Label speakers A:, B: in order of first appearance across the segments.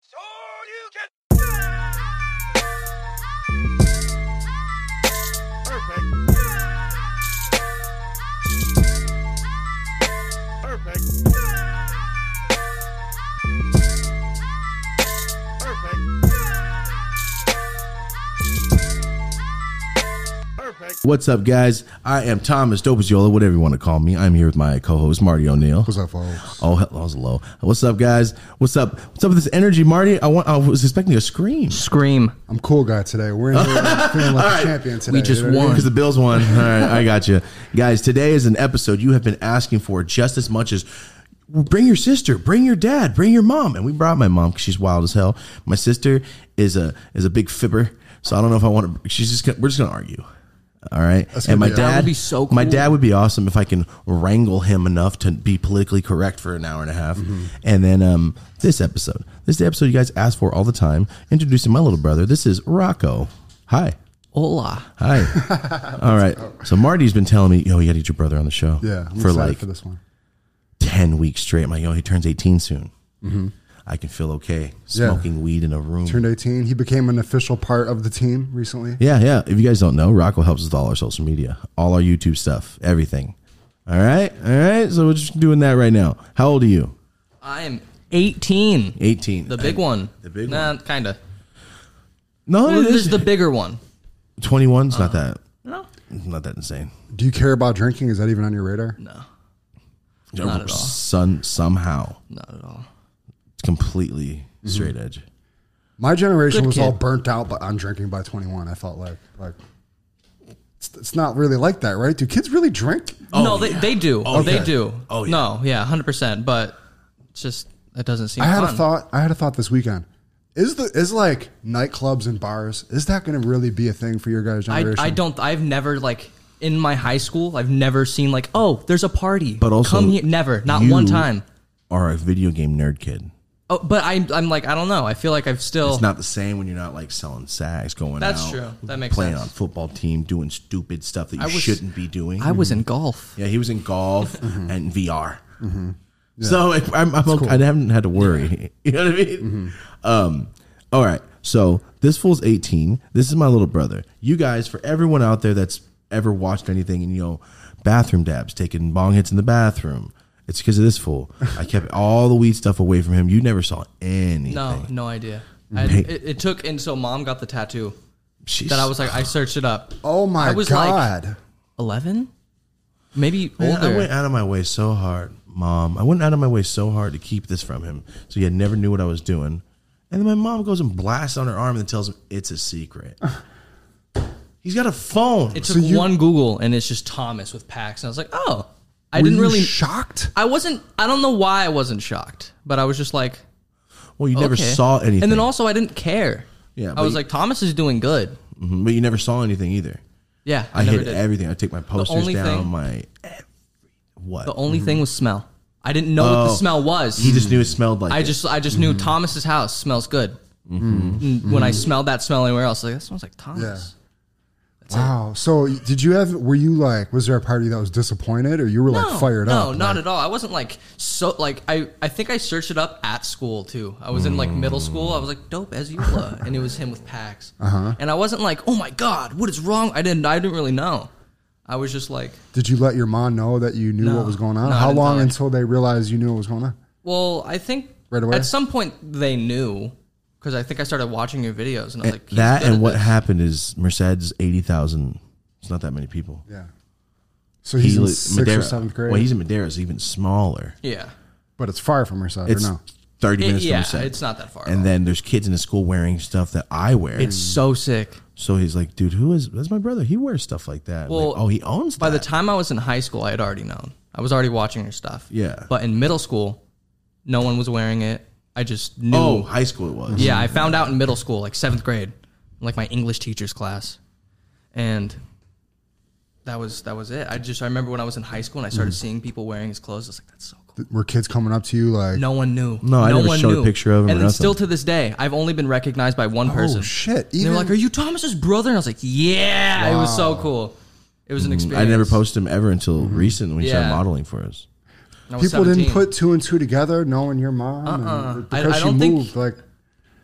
A: It's all you can.
B: Perfect. Perfect. Perfect. Perfect.
C: What's up, guys? I am Thomas Dopaziola, whatever you want to call me. I'm here with my co-host Marty O'Neill.
D: What's up, folks?
C: Oh, hello, hello. What's up, guys? What's up? What's up with this energy, Marty? I want. I was expecting a scream.
E: Scream.
D: I'm cool guy today. We're in here feeling like a champion today.
E: We just
D: you know what I mean?
C: Because the Bills won. All right, I got you. Guys, today is an episode you have been asking for just as much as bring your sister, bring your dad, bring your mom. And we brought my mom because she's wild as hell. My sister is a is a big fibber, so I don't know if I want to. She's just gonna, we're just gonna argue. All right, and my
D: gonna be-
C: dad
D: That
E: would be so
C: My
E: cool.
C: dad would be awesome if I can wrangle him enough to be politically correct for an hour and a half.
D: Mm-hmm.
C: And then um, this episode, this is the episode you guys ask for all the time. Introducing my little brother. This is Rocco. Hi.
E: Hola.
C: Hi. All right. So Marty's been telling me, yo, you got to get your brother on the show.
D: yeah, I'm
C: for
D: excited
C: like
D: for this one.
C: ten weeks straight. I'm like, yo, he turns 18 soon. I can feel okay
D: Mm-hmm. Yeah.
C: smoking weed in a room.
D: Turned 18. He became an official part of the team recently.
C: yeah, yeah. If you guys don't know, Rocco helps us with all our social media, all our YouTube stuff, everything. All right, all right. So we're just doing that right now. How old are you?
E: I'm 18.
C: 18.
E: The big one. The
C: big
E: nah, one. Kinda.
C: No,
E: Well,
C: it
E: this
C: is
E: is the Uh-huh. bigger one.
C: 21's not that,
E: No.
C: not that insane.
D: Do you care about drinking? Is that even on your radar?
E: No. Not at all.
C: Son, somehow,
E: Not at all.
C: it's completely
D: Mm-hmm.
C: straight edge.
D: My generation
E: Good
D: was all
E: kid.
D: burnt out but on drinking by 21. I felt like like it's, it's not really like that, right? Do kids really drink?
E: no, they, they do. Oh,
C: yeah.
E: They do.
C: Oh, yeah.
E: No, yeah, 100%. But it's just, that doesn't seem
D: I had
E: fun.
D: a thought. I had a thought this weekend. Is the is like nightclubs and bars? Is that going to really be a thing for your guys'
E: I,
D: generation?
E: I don't, I've never, like, in my high school, I've never seen, like, oh, there's a party.
C: But also,
E: come here. Never. Not
C: you
E: one time.
C: Are a video game nerd kid.
E: Oh, but I, I'm like, I don't know. I feel like I've still.
C: It's not the same when you're not like selling sacks, going
E: That's
C: out,
E: true. That makes
C: playing
E: sense.
C: on football team, doing stupid stuff that you
E: I was-
C: shouldn't be doing.
E: I was in golf.
C: yeah, he was in golf and VR. So I, I'm, I'm okay. I haven't had to worry. You know what I mean? Um, all right. So this fool's 18. This is my little brother. You guys, for everyone out there that's ever watched anything and you know, bathroom dabs, taking bong hits in the bathroom. It's because of this fool. I kept all the weed stuff away from him. You never saw anything.
E: No, no idea. I,
C: Hey.
E: it, it took, and so mom got the tattoo
C: She's-
E: that I was like, I searched it up.
D: Oh my
E: I was
D: god!
E: Eleven, maybe
C: Man, I
E: older.
C: went out of my way so hard, mom. I went out of my way so hard to keep this from him, so he had never knew what I was doing. And then my mom goes and blasts on her arm and tells him it's a secret. He's got a phone.
E: it
C: It's
E: took
D: you-
E: one Google, and it's just Thomas with Pax, and I was like, oh, I
D: Were
E: didn't
D: you
E: really.
D: shocked.
E: I wasn't. I don't know why I wasn't shocked, but I was just like,
C: well, you never
E: okay.
C: saw anything,
E: And then also, I didn't care.
C: Yeah,
E: I
C: but
E: was
C: you-
E: like, Thomas is doing good.
C: Mhm, but you never saw anything either.
E: Yeah,
C: I,
E: never
C: hid
E: did.
C: everything. I take my posters
E: only
C: down.
E: thing-
C: my every, what?
E: the only thing was smell. I didn't know what the
C: Oh.
E: smell was.
C: he just knew it smelled like.
E: I
C: it. Mm-hmm.
E: just I just knew Thomas's house smells good. Mm, When I smelled that smell anywhere else, I was like that smells like Thomas.
D: Wow. So did you have? Were you like? Was there a party that was disappointed, or you were like fired
E: no,
D: up?
E: not
D: like,
E: at all. I wasn't like so like I I think I searched it up at school too. I was in like middle school. I was like dope as you were, and it was him with Pax. Uh-huh. And I wasn't like oh my god, what is wrong? I didn't I didn't really know. I was just like
D: Did you let your mom know that you knew
E: No,
D: what was going on?
E: no, I
D: How
E: didn't
D: long
E: tell her.
D: until they realized you knew what was going on?
E: well I think
D: Right away?
E: at some point they knew because I think I started watching your videos and I was like he's
C: that
E: good at
C: and what
E: this.
C: happened is Merced's eighty thousand. It's not that many people.
D: Yeah. So he's in
C: li-
D: sixth or
C: Madeira-
D: seventh grade,
C: Well, he's in Madeira, so even smaller.
E: yeah
D: but it's far from her side.
C: It's
D: or no?
C: 30
E: It-
C: minutes from
E: yeah
C: the set.
E: it's not that far at
C: And
E: all.
C: then there's kids in the school wearing stuff that I wear.
E: it's so sick.
C: so he's like, dude, who is that's my brother. He wears stuff like that. I'm like,
E: Well,
C: oh, he owns
E: By the
C: that.
E: time I was in high school, I had already known. I was already watching her stuff.
C: Yeah.
E: But in middle school, no one was wearing it. I just knew.
C: Oh, high school it was.
E: Yeah, I found out in middle school, like seventh grade, like my English teacher's class, and that was that was it. I just I remember when I was in high school and I
C: Mm.
E: started seeing people wearing his clothes. I was like, that's so cool.
D: Were kids coming up to you like,
E: No one knew.
C: No, I never
E: one
C: showed a
E: knew.
C: picture of him or
E: And then
C: nothing.
E: still to this day, I've only been recognized by one person.
D: "Oh shit"?
E: And
D: Even
E: they were like, "Are you Thomas's brother?" And I was like, "Yeah." It was so cool. It was an experience.
C: Mm, I never posted him ever until
D: Mm-hmm.
C: recent when he started
E: Yeah.
C: modeling for us.
E: And I was
D: people
E: 17.
D: didn't put two and two together, knowing your mom and
E: Uh-uh. I-
D: because
E: I
D: she
E: don't think-
D: moved. Like,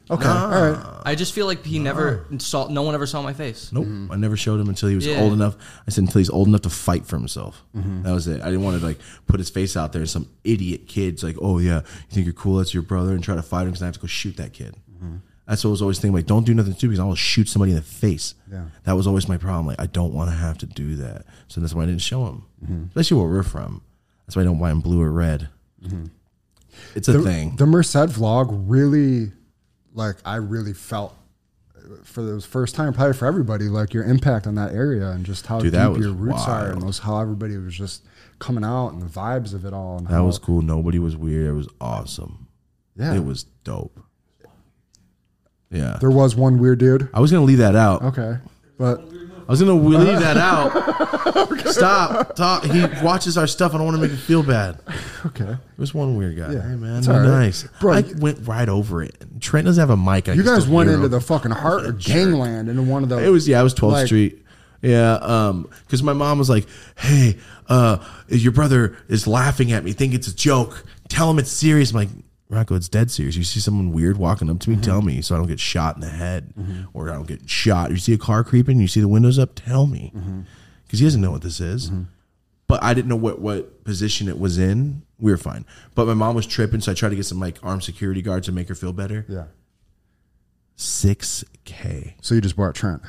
D: Okay. All right.
E: I just feel like he never saw. No one ever saw my face.
C: Nope.
D: Mm-hmm.
C: I never showed him until he was
E: Yeah.
C: old enough. I said until he's old enough to fight for himself.
D: Mm-hmm.
C: That was it. I didn't want to like put his face out there. and Some idiot kid's like, oh yeah, you think you're cool? That's your brother, and try to fight him because I have to go shoot that kid.
D: Mm-hmm.
C: That's what I was always thinking. Like, don't do nothing stupid because I'll shoot somebody in the face.
D: Yeah.
C: That was always my problem. Like, I don't want to have to do that. So that's why I didn't show him.
D: Mm-hmm.
C: Especially where we're from. That's why I don't buy him blue or red. It's a thing.
D: Mm-hmm. The Merced vlog really, like, I really felt for the first time, probably for everybody, like your impact on that area and just how
C: Dude, that
D: deep
C: was
D: your roots are and
C: wild.
D: those, how everybody was just coming out and the vibes of it all. And
C: that was cool. Nobody was weird. It was awesome.
D: yeah.
C: It was dope. Yeah.
D: there was one weird dude.
C: I was gonna leave that out.
D: Okay. But
C: I was gonna leave that out. Stop. Talk. He watches our stuff. I don't want to make him feel bad.
D: okay.
C: There's one weird guy. hey man,
D: it's
C: you're
D: all right.
C: nice,
D: Bro,
C: I
D: you-
C: went right over it. Trent doesn't have a mic. I
D: You
C: can
D: guys
C: still
D: went
C: hear
D: into
C: him.
D: the fucking heart of gangland into one of the.
C: It was yeah. It was 12th
D: like-
C: Street. Yeah. Um. Because my mom was like, "Hey, uh, your brother is laughing at me. Think it's a joke. Tell him it's serious." I'm like. Rocco, it's dead serious. You see someone weird walking up to me,
D: Mm-hmm.
C: tell me so I don't get shot in the head or I don't get shot. You see a car creeping, you see the windows up, tell me. Because
D: Mm-hmm.
C: he doesn't know what this is. But I didn't know what, what position it was in. We were fine. But my mom was tripping, so I tried to get some like armed security guards to make her feel better.
D: Yeah.
C: 6K.
D: So you just bought Trent.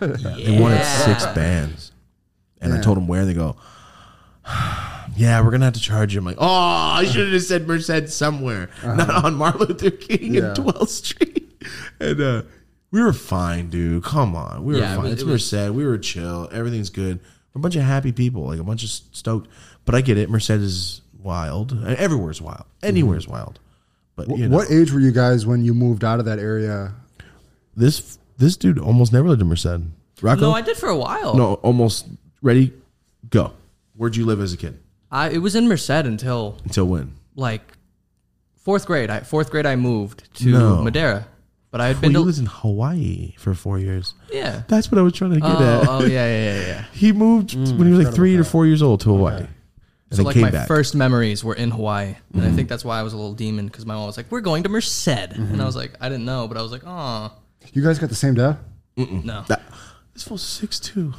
C: They wanted six bands. And I told them where, and they go, Yeah, we're going to have to charge you. I'm like, Oh, I should have just said Merced somewhere,
E: Uh-huh.
C: not on Martin Luther King
D: Yeah.
C: and 12th Street. And uh, we were fine, dude. Come on. We were
E: Yeah, it
C: fine.
E: was-
C: it's
E: it was-
C: Merced. We were chill. Everything's good. We're a bunch of happy people, like a bunch of stoked. But I get it. Merced is wild. And Everywhere's wild. Anywhere's
E: Mm-hmm.
C: wild. But you know,
D: What age were you guys when you moved out of that area?
C: this this dude almost never lived in Merced. Rocco?
E: No, I did for a while.
C: No, almost ready. Go. Where'd you live as a kid?
E: I it was in Merced until
C: Until when?
E: like fourth grade. I fourth grade I moved to
C: No. Oh,
E: Madeira, but I had
C: Well,
E: been
C: you
E: to
C: lived in Hawaii for four years.
E: yeah.
C: That's what I was trying to get
E: Oh,
C: at.
E: oh Mm, yeah, yeah, yeah. yeah.
C: He moved when he was like three or four years old to Hawaii, and
E: So
C: then
E: like
C: came
E: my
C: back. Mm-hmm.
E: first memories were in Hawaii, and I think that's why I was a little demon because my mom was like, "We're going to Merced,"
C: Mm-hmm.
E: and I was like, "I didn't know," but I was like, "Oh,
D: You guys got the same dad?
E: no."
C: That- this fool's six two.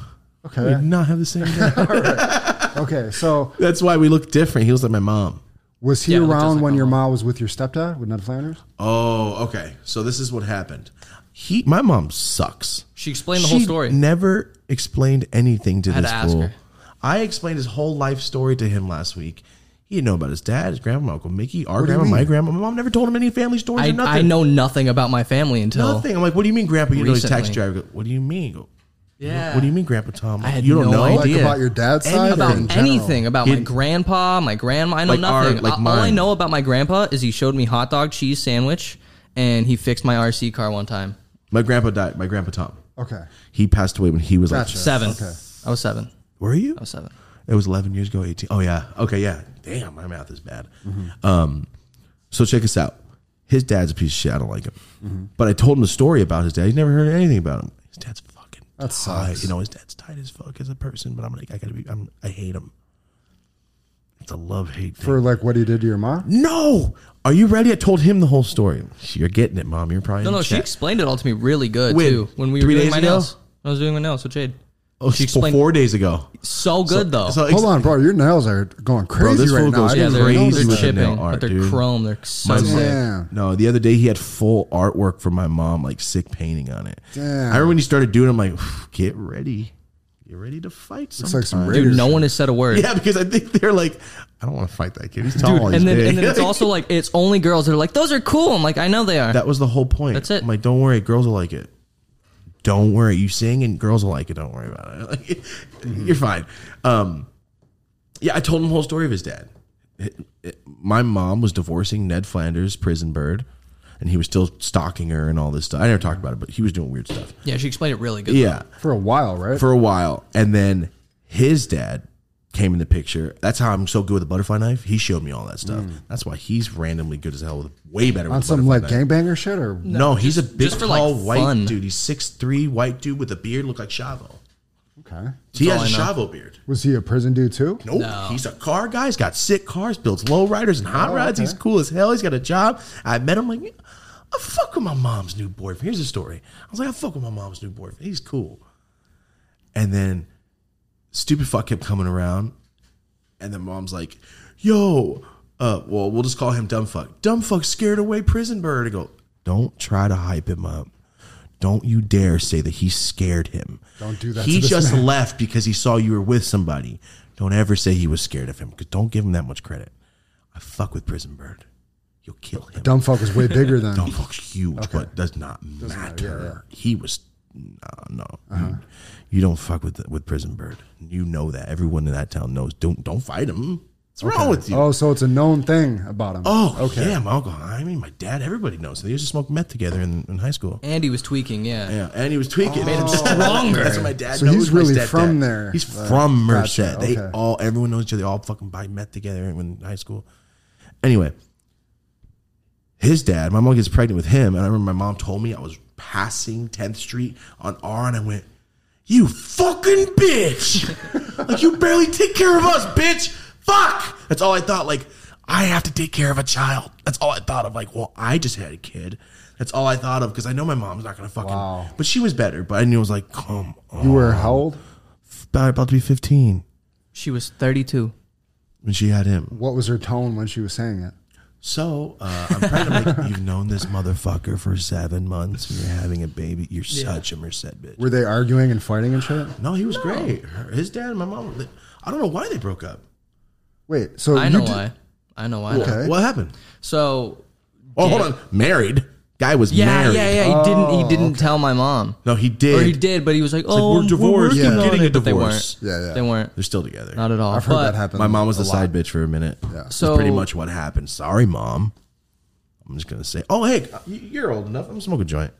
C: We
D: Okay.
C: did not have the same. dad.
D: Okay. So
C: That's why we look different. He was like my mom.
D: was he
E: Yeah, it looked just
D: around
E: like
D: when
E: my
D: your mom was with your stepdad with Ned Flanders?
C: Oh, okay. So this is what happened. He, my mom sucks.
E: She explained the whole
C: She
E: story.
C: Never explained anything to
E: had
C: this
E: to ask
C: fool.
E: her.
C: I explained his whole life story to him last week. He didn't know about his dad, his grandma, Uncle Mickey, our
D: What do you
C: grandma,
D: mean?
C: my grandma. My mom never told him any family stories
E: I,
C: or nothing.
E: I know nothing about my family until
C: nothing. I'm like, what do you mean, Grandpa? You know, he's a taxi
E: Recently.
C: driver. I go, what do you mean? I go,
E: yeah.
C: What do you mean, Grandpa Tom?
E: I had
C: you don't
E: no
C: know
E: idea.
D: Like
E: Yeah.
D: about your dad's side? or in
E: about
D: general?
E: anything about my
C: He-
E: grandpa, my grandma. I know
C: Like our-
E: nothing.
C: like
E: A- all I
C: mine.
E: know about my grandpa is he showed me hot dog cheese sandwich, and he fixed my RC car one time.
C: My grandpa died. My Grandpa Tom.
D: Okay.
C: He passed away when he was
D: Gotcha.
C: like,
E: Seven.
D: Okay.
E: I was seven.
C: were you?
E: I was seven.
C: It was 11 years ago, 18. Oh, yeah. Okay, yeah. Damn, my mouth is bad. Um, so check us out. His dad's a piece of shit. I don't like him. But I told him the story about his dad. He's never heard anything about him. His dad's fucking
D: That
C: tight.
D: sucks.
C: You know, his dad's tight as fuck as a person, but I'm like, I gotta be, I'm, I hate him. It's a love hate thing.
D: For like what he did to your mom?
C: no! Are you ready? I told him the whole story. You're getting it, mom. You're probably
E: No,
C: in
E: no,
C: the
E: she
C: chat.
E: explained it all to me really good
C: When?
E: too. When we were
C: Three
E: doing
C: days
E: my
C: ago?
E: nails, I was doing my nails with Jade.
C: Oh,
E: she
C: she
E: explained- Oh.
C: four days ago.
E: So good though.
C: So ex-
D: Hold on, bro. Your nails are going
C: Bro,
D: crazy
C: this fool
D: right now.
C: goes
D: I
E: yeah,
D: didn't
E: they're,
C: crazy
E: they're
D: notice
C: with
D: that.
C: the nail
E: chipping,
C: art,
E: but they're
C: dude.
E: chrome. They're so
C: My
E: sick.
C: mom-
D: Damn.
C: No, the other day he had full artwork from my mom, like sick painting on it.
D: Damn.
C: I remember when he started doing. it, I'm like, get ready, get ready to fight.
D: It's like some
C: sometime."
D: Raiders.
E: Dude, no one has said a word.
C: Yeah, because I think they're like, I don't want to fight that kid. He's tall.
E: Dude,
C: he's
E: and then,
C: big."
E: and then it's also like it's only girls that are like those are cool. I'm like I know they are.
C: that was the whole point.
E: That's it.
C: I'm like, don't worry, girls will like it. Don't worry, you sing and girls will like it. Don't worry about it. Like, You're fine. Um, yeah, I told him the whole story of his dad. It- it- my mom was divorcing Ned Flanders, prison bird, and he was still stalking her and all this stuff. I never talked about it, but he was doing weird stuff.
E: yeah, she explained it really good.
C: Yeah,
D: For a while, right?
C: for a while, and then his dad came in the picture. That's how I'm so good with a butterfly knife. He showed me all that stuff. That's why he's randomly good as hell with way better
D: On
C: with a
D: some
C: butterfly
D: like
C: knife.
D: gangbanger shit or
C: No, he's a big,
E: just for, like,
C: tall white
E: fun.
C: dude. He's six three, white dude with a beard, look like Chavo.
D: okay.
C: He
E: all
C: has a
E: I
C: Chavo beard.
D: Was he a prison dude too?
C: Nope, he's a car guy.
E: Oh,
C: He's got sick cars, builds low riders and hot rods. He's cool as hell. He's got a job. I met him like, I fuck with my mom's new boyfriend. Here's the story. I was like, I fuck with my mom's new boyfriend. He's cool. And then stupid fuck kept coming around. And then mom's like, yo, uh, well, we'll just call him dumb fuck. Dumb fuck scared away prison bird. I go, don't try to hype him up. Don't you dare say that he scared him.
D: Don't do that
C: He
D: to this
C: just
D: man.
C: left because he saw you were with somebody. Don't ever say he was scared of him because don't give him that much credit. I fuck with prison bird. You'll kill him.
D: Dumb fuck is way bigger than.
C: Dumb fuck's Oh, huge, but does not matter. Uh-huh. He was no, no. You, you don't fuck with with prison bird. You know that. Everyone in that town knows. Don't don't fight him. What's wrong with you?
D: Oh, so it's a known thing about him.
C: Oh, yeah, my uncle. I mean, my dad. Everybody knows. They used to smoke meth together in, in high school.
E: Andy was tweaking, yeah.
C: Yeah, and he was tweaking. Made him stronger. That's what my dad.
D: So
C: knows
D: he's
C: my
D: really
C: stepdad.
D: from there.
C: He's
D: Like,
C: from
D: gotcha,
C: Merced. They
D: okay.
C: all, everyone knows each other. They all fucking buy meth together in high school. Anyway, his dad, my mom gets pregnant with him, and I remember my mom told me I was passing 10th Street on R, and I went, "You fucking bitch! like you barely take care of us, bitch! Fuck!" That's all I thought. Like I have to take care of a child. That's all I thought of. Like, well, I just had a kid. That's all I thought of because I know my mom's not gonna fucking.
D: Wow.
C: But she was better. But I knew I was like, come on.
D: You were how old?
C: about about to be 15
E: She was 32.
C: when she had him.
D: What was her tone when she was saying it?
C: So uh, I'm trying to make you've known this motherfucker for seven months. and You're having a baby. You're such a Merced bitch.
D: Were they arguing and fighting and shit?
C: No, he was great. Her, his dad and my mom. They, I don't know why they broke up.
D: Wait,
C: Oh,
D: so
E: I
D: you
E: know
D: did-
E: why. I know why.
D: Okay.
C: What happened?
E: So
C: Oh,
E: Yeah.
C: hold on. Married guy was
E: yeah,
C: married. Oh,
E: yeah, yeah. He didn't. He didn't tell my mom,
C: No, he did.
E: or he did, but he was like,
C: Like,
E: "Oh,
C: we're divorced.
E: working
C: yeah.
E: on
C: Getting
E: it,"
C: a
E: but
C: divorce.
E: They weren't.
D: Yeah, yeah.
E: They weren't.
C: They're still together.
E: Not at all.
D: I've heard
E: But
D: that happen.
C: my mom was
D: a
C: the side bitch for a minute. Yeah.
E: So-
C: pretty much what happened. Sorry, mom. I'm just gonna say. Oh, hey, you- you're old enough. I'm gonna smoke a joint.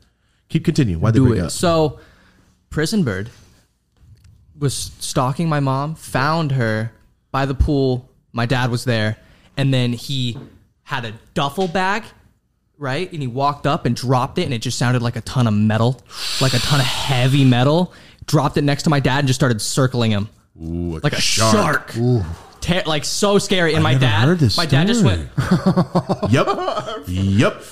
C: Keep continuing. Why they
E: do
C: break
E: it.
C: up?
E: So, Prison Bird was stalking my mom, found her by the pool. My dad was there, and then he had a duffel bag, right? And he walked up and dropped it, and it just sounded like a ton of metal, like a ton of heavy metal. Dropped it next to my dad and just started circling him
C: Ooh,
E: like a shark. Ter- like so scary, and my
C: never
E: dad,
C: heard this
E: my dad just
C: story.
E: went,
C: Yep. yep.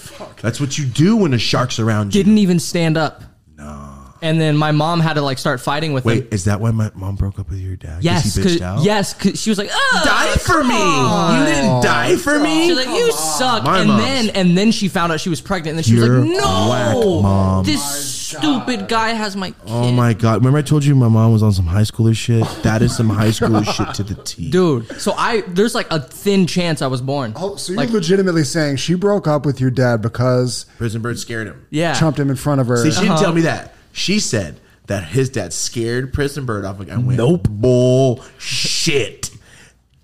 C: That's what you do when a shark's around you.
E: didn't even stand up. No. And then my mom had to like start fighting with him.
C: Wait, is that why my mom broke up with your dad? 'Cause
E: Yes,
C: He bitched
E: 'cause-
C: out?
E: yes, 'cause she was like, "Oh,
C: Die for
E: come
C: me.
E: on."
C: You didn't die for me.
E: She's like, "You suck,"
C: My
E: and
C: mom's-
E: then and then she found out she was pregnant, and then she was
C: You're
E: like,
C: whack,
E: "No,
C: Mom.
E: this stupid guy has my kid."
C: oh my God. Remember I told you my mom was on some high schooler shit? That is some high schooler shit to the T.
E: dude. So I there's like a thin chance I was born.
D: Oh, so you're
E: like,
D: legitimately saying she broke up with your dad because
C: Prison Bird scared him.
E: yeah,
D: chumped him in front of her.
C: See, she didn't
E: Uh-huh.
C: tell me that. She said that his dad scared Prison Bird off. Like, I went, nope. Bullshit.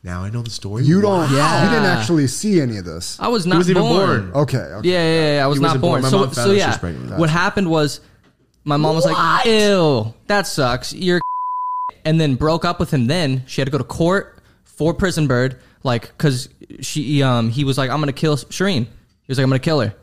C: Now I know the story.
D: you don't.
E: Yeah. Uh,
D: You didn't actually see any of this.
E: I was not
C: He was even
E: born.
C: born.
D: Okay. okay.
E: Yeah, yeah, yeah. I was
C: He
E: not
C: wasn't
E: born.
C: born. My
E: So,
C: mom found
E: so
C: out she
E: yeah,
C: was pregnant.
E: what happened was my mom was like, "Ew, that sucks." You're, and then broke up with him. Then she had to go to court for prison bird, like because she um he was like, "I'm gonna kill Shireen." He was like, "I'm gonna kill her,"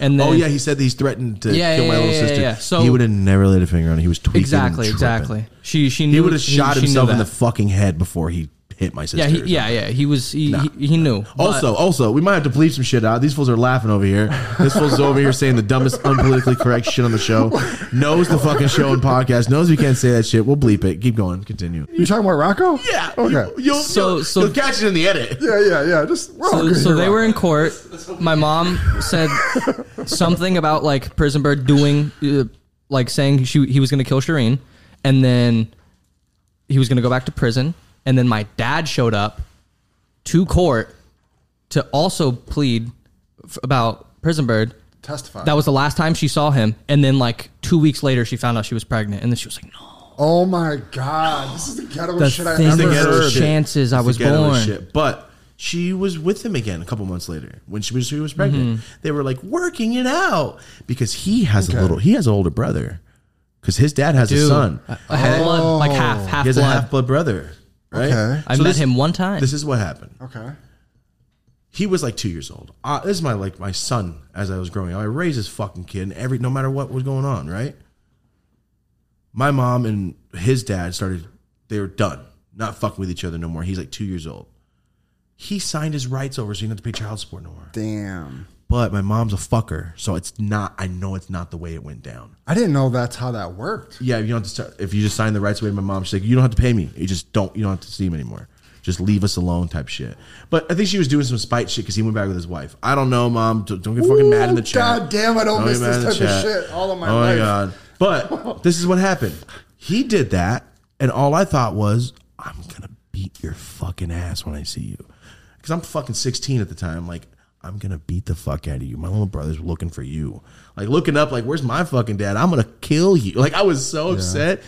E: and then
C: Oh yeah, he said he's threatened to
E: Yeah,
C: kill my
E: yeah,
C: little
E: yeah,
C: sister.
E: yeah. So-
C: he would have never laid a finger on it. He was tweaking. and
E: exactly,
C: tripping.
E: exactly. She she knew
C: He would have shot
E: she knew
C: himself in the
E: that.
C: fucking head before he hit my sister.
E: yeah
C: or
E: he,
C: something.
E: yeah yeah he was he he, he knew But-
C: Also, also, we might have to bleep some shit out. These fools are laughing over here. This fool's over here saying the dumbest, unpolitically correct shit on the show. Knows the fucking show and podcast. Knows we can't say that shit. We'll bleep it. Keep going. Continue.
D: You talking about Rocco?
C: Yeah.
D: Okay.
C: You, will
E: So-
C: you'll,
E: so-
C: you'll catch it in the edit.
D: yeah. Yeah. Yeah. Just we're all
E: So,
D: good
E: so
D: here,
E: they
D: Rocco.
E: were in court. My mom said something about like prison bird doing, uh, like saying she he was going to kill Shireen, and then he was going to go back to prison. And then my dad showed up to court to also plead f- about prison bird.
D: testifying.
E: That was the last time she saw him. And then like two weeks later, she found out she was pregnant, and then she was like, "No,
D: Oh my god! This is the ghetto
E: The
D: shit I
E: thing
D: ever
E: is-
C: ghetto
D: heard.
E: First chances I
C: It's the
E: was
C: ghetto
E: born.
C: But she was with him again a couple months later when she was she was pregnant.
E: Mm-hmm.
C: They were like working it out because he has a little he has an older brother because his dad has a son.
E: a, a half blood, Uh, like half half
C: he has
E: blood."
C: a half blood brother, right?
D: Okay.
E: I
C: So
E: met
C: this-
E: him one time.
C: This is what happened.
D: Okay.
C: He was like two years old. Uh, this is my like my son as I was growing up. I raised this fucking kid, and every no matter what was going on, right? My mom and his dad started. They were done, not fucking with each other no more. He's like two years old. He signed his rights over, so he didn't have to pay child support no more.
D: Damn.
C: But my mom's a fucker, so it's not. I know it's not the way it went down.
D: I didn't know that's how that worked.
C: Yeah, if you don't have to start, if you just sign the rights away, to my mom, she's like, you don't have to pay me. You just don't. You don't have to see him anymore. Just leave us alone, type shit. But I think she was doing some spite shit because he went back with his wife. I don't know, mom. Don't, don't get fucking mad in the
D: Ooh,
C: chat.
D: God damn, I don't
C: get
D: miss
C: mad
D: this
C: in the
D: type of
C: chat.
D: shit all of my
C: oh
D: life.
C: god! But this is what happened. He did that, and all I thought was, I'm gonna beat your fucking ass when I see you, because I'm fucking 16 at the time. Like. I'm gonna beat the fuck out of you. My little brother's looking for you. Like looking up, like, where's my fucking dad? I'm gonna kill you. Like I was so upset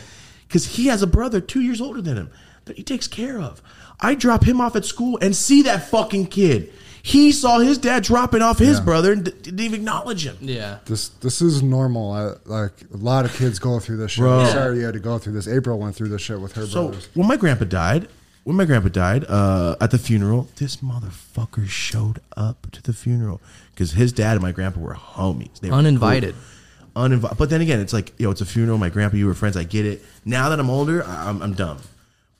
C: because he has a brother two years older than him that he takes care of. I drop him off at school and see that fucking kid. He saw his dad dropping off his brother and d- didn't even acknowledge him.
E: Yeah.
D: This this is normal. I, like a lot of kids go through this shit. I'm sorry you had to go through this. April went through this shit with her
C: So
D: brothers.
C: when my grandpa died, when my grandpa died uh, at the funeral, this motherfucker showed up to the funeral because his dad and my grandpa were homies. They were
E: Uninvited.
C: cool. Uninvi- But then again, it's like yo, it's a funeral. My grandpa, you were friends. I get it. Now that I'm older, I- I'm, I'm dumb.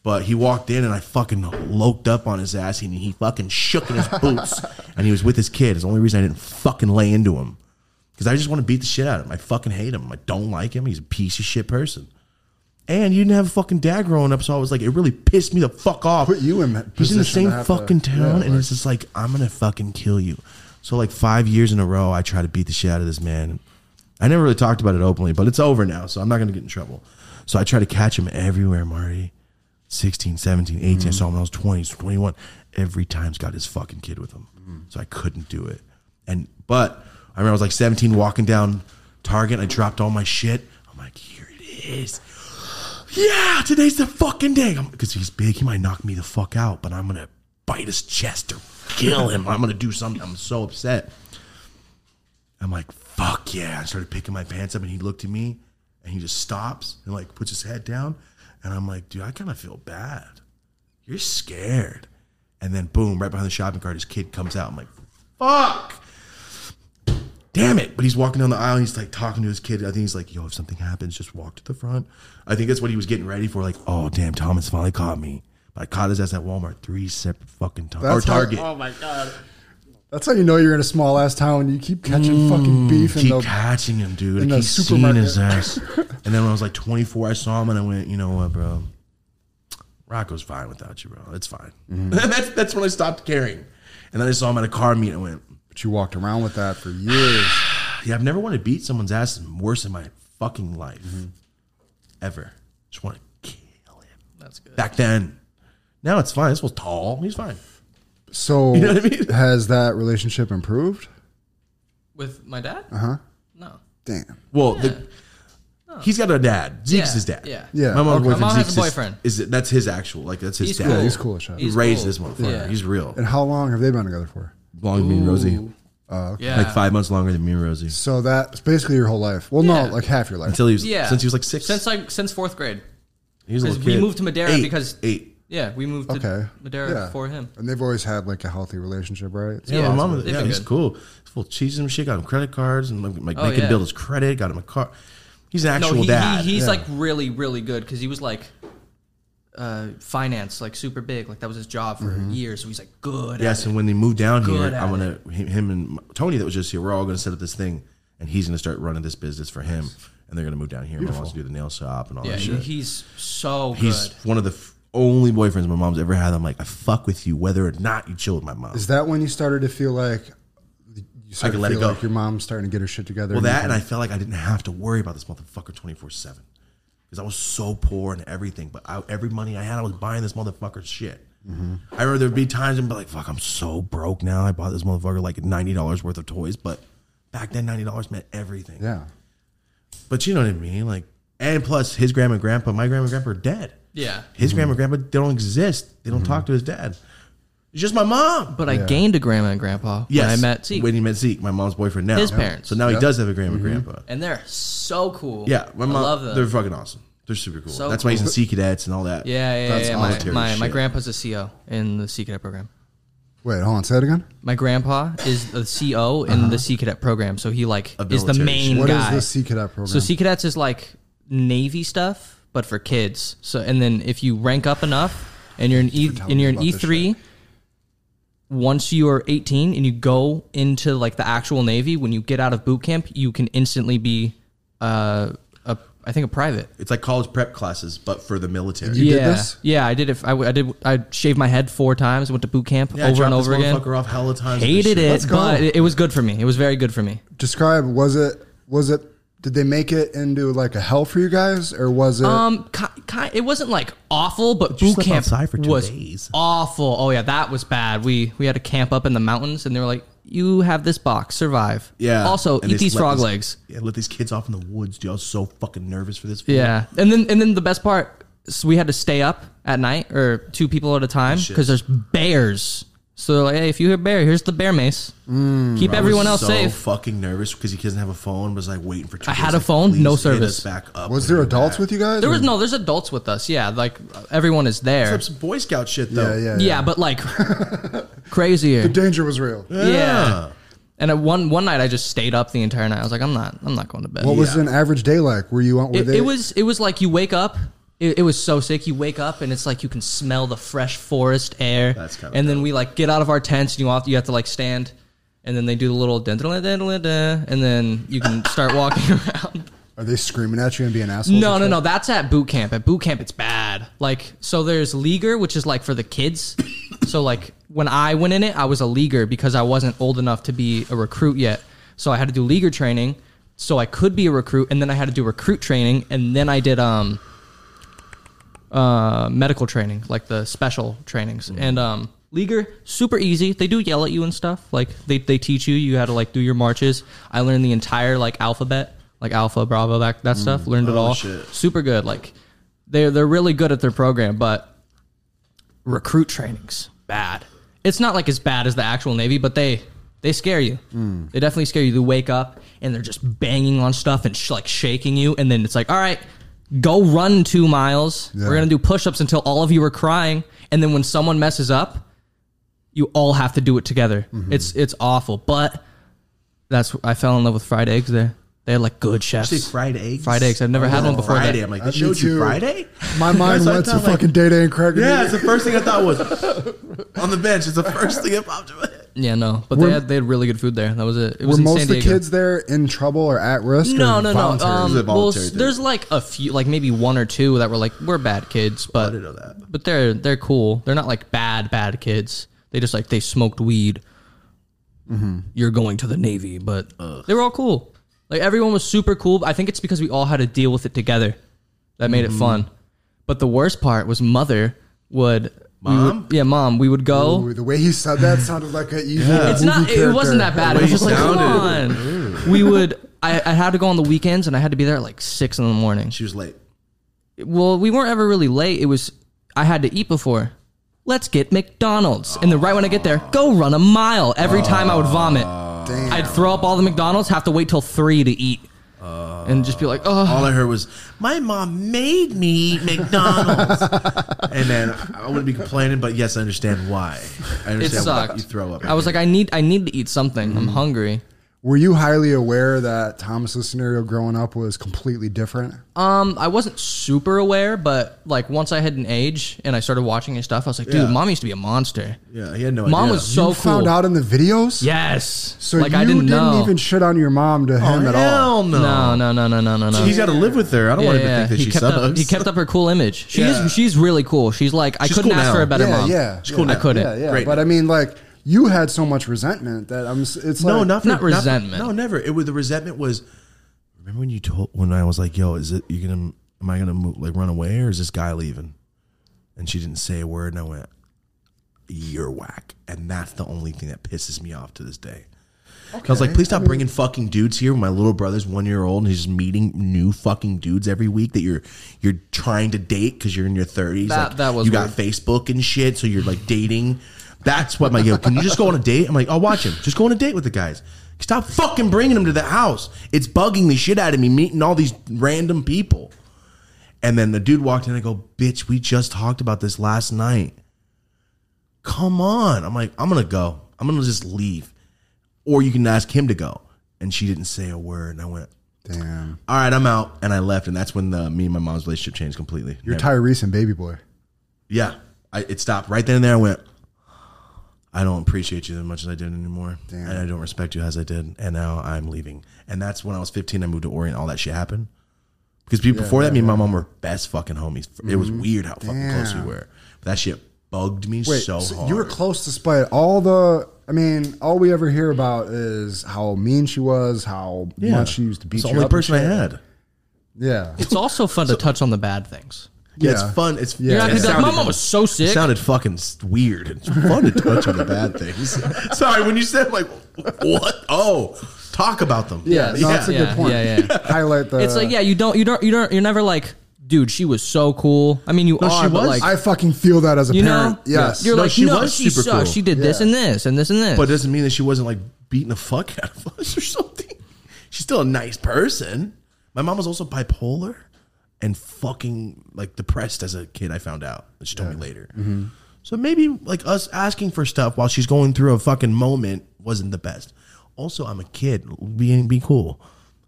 C: But he walked in and I fucking loked up on his ass and he fucking shook in his boots and he was with his kid. It's the only reason I didn't fucking lay into him because I just want to beat the shit out of him. I fucking hate him. I don't like him. He's a piece of shit person. And you didn't have a fucking dad growing up, so I was like, it really pissed me the fuck off.
D: Put you in that
C: He's in the
D: position
C: same
D: to have to-
C: fucking town,
D: yeah,
C: and it's just like I'm gonna fucking kill you. So like five years in a row, I try to beat the shit out of this man. I never really talked about it openly, but it's over now, so I'm not gonna get in trouble. So I try to catch him everywhere, Marty. 16, 17, 18.
D: Mm.
C: I saw him when I was 20, 21. Every time's got his fucking kid with him.
D: Mm.
C: So I couldn't do it. And but I remember I was like 17 walking down Target. I dropped all my shit. I'm like, here it is. Yeah, today's the fucking day. Because he's big, he might knock me the fuck out, but I'm gonna bite his chest or kill him. I'm gonna do something. I'm so upset. I'm like, fuck yeah. I started picking my pants up and he looked at me and he just stops and like puts his head down. And I'm like, dude, I kind of feel bad. You're scared. And then boom, right behind the shopping cart, his kid comes out. I'm like, fuck. Damn it. But he's walking down the aisle and he's like talking to his kid. I think he's like, yo, if something happens, just walk to the front. I think that's what he was getting ready for. Like, oh, damn, Thomas finally caught me. But I caught his ass at Walmart three separate fucking times. Or
D: That's how-
C: Target.
D: That's how you know you're in a small ass town. You keep catching
E: Mm.
D: fucking beef in
C: keep
D: the
C: catching him, dude.
D: in
C: I
D: the
C: keep seeing
D: supermarket.
C: his ass. and then when I was like 24, I saw him and I went, you know what, bro? Rocco's fine without you, bro. It's fine.
D: Mm-hmm.
C: that's that's when I stopped caring. And then I saw him at a car meet and I went,
D: But you walked around with that for years.
C: yeah, I've never wanted to beat someone's ass worse in my fucking life,
D: Mm-hmm.
C: ever. Just want to kill him.
E: That's good.
C: Back then, now it's fine. This was tall. He's fine.
D: So
C: know what I mean?
D: has that relationship improved?
E: With my dad?
C: Uh-huh.
E: Uh huh. No.
D: Damn.
C: Well, the, he's got a dad. Zeke's
E: Oh. Yeah,
C: his dad.
E: yeah.
D: Yeah,
C: my mom's
D: okay.
C: boyfriend.
E: My mom has a
C: Zeke's his-
E: boyfriend.
C: Is it, that's his actual? Like that's his
E: He's
C: dad.
E: cool.
D: he's cool as shit.
C: He
E: He's
C: raised
E: cool.
C: this motherfucker.
E: Yeah.
C: He's real.
D: And how long have they been together for?
C: Long as me and Rosie. Uh,
E: Yeah.
C: Like five months longer than me and Rosie.
D: So that's basically your whole life. Well,
E: Yeah.
D: no, like half your life.
C: Until he was
E: Yeah.
C: since he was like six.
E: Since I since fourth grade.
C: he was a
E: 'cause
C: little
E: we
C: kid.
E: moved to Madeira
C: Eight.
E: because-
C: eight.
E: Yeah, we moved to
D: okay.
E: Madeira
D: Yeah.
E: for him.
D: And they've always had like a healthy relationship, right?
E: Yeah.
C: Yeah, my mom.
E: they've
C: Yeah,
E: been
C: he's
E: good.
C: cool. He's full of cheese and shit. Got him credit cards and like, like
E: Oh,
C: making
E: yeah.
C: build his credit. Got him a car. He's an
E: No,
C: actual
E: he, he,
C: dad.
E: he's like really, really good because he was like uh, finance, like super big. Like that was his job for
C: Mm-hmm.
E: years. So he's like good. at
C: yes, and when they move down here,
E: Good at
C: I'm gonna him, him and Tony that was just here. We're all gonna set up this thing, and he's gonna start running this business for him. And they're gonna move down here. My mom's gonna do the nail shop and all
E: it. Yeah,
C: that
E: he,
C: Oh, shit.
E: he's so
C: he's
E: good.
C: one of the f- only boyfriends my mom's ever had. I'm like, I fuck with you whether or not you chill with my mom.
D: Is that when you started to feel like you
C: can
D: started to
C: let it
D: feel
C: go.
D: like your mom's starting to get her shit together?
C: Well,
D: you
C: that and
D: can-
C: I felt like I didn't have to worry about this motherfucker twenty four seven because I was so poor and everything. But I, every money I had, I was buying this motherfucker's shit. I remember there'd be times and be like, "Fuck, I'm so broke now. I bought this motherfucker like ninety dollars worth of toys, but back then ninety dollars meant everything.
D: yeah.
C: But you know what I mean, like. And plus, his grandma and grandpa, my grandma and grandpa are dead.
E: Yeah.
C: His grandma and grandpa, they don't exist. They don't talk to his dad. It's just my mom.
E: But I gained a grandma and grandpa
C: Yes,
E: when I met Zeke.
C: When he met Zeke, my mom's boyfriend now.
E: His parents.
C: So now he does have a grandma and grandpa.
E: and they're so cool.
C: Yeah, my mom.
E: I love them.
C: They're fucking awesome. They're super cool.
E: So
C: That's why he's in Sea Cadets and all that.
E: yeah, yeah,
C: That's
E: yeah. My,
C: military
E: my, my
C: shit.
E: grandpa's a CO in the Sea Cadet program.
D: Wait, hold on. Say that again.
E: My grandpa is the CO in the Sea Cadet program, so he like is the
C: military shit.
E: main
D: Uh-huh. What is
E: guy.
D: the Sea Cadet program?
E: So Sea Cadets is like Navy stuff, but for kids. So and then if you rank up enough and you're an E
D: telling
E: and
D: me
E: you're an
D: about
E: E
D: this
E: three, once you are 18 and you go into like the actual Navy, when you get out of boot camp, you can instantly be, uh, a, I think a private.
C: It's like college prep classes, but for the military.
D: You did
E: yeah,
D: this?
E: yeah, I did it. I, w- I did. I shaved my head four times. Went to boot camp
C: Yeah, I
E: over and
C: dropped this
E: over again.
C: motherfucker off hella times. with this
E: Hated
C: shit.
E: it,
D: go.
E: but it, it was good for me. It was very good for me.
D: Describe. Was it? Was it? Did they make it into like a hell for you guys, or was it?
E: Um, ki- ki- it wasn't like awful, but
C: you
E: boot
C: slept
E: camp
C: outside for two
E: was
C: days.
E: awful. Oh yeah, that was bad. We we had to camp up in the mountains, and they were like, "You have this box, survive."
C: Yeah.
E: Also,
C: And
E: eat
C: they
E: these
C: let
E: frog
C: this-
E: legs.
C: Yeah, let these kids off in the woods, dude. I was so fucking nervous for this. fool.
E: Yeah, and then and then the best part, so we had to stay up at night or two people at a time
C: shit.
E: because there's bears. So they're like, "Hey, if you hear bear, here's the bear mace. Keep
C: Mm, I was
E: everyone else
C: so
E: safe."
C: fucking nervous because he doesn't have a phone. Was like waiting for. Two
E: I had
C: days,
E: a
C: like,
E: phone,
C: please
E: no
C: hit us
E: service.
C: Back up.
D: was there adults with you guys?
E: There was
D: or-
E: no, there's adults with us. Yeah, like everyone is there.
C: Some Boy Scout shit
D: Yeah,
C: though.
D: yeah, yeah.
E: Yeah, but like crazier.
D: Danger was real.
E: Yeah. And I, one one night I just stayed up the entire night. I was like, I'm not I'm not going to bed.
D: What was an average day like? Were you on? Were
E: it,
D: they,
E: it was it was like you wake up. It, it was so sick. You wake up and it's like you can smell the fresh forest air.
C: That's kinda
E: And then
C: dope.
E: we like get out of our tents and you have you have to like stand. And then they do the little dun- dun- dun- dun- dun, and then you can start walking around.
D: Are they screaming at you and being assholes?
E: No,
D: and
E: no,
D: shit?
E: no. That's at boot camp. At boot camp, it's bad. Like, so there's leaguer, which is like for the kids. so, like, when I went in it, I was a leaguer because I wasn't old enough to be a recruit yet. So I had to do leaguer training, so I could be a recruit, and then I had to do recruit training, and then I did um, uh, medical training, like the special trainings,
C: Mm-hmm.
E: and um. Leaguer, super easy. They do yell at you and stuff. Like they, they teach you you how to like do your marches. I learned the entire like alphabet, like alpha, bravo, that that stuff. Learned it
C: Oh,
E: all
C: shit.
E: super good. Like they're they're really good at their program, but recruit trainings bad. It's not like as bad as the actual Navy, but they they scare you.
D: Hmm.
E: They definitely scare you. They wake up and they're just banging on stuff and sh- like shaking you, and then it's like, all right, go run two miles. We're gonna do push ups until all of you are crying, and then when someone messes up. You all have to do it together.
D: Mm-hmm.
E: It's it's awful, but that's I fell in love with fried eggs there. They had like good chefs.
C: Say fried eggs.
E: Fried eggs. I've never
C: I
E: had
C: went
E: one
C: on
E: before
C: Friday.
E: that.
C: I'm like,
D: Uh,
C: they
D: me
C: showed you
D: too.
C: Friday.
D: My mind
C: That's what I
D: went to
C: thought,
D: fucking
C: Like,
D: Day Day and Cracker.
C: yeah,
D: Yeah,
C: it's the first thing I thought was on the bench. It's the first thing that popped in my head.
E: Yeah, no, but
D: Were-
E: they had they had really good food there. That was it. It
D: were
E: was in
D: most
E: San
D: of the
E: Diego.
D: kids there in trouble or at risk?
E: no,
D: or
E: no, no.
D: voluntary?
E: Um,
C: It was a
E: well,
C: voluntary
E: s-
C: thing.
E: there's like a few, like maybe one or two that were like we're bad kids, but
C: Oh, didn't know that.
E: but they're they're cool. They're not like bad bad kids. They just like they smoked weed.
C: Mm-hmm.
E: You're going to the Navy, but they were all cool. Like everyone was super cool. I think it's because we all had to deal with it together that made
C: Mm-hmm.
E: it fun. But the worst part was mother would we would-
C: Mom?
E: yeah, mom. We would go.
D: Ooh, the way he said that sounded like an evil.
E: It's not. It wasn't that bad. It was
C: way
E: just
C: you
E: like, come
C: sounded. Mm.
E: on. We would. I, I had to go on the weekends, and I had to be there at like six in the morning.
C: She was late.
E: Well, we weren't ever really late. It was I had to eat before. Let's get McDonald's, and then right when I get there, go run a mile. Every time I would vomit,
C: Ah.
D: Damn.
E: I'd throw up all the McDonald's. Have to wait till three to eat, and just be like, oh.
C: Ah. All I heard was, "My mom made me eat McDonald's," and then I wouldn't be complaining. But yes, I understand why. I understand
E: It
C: why
E: sucked.
C: you throw up. Mm.
E: I was like, I need, I need to eat something. I'm hungry.
D: Were you highly aware that Thomas's scenario growing up was completely different?
E: Um, I wasn't super aware, but like once I hit an age and I started watching his stuff, I was like, dude,
C: Yeah.
E: mom used to be a monster.
C: yeah, he had no
E: Mom
C: idea.
E: was so
D: you
E: cool.
D: found out in the videos.
E: Yes.
D: So
E: like
D: you
E: I didn't, know.
D: even shit on your mom to
C: oh,
D: him at all.
C: hell no.
E: no, no, no, no, no, no, no.
C: He's got to live with her. I don't want him to think that
E: he
C: she
E: kept
C: sucks.
E: up. He kept up her cool image. She
C: Yeah.
E: is. She's really cool. She's like I
C: She's
E: couldn't
C: cool
E: ask
C: now.
E: for a better
D: Yeah,
E: mom.
D: yeah. She's
C: cool
E: I
C: now.
E: couldn't.
D: Yeah, yeah.
C: Great.
D: But I mean, like, you had so much resentment that I'm. s- It's
C: No,
D: like,
C: not for,
E: Not resentment.
C: no, never. It was the resentment was. Remember when you told when I was like, "Yo, is it you gonna? Am I gonna move, like run away or is this guy leaving?" And she didn't say a word, and I went, "You're whack," and that's the only thing that pisses me off to this day. I was like, "Please stop bringing fucking dudes here." when My little brother's one year old, and he's just meeting new fucking dudes every week that you're you're trying to date because you're in your thirties.
E: That-
C: like,
E: that was
C: you got
E: weird.
C: Facebook and shit, so you're like dating. That's what my yo. Can you just go on a date? I'm like, I'll watch him. Just go on a date with the guys. Stop fucking bringing them to the house. It's bugging the shit out of me meeting all these random people. And then the dude walked in. I go, bitch, we just talked about this last night. Come on. I'm like, I'm gonna go. I'm gonna just leave, or you can ask him to go. And she didn't say a word. And I went,
D: Damn.
C: all right, I'm out. And I left. And that's when the me and my mom's relationship changed completely.
D: You're Tyrese and Baby Boy.
C: Yeah, I, it stopped right then and there. I went, I don't appreciate you as much as I did anymore,
D: Damn.
C: and I don't respect you as I did, and now I'm leaving. And that's when I was 15. I moved to Orient. All that shit happened because be- before that, me and my mom were best fucking homies. It was weird how fucking close we
D: Mm-hmm. Damn.
C: were. But that shit bugged me
D: Wait,
C: so,
D: so
C: hard.
D: you were close despite all the. I mean, all we ever hear about is how mean she was, how
C: Yeah.
D: much she used to beat
C: It's the
D: you
C: only
D: up and
C: person I
D: shit.
C: had.
D: Yeah,
E: It's also fun to touch on the bad things.
C: Yeah, it's
D: Yeah.
C: fun. It's it
D: You're not
E: You're not gonna be like,
C: sounded-
E: my mom was so sick.
C: It sounded fucking s- weird. It's fun to touch on the bad things. Sorry, when you said like what? Oh, talk about them.
D: yeah. No, that's a
E: yeah,
D: good point.
E: yeah, yeah.
D: Highlight the.
C: uh,
E: it's like yeah, you don't, you don't, you don't, you're never like, dude, she was so cool. I mean, you
C: No, she
E: are, but
C: was.
E: like,
D: I fucking feel that as a
E: you know,
D: parent. Yes.
E: you're
C: No,
E: like,
C: she
E: no,
C: was
E: she
C: super
E: sucks.
C: cool.
E: She did this
D: Yeah.
E: and this and this and this.
C: but it doesn't mean that she wasn't like beating the fuck out of us or something. She's still a nice person. My mom was also bipolar and fucking like depressed as a kid. I found out. She told me later.
E: Mm-hmm.
C: So maybe like us asking for stuff while she's going through a fucking moment wasn't the best. Also, I'm a kid. Being be cool.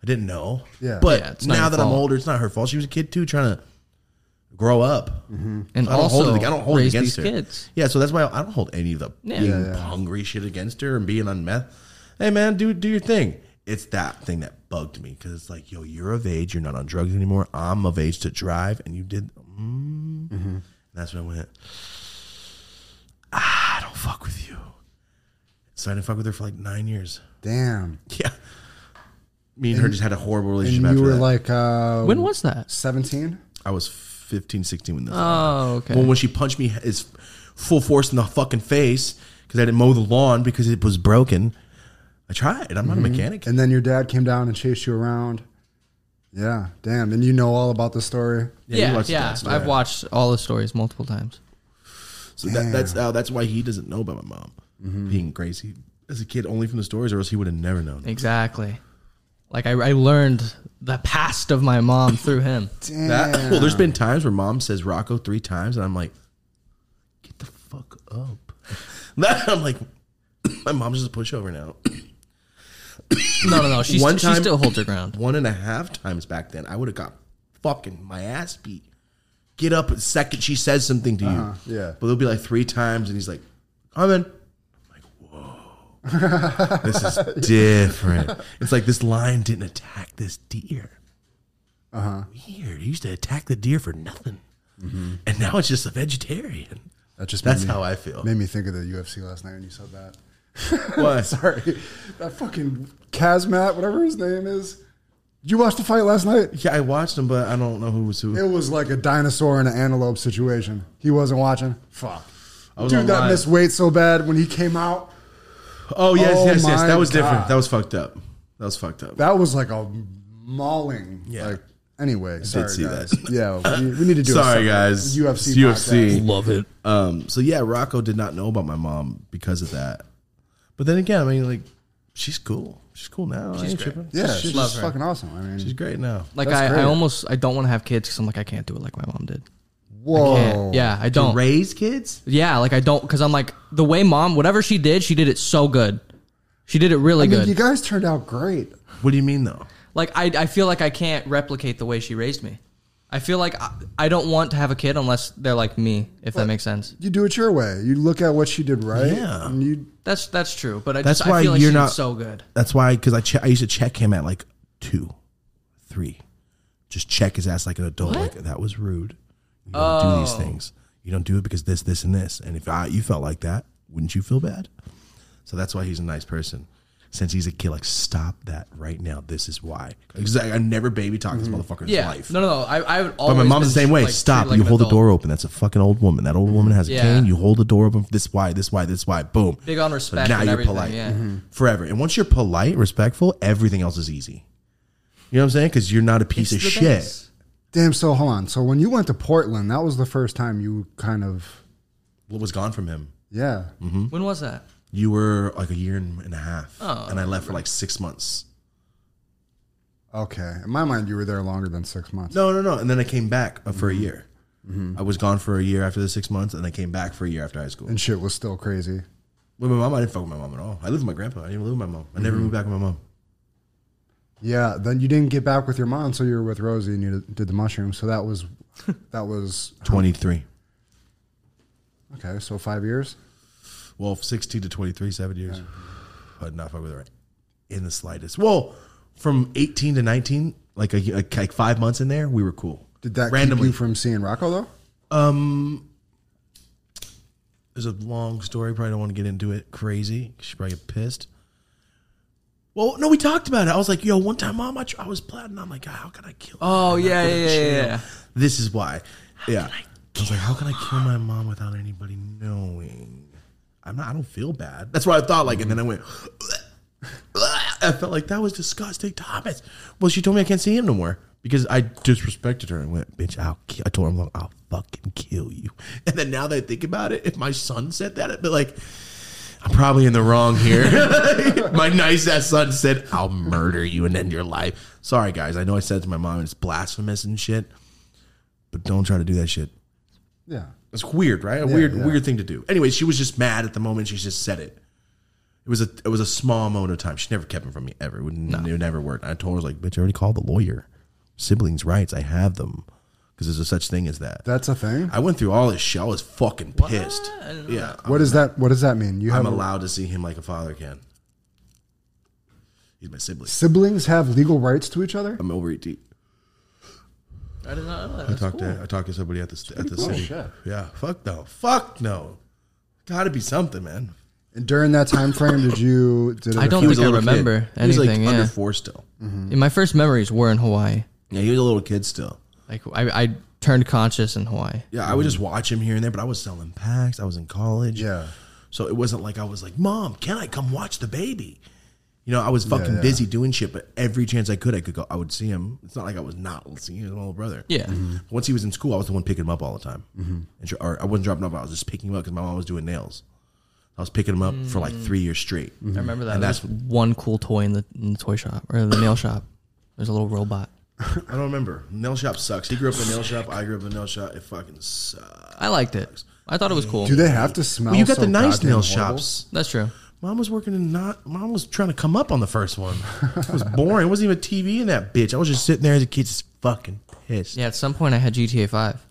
C: I didn't know.
D: Yeah.
C: But
E: Yeah, it's not
C: now
E: your
C: that I'm
E: fault.
C: older, it's not her fault. She was a kid too, trying to grow up.
E: and
C: I don't
E: also,
C: hold it. I don't hold it
E: raise
C: against
E: these
C: her.
E: kids.
C: Yeah, so that's why I don't hold any of the
E: Yeah.
C: being
D: yeah.
C: hungry shit against her and being on meth. Hey man, do do your thing. It's that thing that bugged me because it's like, yo, you're of age. You're not on drugs anymore. I'm of age to drive, and you did.
D: Mm-hmm.
C: Mm. That's when I went. Ah, I don't fuck with you. So I didn't fuck with her for like nine years.
D: Damn.
C: Yeah, me and, her just had a horrible
D: And
C: relationship.
D: you
C: after
D: were
C: that.
D: like uh,
E: When was that?
D: 17?
C: I was 15, 16 when this.
E: Oh, okay.
C: When when she punched me is full force in the fucking face because I didn't mow the lawn because it was broken. I tried. I'm not a mechanic.
D: And then your dad came down and chased you around. Yeah, damn. And you know all about the story.
C: you
E: yeah, yeah.
C: watched that story.
E: I've watched all the stories multiple times.
C: So that, that's uh, that's why he doesn't know about my mom being crazy as a kid, only from the stories, or else he would have never known.
E: Exactly. Like I, I learned the past of my mom through him.
D: Damn.
C: That, well, there's been times where mom says Rocco three times, and I'm like, get the fuck up. I'm like, my mom's just a pushover now.
E: No, no, no. She's,
C: One
E: she
C: time-
E: still holds her ground.
C: one and a half times back then, I would have got fucking my ass beat. Get up a second she says something to you.
D: Uh-huh, yeah.
C: But it'll be like three times and he's like, I'm in. I'm like, whoa. this is different. It's like this lion didn't attack this deer. Uh-huh. Weird. He used to attack the deer for nothing.
D: Mm-hmm.
C: And now it's just a vegetarian.
D: That just
C: That's
D: made me,
C: how I feel.
D: made me think of the UFC last night when you said that.
C: Why?
D: Sorry, that fucking Kazmat, whatever his name is. Did you watch the fight last night?
C: Yeah, I watched him, but I don't know who was who.
D: It was like a dinosaur and an antelope situation. He wasn't watching. Fuck,
C: was
D: dude, that
C: online.
D: missed weight so bad when he came out.
C: oh yes,
D: Oh
C: yes, yes.
D: my
C: That was different.
D: God.
C: That was fucked up. That was fucked up.
D: That was like a mauling.
C: Yeah.
D: Like anyway, sorry
C: see
D: guys.
C: that.
D: Yeah, we, we need to do. a
C: Sorry,
D: separate
C: guys.
D: UFC.
C: It's UFC.
D: podcast.
E: Love it.
C: Um, so yeah, Rocco did not know about my mom because of that. But then again, I mean, like, she's cool. She's cool now. She's
E: great.
D: Yeah, she's
E: Love
D: just
E: her.
D: fucking awesome. I mean,
C: She's great now.
E: Like
D: That's
E: I,
D: great.
E: I almost I don't want to have kids because I'm like I can't do it like my mom did.
D: whoa.
E: Can't. Yeah, I don't.
C: Oh. raise kids?
E: Yeah, like I don't because I'm like the way mom whatever she did she did it so good. She did it really
D: I mean,
E: good.
D: you guys turned out great.
C: What do you mean though?
E: like I, I feel like I can't replicate the way she raised me. I feel like I, I don't want to have a kid unless they're like me, if that makes sense.
D: You do it your way. You look at what she did right.
C: Yeah.
D: And you
E: That's that's true, but I
C: That's
E: just
C: why
E: I feel like
C: you're
E: she
C: not-
E: did so good.
C: That's why because I che- I used to check him at like two, three, just check his ass like an adult. Like that was rude. You don't do
E: Oh.
C: these things. You don't do it because this, this, and this. And if I, you felt like that, wouldn't you feel bad? So that's why he's a nice person. Since he's a kid, like stop that right now. This is why. Because I, I never baby talk this motherfucker in his
E: Mm-hmm. Yeah,
C: life.
E: no, no, no. I, I would
C: But
E: always.
C: my mom's the
E: been,
C: same way.
E: like,
C: Stop.
E: treated like
C: you
E: an
C: hold the
E: adult.
C: door open. That's a fucking old woman. That old woman has a
E: Yeah.
C: cane. You hold the door open. This why. This why. This why. Boom.
E: Big on respect and everything, yeah.
C: Mm-hmm. forever. And once you're polite, respectful, everything else is easy. You know what I'm saying? Because you're not a piece
E: It's
C: of
E: the
C: shit.
E: best.
D: damn. So hold on. So when you went to Portland, that was the first time you kind of
C: What was gone from him?
D: yeah.
C: Mm-hmm.
E: When was that?
C: You were like a year and, and a half,
E: Oh,
C: and I left for like six months.
D: Okay. In my mind, you were there longer than six months.
C: No, no, no. And then I came back uh,
E: Mm-hmm.
C: for a year. I was gone for a year after the six months, and I came back for a year after high school.
D: And shit was still crazy.
C: With my mom, I didn't fuck with my mom at all. I lived with my grandpa. I didn't even live with my mom. I
E: Mm-hmm.
C: never moved back with my mom.
D: Yeah. Then you didn't get back with your mom, so you were with Rosie and you did the mushroom. So that was that was
C: Twenty three.
D: okay. So five years.
C: Well, 16 to 23, seven years. But not fuck with her in the slightest. Well, from 18 to 19, like a, like- like five months in there, we were cool.
D: Did that keep
C: randomly?
D: you from seeing Rocco though?
C: There's a long story. Probably don't want to get into it. Crazy. She probably get pissed. Well, no, we talked about it. I was like, yo, one time, mom, I, tr- I was plotting. I'm like, how can I kill?
E: Oh,
C: her? I'm not
E: yeah,
C: good
E: yeah,
C: at
E: yeah,
C: jail.
E: yeah.
C: This is why. yeah. I was like, how can I kill my mom without anybody knowing? I'm not. I don't feel bad. That's what I thought. Like, and then I went. I felt like that was disgusting, Thomas. Well, she told me I can't see him no more because I disrespected her and went, "Bitch, I'll." Kill. I told her, "I'm like, I'll fucking kill you." And then now that I think about it, if my son said that, I'd be like, "I'm probably in the wrong here." my nice ass son said, "I'll murder you and end your life." Sorry, guys. I know I said it to my mom it's blasphemous and shit, but don't try to do that shit.
D: Yeah.
C: It's weird, right? A weird,
D: yeah.
C: weird thing to do. Anyway, she was just mad at the moment. She just said it. It was a, it was a small moment of time. She never kept it from me ever. It, would, it never worked. I told her I was like, bitch, I already called the lawyer. Siblings' rights, I have them because there's a such thing as that.
D: That's a thing.
C: I went through all this shit. I was fucking pissed. Yeah,
D: What does that what does that mean? You have
C: I'm allowed to see him like a father can. He's my sibling.
D: siblings have legal rights to each other?
C: I'm over 18.
E: I did not know that.
C: I talked to I talked to somebody at the st- at the
D: cool.
C: city.
D: Shit.
C: Yeah, fuck no, fuck no. Got to be something, man.
D: And during that time frame did you did it
E: I
D: affect-
E: don't
C: He was
E: think
C: a
E: I
C: little
E: remember
C: kid. He was like
E: anything, yeah.
C: under four still. Mm-hmm.
E: And my first memories were in Hawaii.
C: Yeah, he was a little kid still.
E: Like I, I turned conscious in Hawaii.
C: Yeah, I would just watch him here and there, but I was selling packs. I was in college.
D: Yeah.
C: So it wasn't like I was like, Mom, can I come watch the baby? You know, I was fucking
D: yeah.
C: busy doing shit, but every chance I could, I could go. I would see him. It's not like I was not seeing him. He's my little brother.
E: Yeah.
C: Once he was in school, I was the one picking him up all the time. And sure, or I wasn't dropping him off. I was just picking him up because my mom was doing nails. I was picking him up for like three years straight.
E: Mm. I remember that.
C: And
E: There was one cool toy in the, in the toy shop or the nail shop. There's a little robot.
C: I don't remember. Nail shop sucks. He grew up in a nail shop. I grew up in a nail shop. It fucking sucks.
E: I liked it. I thought it was cool.
D: do they have to smell?
C: Well, you got
D: so
C: the nice
D: goddamn
C: nail
D: horrible?
C: shops.
E: That's true.
C: Mom was working in not. Mom was trying to come up on the first one. It was boring. It wasn't even TV in that bitch. I was just sitting there as a kid, just fucking pissed.
E: Yeah. At some point, I had GTA Five.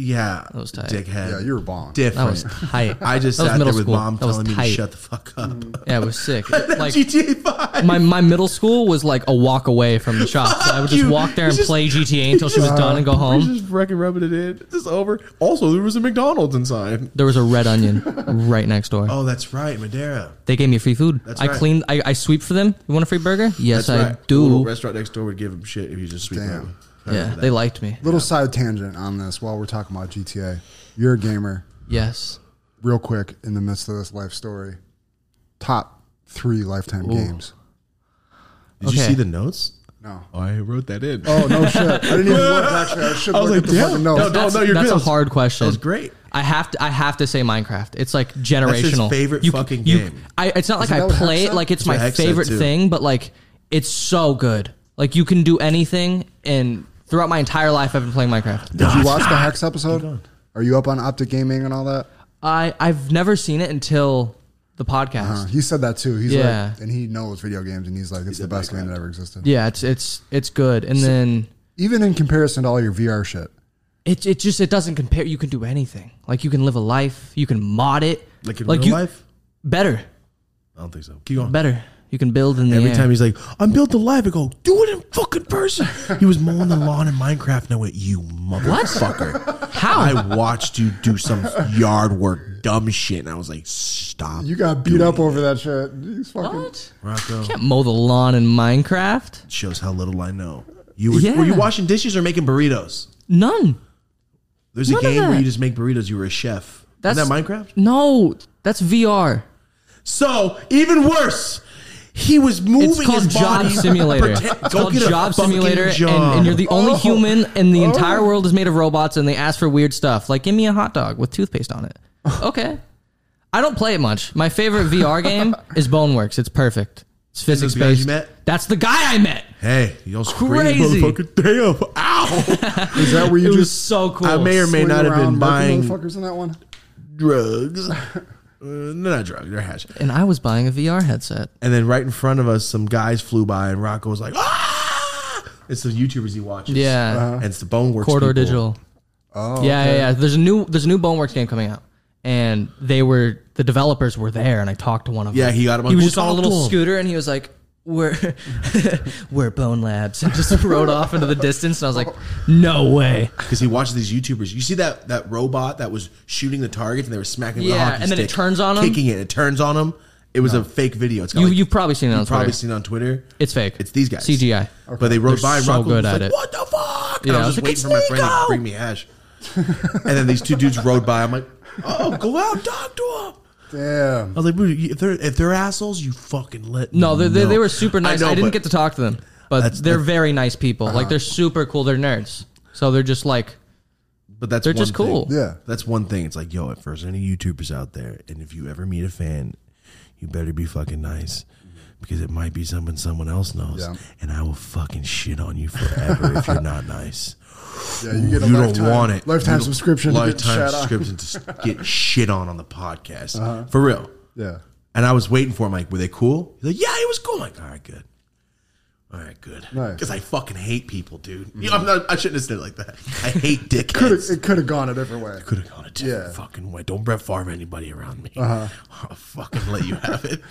C: Yeah, that
E: was tight.
C: Dickhead.
D: Yeah, you were balling.
E: That
C: different.
E: was tight.
C: I just
E: That was
C: sat there
E: middle
C: with
E: school.
C: mom
E: That was
C: telling me to
E: tight.
C: shut the fuck up.
E: Yeah, it was sick. Like
C: GTA Five.
E: my, my middle school was like a walk away from the shop. So I would just
C: you.
E: walk there
C: It's
E: and
C: just-
E: play GTA until she was done and go
C: We're
E: home.
C: just fucking rubbing it in. It's over. Also, there was a McDonald's inside.
E: There was a red onion right next door.
C: Oh, that's right, Madeira.
E: They gave me free food. I
C: right.
E: cleaned. I, I sweep for them. You want a free burger?
C: That's
E: Yes, I
C: right. The little
E: do.
C: restaurant next door would give him shit if you just sweep
D: Damn.
C: him.
E: yeah, they liked me.
D: Little side tangent on this while we're talking about GTA. You're a gamer.
E: Yes.
D: Real quick, in the midst of this life story, top three lifetime games.
C: Did you
E: Okay.
C: see the notes?
D: No.
C: Oh, I wrote that in.
D: Oh no shit! I didn't even look. Actually, I should
C: I was
D: look at
C: like,
D: the fucking
C: damn. No,
D: notes.
C: no,
E: That's,
C: no, you're
E: that's
C: good.
E: a hard question.
C: That was great.
E: I have to. I have to say Minecraft. It's like generational.
C: That's his favorite
E: You-
C: fucking
E: you-
C: game.
E: I, it's not like
D: that
E: I
D: what Hex
E: play it.
D: said?
E: Like it's
C: what
E: my
C: Hex said,
E: favorite
C: too.
E: thing, but like it's so good. Like you can do anything, and throughout my entire life, I've been playing Minecraft.
D: Did you watch the Hex episode? Are you up on Optic Gaming and all that?
E: I I've never seen it until the podcast.
C: Uh-huh.
D: Uh, He said that too. He's
E: Yeah.
D: like, and he knows video games, and he's like, it's the best game that ever existed.
E: Yeah, it's it's it's good, and then
D: Even in comparison to all your VR shit.
E: it it just it doesn't compare. You can do anything. Like you can live a life. You can mod it.
C: Like in real
E: you-
C: life?
E: better,
C: I don't think so. Keep going.
E: better. You can build in the
C: Every
E: air.
C: time he's like, I'm built alive, I go, do it in fucking person. He was mowing the lawn in Minecraft and I went, you motherfucker.
E: How?
C: I watched you do some yard work, dumb shit. And I was like, stop.
D: You got beat up over that shit. He's fucking.
E: what?
C: Rocco
E: Can't mow the lawn in Minecraft.
C: shows how little I know. You were, were you
E: Yeah.
C: washing dishes or making burritos?
E: None.
C: There's a
E: None of
C: game where
E: that.
C: you just make burritos. You were a chef. That's,
E: That's
C: Isn't that Minecraft?
E: No, that's VR.
C: So even worse, he was moving
E: It's called
C: his
E: Job
C: body.
E: Simulator.
C: Pretend-
E: It's
C: go
E: called
C: get a
E: Job
C: fucking
E: Simulator, and-
C: job. Oh.
E: And, you're the only human, and the entire world is made of robots, and they ask for weird stuff like, "Give me a hot dog with toothpaste on it." Okay, I don't play it much. My favorite VR game is Boneworks. It's perfect. It's physics
C: the guys you
E: based.
C: met?
E: That's the guy I met.
C: Hey, y'all crazy
E: Crazy.
C: motherfucker! Damn, ow!
D: Is that where
E: It
D: you
E: was
D: just
E: so cool.
C: I may or may
D: swing
C: not have
D: around
C: been
D: murking
C: buying
D: motherfuckers in that one?
C: drugs. Uh, they're not drugs. They're hash.
E: and I was buying a VR headset.
C: And then right in front of us, some guys flew by, and Rocco was like, "Ah!" It's the YouTubers he watches.
E: Yeah.
C: and it's the Boneworks.
E: Corridor
C: people.
E: Digital. Oh, yeah, yeah, yeah. There's a new there's a new Boneworks game coming out, and they were the developers were there, and I talked to one of
C: Yeah,
E: them.
C: he got him on-
E: He was
C: Go
E: just on a
C: talk to
E: little
C: him.
E: scooter, and he was like. We're, we're Bone Labs and just rode off into the distance. And I was like, no way.
C: because he watches these YouTubers. You see that that robot that was shooting the targets and they were smacking it with a
E: Yeah,
C: hockey
E: and then it
C: stick,
E: turns on 'em?
C: kicking it. It turns on him. It was a fake video. It's got
E: You,
C: like-
E: you've probably seen that on
C: probably
E: Twitter.
C: seen on Twitter.
E: It's fake.
C: It's these guys
E: CGI.
C: but they rode
E: They're
C: by. And
E: so
C: Rocco was
E: good at
C: like,
E: it.
C: What the fuck?
E: Yeah,
C: and I
E: I
C: was just
E: was
C: waiting for
E: like,
C: my
E: "It's
C: friend to
E: Nico!"
C: bring me hash. and then these two dudes rode by. I'm like, oh, go out, talk to them.
D: Damn.
C: I was like, "Bro, you- if they're if they're assholes, you fucking let.
E: No,
C: me
E: they, they,
C: know."
E: they were super nice. I,
C: know,
E: didn't
C: but
E: get to talk to them, but
C: That's- Uh-huh.
E: they're
C: that's-
E: very nice people. Like they're super cool. They're nerds, so they're just like
C: But that's
E: They're
C: one
E: just
C: thing.
E: cool.
D: Yeah.
C: that's one thing. It's like, yo, if there's any YouTubers out there, and if you ever meet a fan, you better be fucking nice. Because it might be someone someone else knows,
D: Yeah.
C: and I will fucking shit on you forever if you're not nice.
D: Yeah, you get a
C: you
D: lifetime,
C: don't want it.
D: lifetime
C: You don't-
D: subscription. to get
C: Lifetime
D: shut out.
C: subscription to s- get shit on on the podcast
D: Uh-huh.
C: for real.
D: Yeah.
C: And I was waiting for him. Like, were they cool? He's like, yeah, he was cool. I'm like, all right, good. All right, good.
D: Nice.
C: Because I fucking hate people, dude. You know, I'm not, I shouldn't have said it like that. I hate
D: Could
C: dickheads.
D: it could have gone a different way.
C: Could have gone a different
D: Yeah.
C: fucking way. Don't Brett Favre anybody around me. I'll fucking let you have it.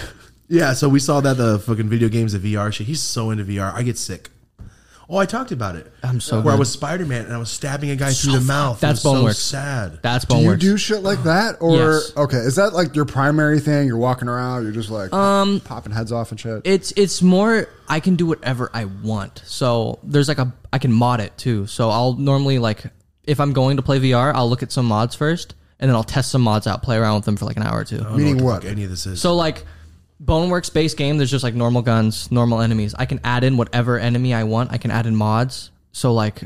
C: yeah, so we saw that the fucking video games, the VR shit. He's so into VR. I get sick. Oh, I talked about it.
E: I'm so
C: where I
E: good.
C: was Spider Man and I was stabbing a guy through the mouth. It was
E: That's
C: so
E: Boneworks.
C: sad.
E: that's
D: Do you
E: Boneworks.
D: do shit like that, or
E: Yes.
D: okay? Is that like your primary thing? You're walking around, you're just like um, popping heads off and shit.
E: it's it's more I can do whatever I want. So there's like a I can mod it too. So I'll normally like if I'm going to play VR, I'll look at some mods first, and then I'll test some mods out, play around with them for like an hour or two.
D: Meaning
C: Fuck
D: what?
C: any of this is.
E: So like Boneworks base game, there's just like normal guns, normal enemies. I can add in whatever enemy I want. I can add in mods. So like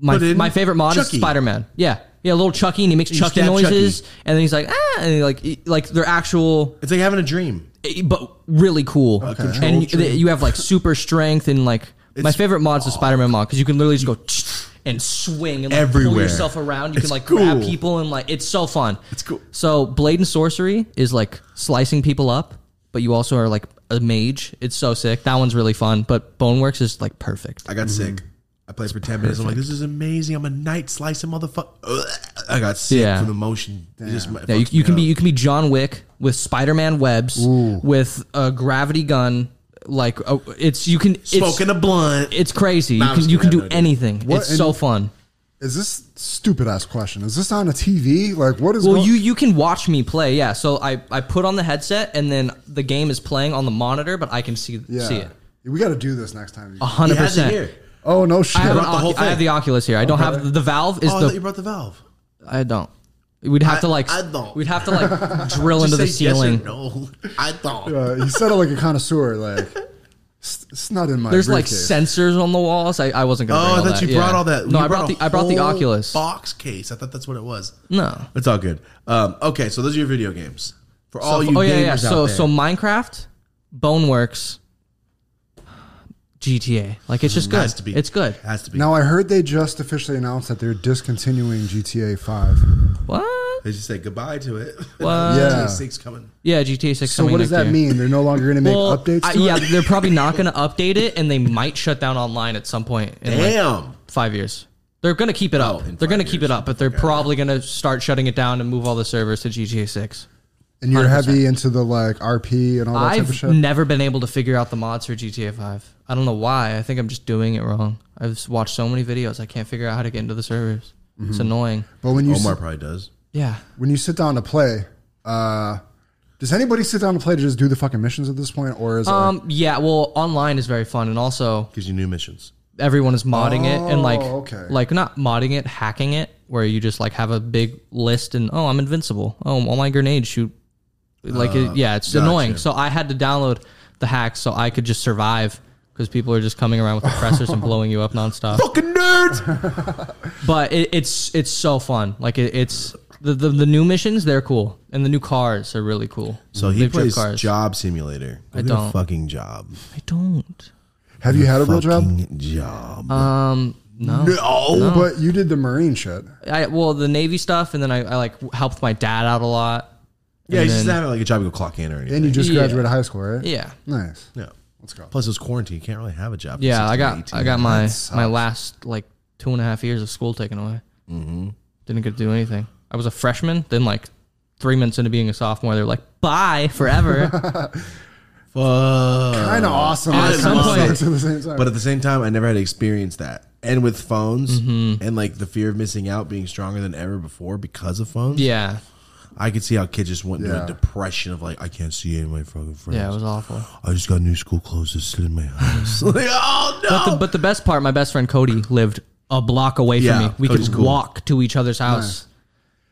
E: my
C: Put in
E: my favorite mod
C: Chucky.
E: is Spider Man. Yeah. Yeah, little Chucky and he makes
C: You
E: Chucky
C: stab
E: noises and then he's like ah and he like he- like they're actual
C: it's like having a dream.
E: eh, but really cool.
C: Control
E: And you,
C: tree.
E: you have like super strength and like my favorite mod's the Spider Man mod because you can literally just go and swing and like pull
C: Everywhere.
E: yourself around. You
C: It's
E: can like
C: cool.
E: grab people and like it's so fun.
C: It's cool.
E: So blade and sorcery is like slicing people up, but you also are like a mage. It's so sick. That one's really fun. But Boneworks is like perfect.
C: I got sick. I played for ten minutes. I'm like, this is amazing. I'm a night slicer motherfucker. I got sick
E: Yeah.
C: from the motion. It just fucks
E: Yeah, you,
C: me
E: you can be
C: up.
E: you can be John Wick with Spider Man webs with a gravity gun. Like uh, it's you can it's,
C: smoking a blunt.
E: it's crazy. You
C: I'm
E: can
C: just
E: you can
C: kidding.
E: do
C: I have no idea.
E: anything.
D: What
E: It's so
D: in-
E: fun.
D: Is this stupid ass question? Is this on a TV? Like what is?
E: Well,
D: going-
E: you you can watch me play. Yeah. So I I put on the headset and then the game is playing on the monitor, but I can see
D: yeah.
E: see it.
D: We got to do this next time.
E: A hundred
C: He has it
E: percent.
C: here.
D: Oh no shit!
E: I have, an
C: brought the
E: Ocu-
C: whole
E: I have
C: thing.
E: the Oculus here. I don't have the Valve. Is
C: Oh, I thought you
E: the
C: brought the valve.
E: I don't. We'd have to like
C: I don't.
E: we'd have to like drill into the
C: Just say yes or
E: ceiling.
C: no, I thought.
D: Uh, he said it like a connoisseur. Like it's, it's not in my.
E: There's like
D: briefcase.
E: sensors on the walls. I, I wasn't gonna.
C: Oh,
E: bring
C: I
E: all
C: thought you
E: yeah.
C: brought all that.
E: No,
C: You
E: I brought the
C: a
E: I brought the
C: whole
E: Oculus.
C: box case. I thought that's what it was.
E: No.
C: it's all good. Um, okay, so those are your video games for all you
E: oh yeah, yeah.
C: gamers
E: So
C: out there.
E: so Minecraft, Boneworks, GTA. Like it's just good.
C: has to be.
E: It's good.
C: Has to be.
D: Now I heard they just officially announced that they're discontinuing GTA Five.
E: What?
C: they just say goodbye to it.
E: What?
D: Yeah.
C: six coming.
E: Yeah, GTA Six.
D: So
E: coming
D: what does
E: next
D: that
E: year.
D: mean? They're no longer going to make
E: Well,
D: updates. To
E: I-
D: it?
E: yeah, they're probably not going to update it, and they might shut down online at some point in like
C: Damn.
E: five years. They're going to keep it
D: Oh,
E: up.
C: in
E: they're going to
C: five
E: keep it up, but they're probably going to start shutting it down and move all the servers to GTA Six.
D: and you're heavy into the like RP and all that type of
E: I've
D: shit.
E: never been able to figure out the mods for GTA Five. I don't know why. I think I'm just doing it wrong. I've s- watched so many videos. I can't figure out how to get into the servers.
D: Mm-hmm.
E: It's annoying.
D: but when you
C: Omar probably does.
E: Yeah.
D: when you sit down to play, uh, does anybody sit down to play to just do the fucking missions at this point, or is it like,
E: Um. Yeah. Well, online is very fun, and also
C: Gives you new missions.
E: everyone is modding it and like
D: Oh, okay.
E: like not modding it, hacking it, where you just like have a big list and oh I'm invincible. Oh all my grenades shoot like
D: Uh,
E: it, yeah, it's annoying. So I had to download the hack so I could just survive because people are just coming around with oppressors and blowing you up nonstop.
C: Fucking nerds.
E: But it, it's it's so fun. Like it, it's the, the the new missions they're cool and the new cars are really cool.
C: So he
E: They've
C: plays
E: drift cars.
C: Job Simulator. Go get a
E: don't.
C: fucking job.
E: I don't.
D: have you had a real job?
C: Fucking job.
E: Um. No.
C: no.
D: But you did the marine shit.
E: I well the navy stuff and then I, I like helped my dad out a lot.
C: yeah,
E: and
C: he's just
E: then-
C: having like a job to go clock in or
D: And
C: anything.
D: you just
E: Yeah.
D: graduated high school, right?
E: Yeah.
D: Nice.
C: no.
D: Let's go.
C: Plus, it was quarantine. You can't really have a job. for
E: Yeah, I
C: 16,
E: got
C: 18.
E: I got my
D: sucks.
E: my last like two and a half years of school taken away. Mm-hmm. Didn't get to do anything. I was a freshman. Then like three minutes into being a sophomore, they're like, bye forever.
C: Fuck.
D: Kind of awesome.
E: at
D: but
E: some
D: kinda
E: point-
D: sucks at the same time.
C: Uh, But at the same time, I never had to experience that. And with phones
E: Mm-hmm.
C: and like the fear of missing out being stronger than ever before because of phones,
E: yeah,
C: I could see how kids just went into
D: Yeah.
C: a depression of like, I can't see any of my fucking friends.
E: yeah, it was awful.
C: I just got new school clothes that's still in my house. like, oh no!
E: But the, but the best part, my best friend Cody lived a block away
C: Yeah,
E: from me. We
C: Cody's
E: could
C: cool.
E: walk to each other's house.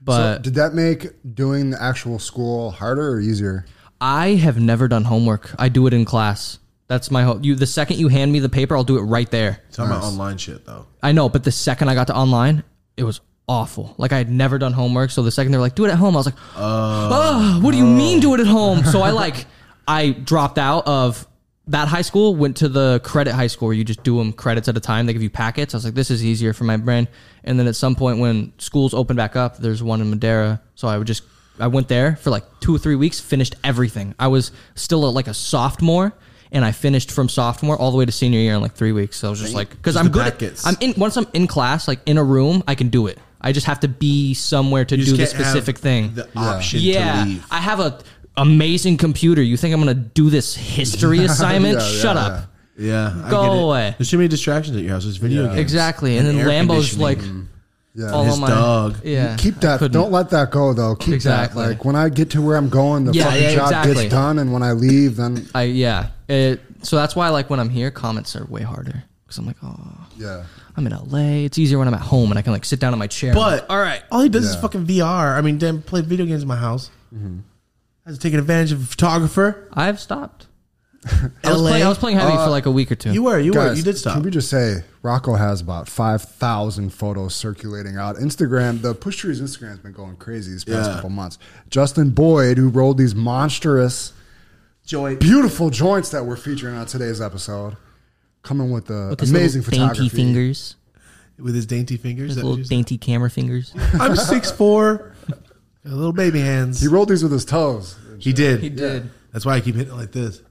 E: But
D: Did that make doing the actual school harder or easier?
E: I have never done homework. I do it in class. That's my whole. You the second you hand me the paper, I'll do it right there.
C: Talking about online shit though.
E: I know, but the second I got to online, it was awful. Like I had never done homework, so the second they were like, "Do it at home," I was like, "Oh, what do you mean do it at home?" So I like, I dropped out of that high school, went to the credit high school where you just do them credits at a time. They give you packets. I was like, "This is easier for my brain." And then at some point when schools open back up, there's one in Madeira, so I would just. I went there for like two or three weeks, finished everything. I was still like a sophomore, and I finished from sophomore all the way to senior year in like three weeks. So I was just like, because
C: Just the
E: I'm good. at-
C: packets.
E: I'm in once I'm in class, like in a room, I can do it. I just have to be somewhere to
C: You
E: do
C: just can't
E: the
C: have
E: specific thing.
C: The option to
E: yeah,
C: leave.
E: I have a amazing computer. You think I'm gonna do this history assignment?
D: yeah,
E: Shut
D: yeah,
E: up.
C: Yeah, I
E: Go
C: get it.
E: away.
C: There's too many distractions at your house. There's video games,
E: Exactly. And,
C: air
E: then Lambo's
C: conditioning.
E: like
D: Yeah.
E: all
C: His
E: on my
C: dog.
E: Yeah,
D: Keep
E: I
D: that.
E: couldn't-
D: Don't let that go though. Keep
E: Exactly.
D: that. Like when I get to where I'm going, the
E: Yeah,
D: fucking
E: yeah,
D: job
E: exactly.
D: gets done, and when I leave, then
E: I yeah. It, so that's why like when I'm here, comments are way harder because I'm like, oh,
D: yeah.
E: I'm in LA. It's easier when I'm at home and I can like sit down in my chair.
C: But all right, all he does is
D: Yeah.
C: fucking VR. I mean, damn, play video games in my house. Has taken advantage of a photographer.
E: I've stopped. I was,
C: LA,
E: playing, I was playing heavy for like a week or two.
C: you were, you were,
D: Guys,
C: you did stop.
D: Can we just say Rocco has about five thousand photos circulating out? Instagram, the push trees Instagram's been going crazy these past
C: Yeah.
D: couple months. Justin Boyd, who rolled these monstrous,
C: Joy,
D: beautiful joints that we're featuring on today's episode, coming with the
E: His little
D: amazing photography.
E: dainty fingers,
C: with his dainty fingers.
E: his
C: that
E: little
C: you-
E: dainty camera fingers.
C: I'm six four, little baby hands.
D: He rolled these with his toes.
C: He did.
E: He did.
C: That's why I keep hitting it like this.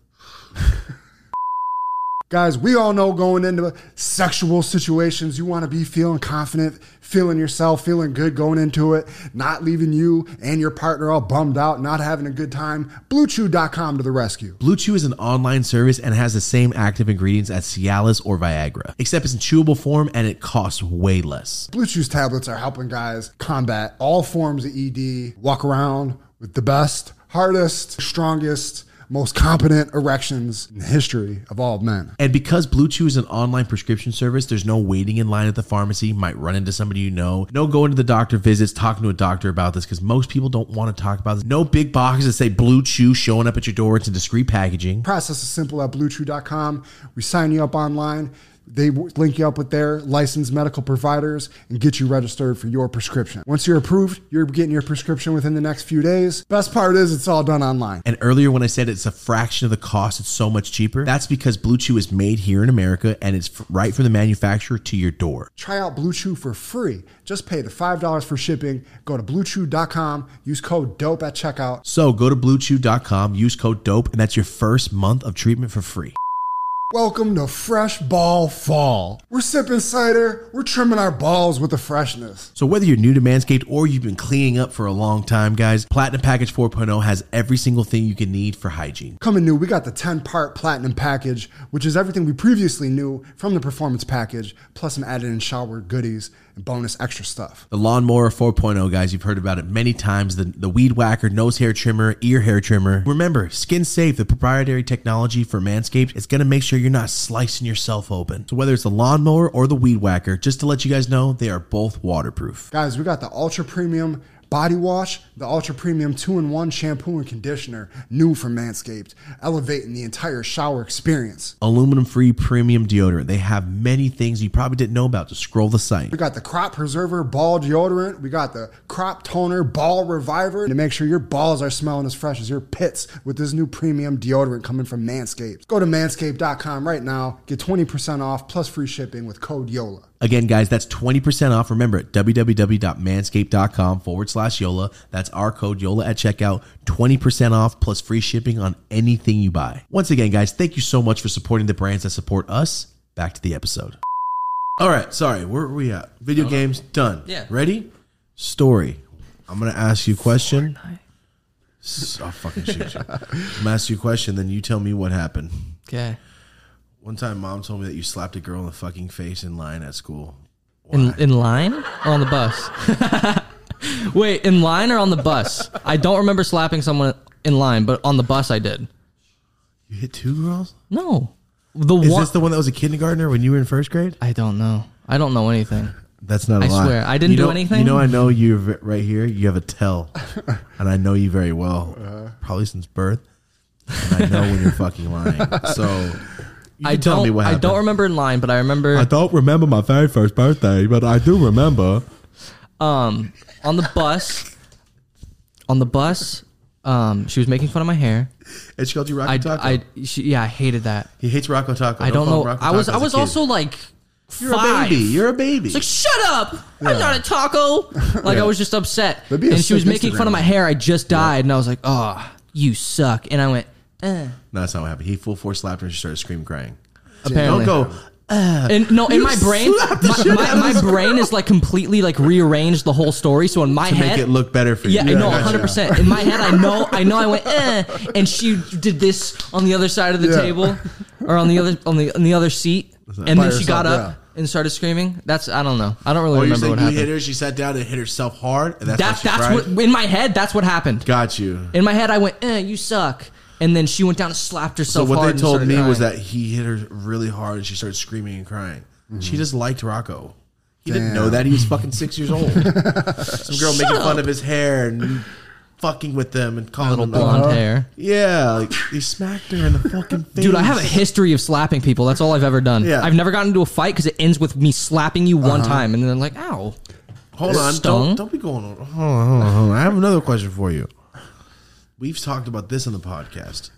D: Guys, we all know going into sexual situations, you want to be feeling confident, feeling yourself, feeling good going into it, not leaving you and your partner all bummed out, not having a good time. BlueChew.com to the rescue.
C: Blue Chew is an online service and has the same active ingredients as Cialis or Viagra, except it's in chewable form and it costs way less.
D: Blue Chew's tablets are helping guys combat all forms of ED, walk around with the best, hardest, strongest, most competent erections in the history of all men.
C: And because Blue Chew is an online prescription service, there's no waiting in line at the pharmacy, might run into somebody you know, no going to the doctor visits, talking to a doctor about this, because most people don't want to talk about this. No big boxes that say Blue Chew showing up at your door. It's in discreet packaging.
D: Process is simple at bluechew.com. We sign you up online. They w- link you up with their licensed medical providers and get you registered for your prescription. Once you're approved, you're getting your prescription within the next few days. Best part is it's all done online.
C: And earlier, when I said it's a fraction of the cost, it's so much cheaper. That's because Blue Chew is made here in America and it's f- right from the manufacturer to your door.
D: Try out Blue Chew for free. Just pay the $5 for shipping. Go to bluechew.com, use code DOPE at checkout.
C: So go to bluechew.com, use code DOPE, and that's your first month of treatment for free.
D: Welcome to Fresh Ball Fall. We're sipping cider, we're trimming our balls with the freshness.
C: So whether you're new to Manscaped or you've been cleaning up for a long time, guys, Platinum Package 4.0 has every single thing you can need for hygiene.
D: Coming new, we got the 10 part platinum package, which is everything we previously knew from the performance package, plus some added in shower goodies and bonus extra stuff.
C: The Lawnmower 4.0, guys, you've heard about it many times. The, the Weed Whacker, Nose Hair Trimmer, Ear Hair Trimmer. Remember, Skin Safe, the proprietary technology for Manscaped, it's going to make sure you're not slicing yourself open. So whether it's the Lawnmower or the Weed Whacker, just to let you guys know, they are both waterproof.
D: Guys, we got the ultra premium body wash, the ultra premium two in one shampoo and conditioner, new from Manscaped, elevating the entire shower experience.
C: Aluminum free premium deodorant. They have many things you probably didn't know about. Just scroll the site.
D: We got the crop preserver ball deodorant. We got the crop toner ball reviver to make sure your balls are smelling as fresh as your pits with this new premium deodorant coming from Manscaped. Go to manscaped.com right now, get 20% off plus free shipping with code YOLA.
C: Again, guys, that's 20% off. Remember, at www.manscaped.com forward slash YOLA. That's our code YOLA at checkout. 20% off plus free shipping on anything you buy. Once again, guys, thank you so much for supporting the brands that support us. Back to the episode. All right, sorry, where are we at? Video games, done.
E: Yeah.
C: Ready? Story. I'm gonna ask you a question. S- I'll fucking shoot you. I'm gonna ask you a question, then you tell me what happened.
E: Okay.
C: One time, mom told me that you slapped a girl in the fucking face in line at school.
E: In, in line or on the bus? Wait, in line or on the bus? I don't remember slapping someone in line, but on the bus I did.
C: You hit two girls.
E: No. The
C: Is
E: one
C: this the one that was a kindergartner when you were in first grade?
E: I don't know. I don't know anything.
C: That's not a
E: I
C: lie.
E: swear, I didn't
C: You
E: do
C: know-
E: anything.
C: You know, I know you v- right here. You have a tell, and I know you very well,
E: Uh-huh.
C: probably since birth. And I know when you're fucking lying. So you
E: I
C: can tell
E: don't,
C: me what
E: I
C: happened.
E: don't remember in line, but I remember
C: don't remember my very first birthday, but I do remember.
E: um on the bus on the bus um she was making fun of my hair.
C: And she called you Rocco
E: I,
C: Taco.
E: I she, yeah, I hated that.
C: he hates Rocco Taco.
E: I don't
C: call him
E: know.
C: Rocco
E: I was
C: Taco as a
E: I was
C: kid.
E: also like
C: You're
E: five.
C: a baby. You're a baby.
E: It's like, shut up! I'm not a taco. Like I was just upset,
D: That'd be a
E: and she was
D: sick
E: making fun
D: Instagram.
E: of my hair. I just died, and I was like, oh, you suck. And I went, eh.
C: no, that's not what happened. He full force slapped her and she started screaming, crying.
E: Apparently,
C: Don't go.
E: And no, in my brain,
C: slapped the
E: my,
C: shit
E: my,
C: out of
E: my brain is like completely like rearranged the whole story. So in my
C: To
E: head,
C: make it look better for you.
E: yeah, I know, 100. percent In my head, I know, I know, I went, eh, and she did this on the other side of the
D: Yeah.
E: table, or on the other on the on the other seat, and
D: By
E: then she got
D: herself,
E: up and started screaming. That's I don't know. I don't really
C: Oh, you're
E: remember
C: saying
E: what
C: you
E: happened.
C: hit her. She sat down and hit herself hard. And that's
E: That,
C: why she
E: that's
C: cried?
E: what in my head. That's what happened.
C: Got you.
E: In my head, I went, "Eh, you suck," and then she went down and slapped
C: So
E: herself.
C: what
E: hard
C: they
E: and
C: told
E: started
C: me was
E: crying.
C: that he hit her really hard and she started screaming and crying.
E: Mm-hmm.
C: She just liked Rocco. He didn't know
D: Damn.
C: that he was fucking six years old. Some girl making fun of his hair and fucking with them and calling
E: little
C: him up.
E: blonde hair.
C: Yeah, like he smacked her in the fucking face.
E: Dude, I have a history of slapping people. That's all I've ever done.
C: Yeah. Uh-huh.
E: I've never gotten into a fight because it ends with me slapping you one time, and then like, "Ow!"
C: hold on. Don't,
E: stung.
C: don't be going on. Hold on, hold on, hold on. I have another question for you. We've talked about this in the podcast.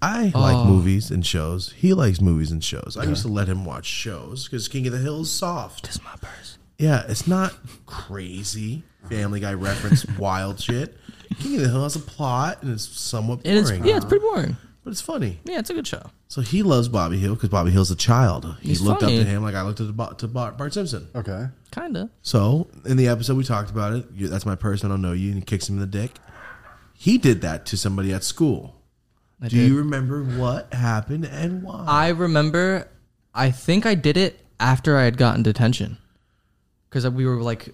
C: I
E: Oh.
C: like movies and shows. He likes movies and shows. I used to let him watch shows because King of the Hill is soft.
E: This is my purse.
C: Yeah, it's not crazy Family Guy reference wild shit. King of the Hill has a plot and it's somewhat
E: And
C: boring,
E: it's yeah, it's pretty boring.
C: but it's funny.
E: Yeah, it's a good show.
C: So he loves Bobby Hill because Bobby Hill's a child. He
E: He's
C: looked
E: funny.
C: up to him like I looked at Bo- to Bart, Bart Simpson.
D: Okay.
E: Kinda.
C: So in the episode we talked about it, you, that's my person. I don't know you, and he kicks him in the dick. He did that to somebody at school. Do
E: did.
C: you remember what happened and why?
E: I remember. I think I did it after I had gotten detention because we were like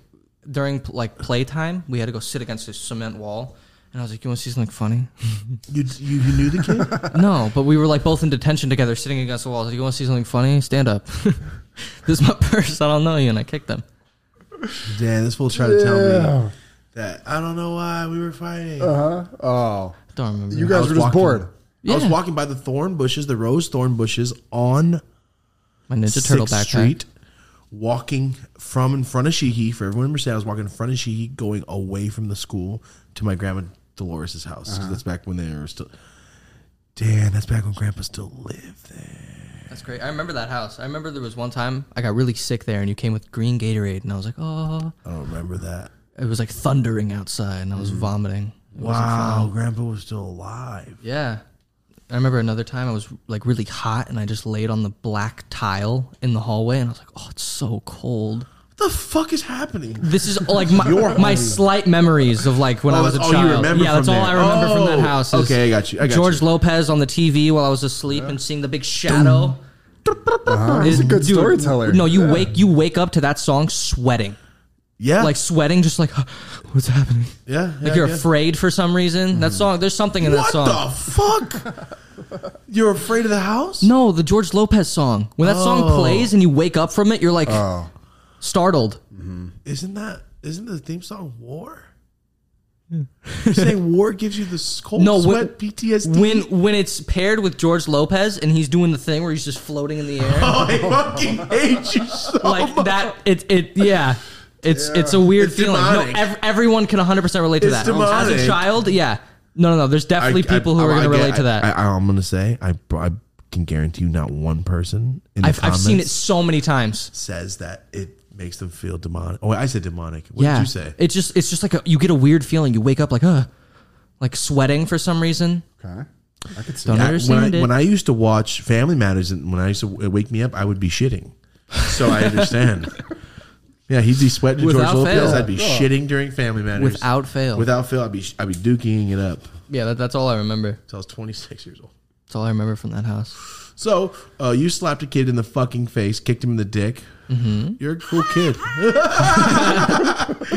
E: during like playtime. We had to go sit against this cement wall, and I was like, "You want to see something funny?"
C: you, you you knew the kid.
E: No, but we were like both in detention together, sitting against the walls. You want to see something funny? Stand up. this is my purse. I don't know you, and I kicked them.
C: Damn, this fool tried to tell me that I don't know why we were fighting.
E: Uh,
D: Oh,
E: Don't remember.
D: you
C: I
D: guys
C: was
D: were just
C: walking-
D: bored.
C: I was
E: Yeah.
C: walking by the thorn bushes, the rose thorn bushes on
E: my Ninja Turtle
C: Sixth
E: backpack.
C: Street, walking from in front of Sheehy. For everyone to understand, I was walking in front of Sheehy, going away from the school to my grandma Dolores' house.
E: Uh-huh.
C: 'Cause That's back when they were still. Damn, that's back when Grandpa still lived there.
E: That's great. I remember that house. I remember there was one time I got really sick there, and you came with green Gatorade, and I was like, oh.
C: I don't remember that.
E: It was like thundering outside, and I was vomiting. It wasn't fun.
C: Wow, Grandpa was still alive.
E: Yeah. I remember another time I was like really hot, and I just laid on the black tile in the hallway, and I was like, oh, it's so cold.
C: What the fuck is happening?
E: This is like my, my slight memories of like when
C: Oh,
E: I was a
C: that's all you
E: child.
C: remember
E: yeah, that's
C: from
E: all
C: there.
E: I remember from that
C: Oh,
E: house. is
C: okay, I got you, I got
E: George
C: you.
E: Lopez on the TV while I was asleep and seeing the big shadow.
C: Uh-huh.
D: He's a good
E: Dude,
D: storyteller.
E: No, you wake you wake up to that song sweating,
C: Yeah,
E: like sweating, just like what's happening.
C: yeah, yeah,
E: Like you're
C: yeah.
E: afraid for some reason. That song, there's something in
C: What
E: that song.
C: the fuck? You're afraid of the house?
E: No, the George Lopez song. When that
C: Oh.
E: song plays and you wake up from it, you're like
D: Oh.
E: startled.
C: Isn't that isn't the theme song War? You're saying war gives you this cold
E: Hmm. No, when-
C: sweat PTSD.
E: When when it's paired with George Lopez and he's doing the thing where he's just floating in the air
C: I fucking hate you so
E: like
C: much.
E: that. It it yeah. It's it's a weird
C: It's
E: feeling. No,
C: demonic.
E: ev- everyone can 100 percent relate to
C: It's
E: that. As
C: demonic.
E: a child, yeah. No, no, no. There's definitely people who are
C: I-
E: going to
C: I-
E: relate to that.
C: I,
E: I,
C: am gonna say I, I can guarantee you not one person in the
E: have I've seen it
C: comments
E: so many times.
C: says that it makes them feel demonic. Oh, I said demonic. What
E: yeah.
C: did you say?
E: It's just it's just like a, you get a weird feeling. You wake up like uh, like sweating for some reason.
D: Okay. I could see.
E: Don't
C: I- when, I,
E: understand it.
C: when I used to watch Family Matters, and when I used to it wake me up, I would be shitting. So I understand. Yeah, he'd be sweating to George
E: Without
C: Lopez.
E: fail.
C: I'd be shitting during Family Matters.
E: Without fail.
C: Without fail, I'd be I'd be duking it up
E: Yeah, that, that's all I remember.
C: until I was 26 years old.
E: That's all I remember from that house.
C: So uh, you slapped a kid in the fucking face, kicked him in the dick.
E: Mm-hmm.
C: You're a cool kid.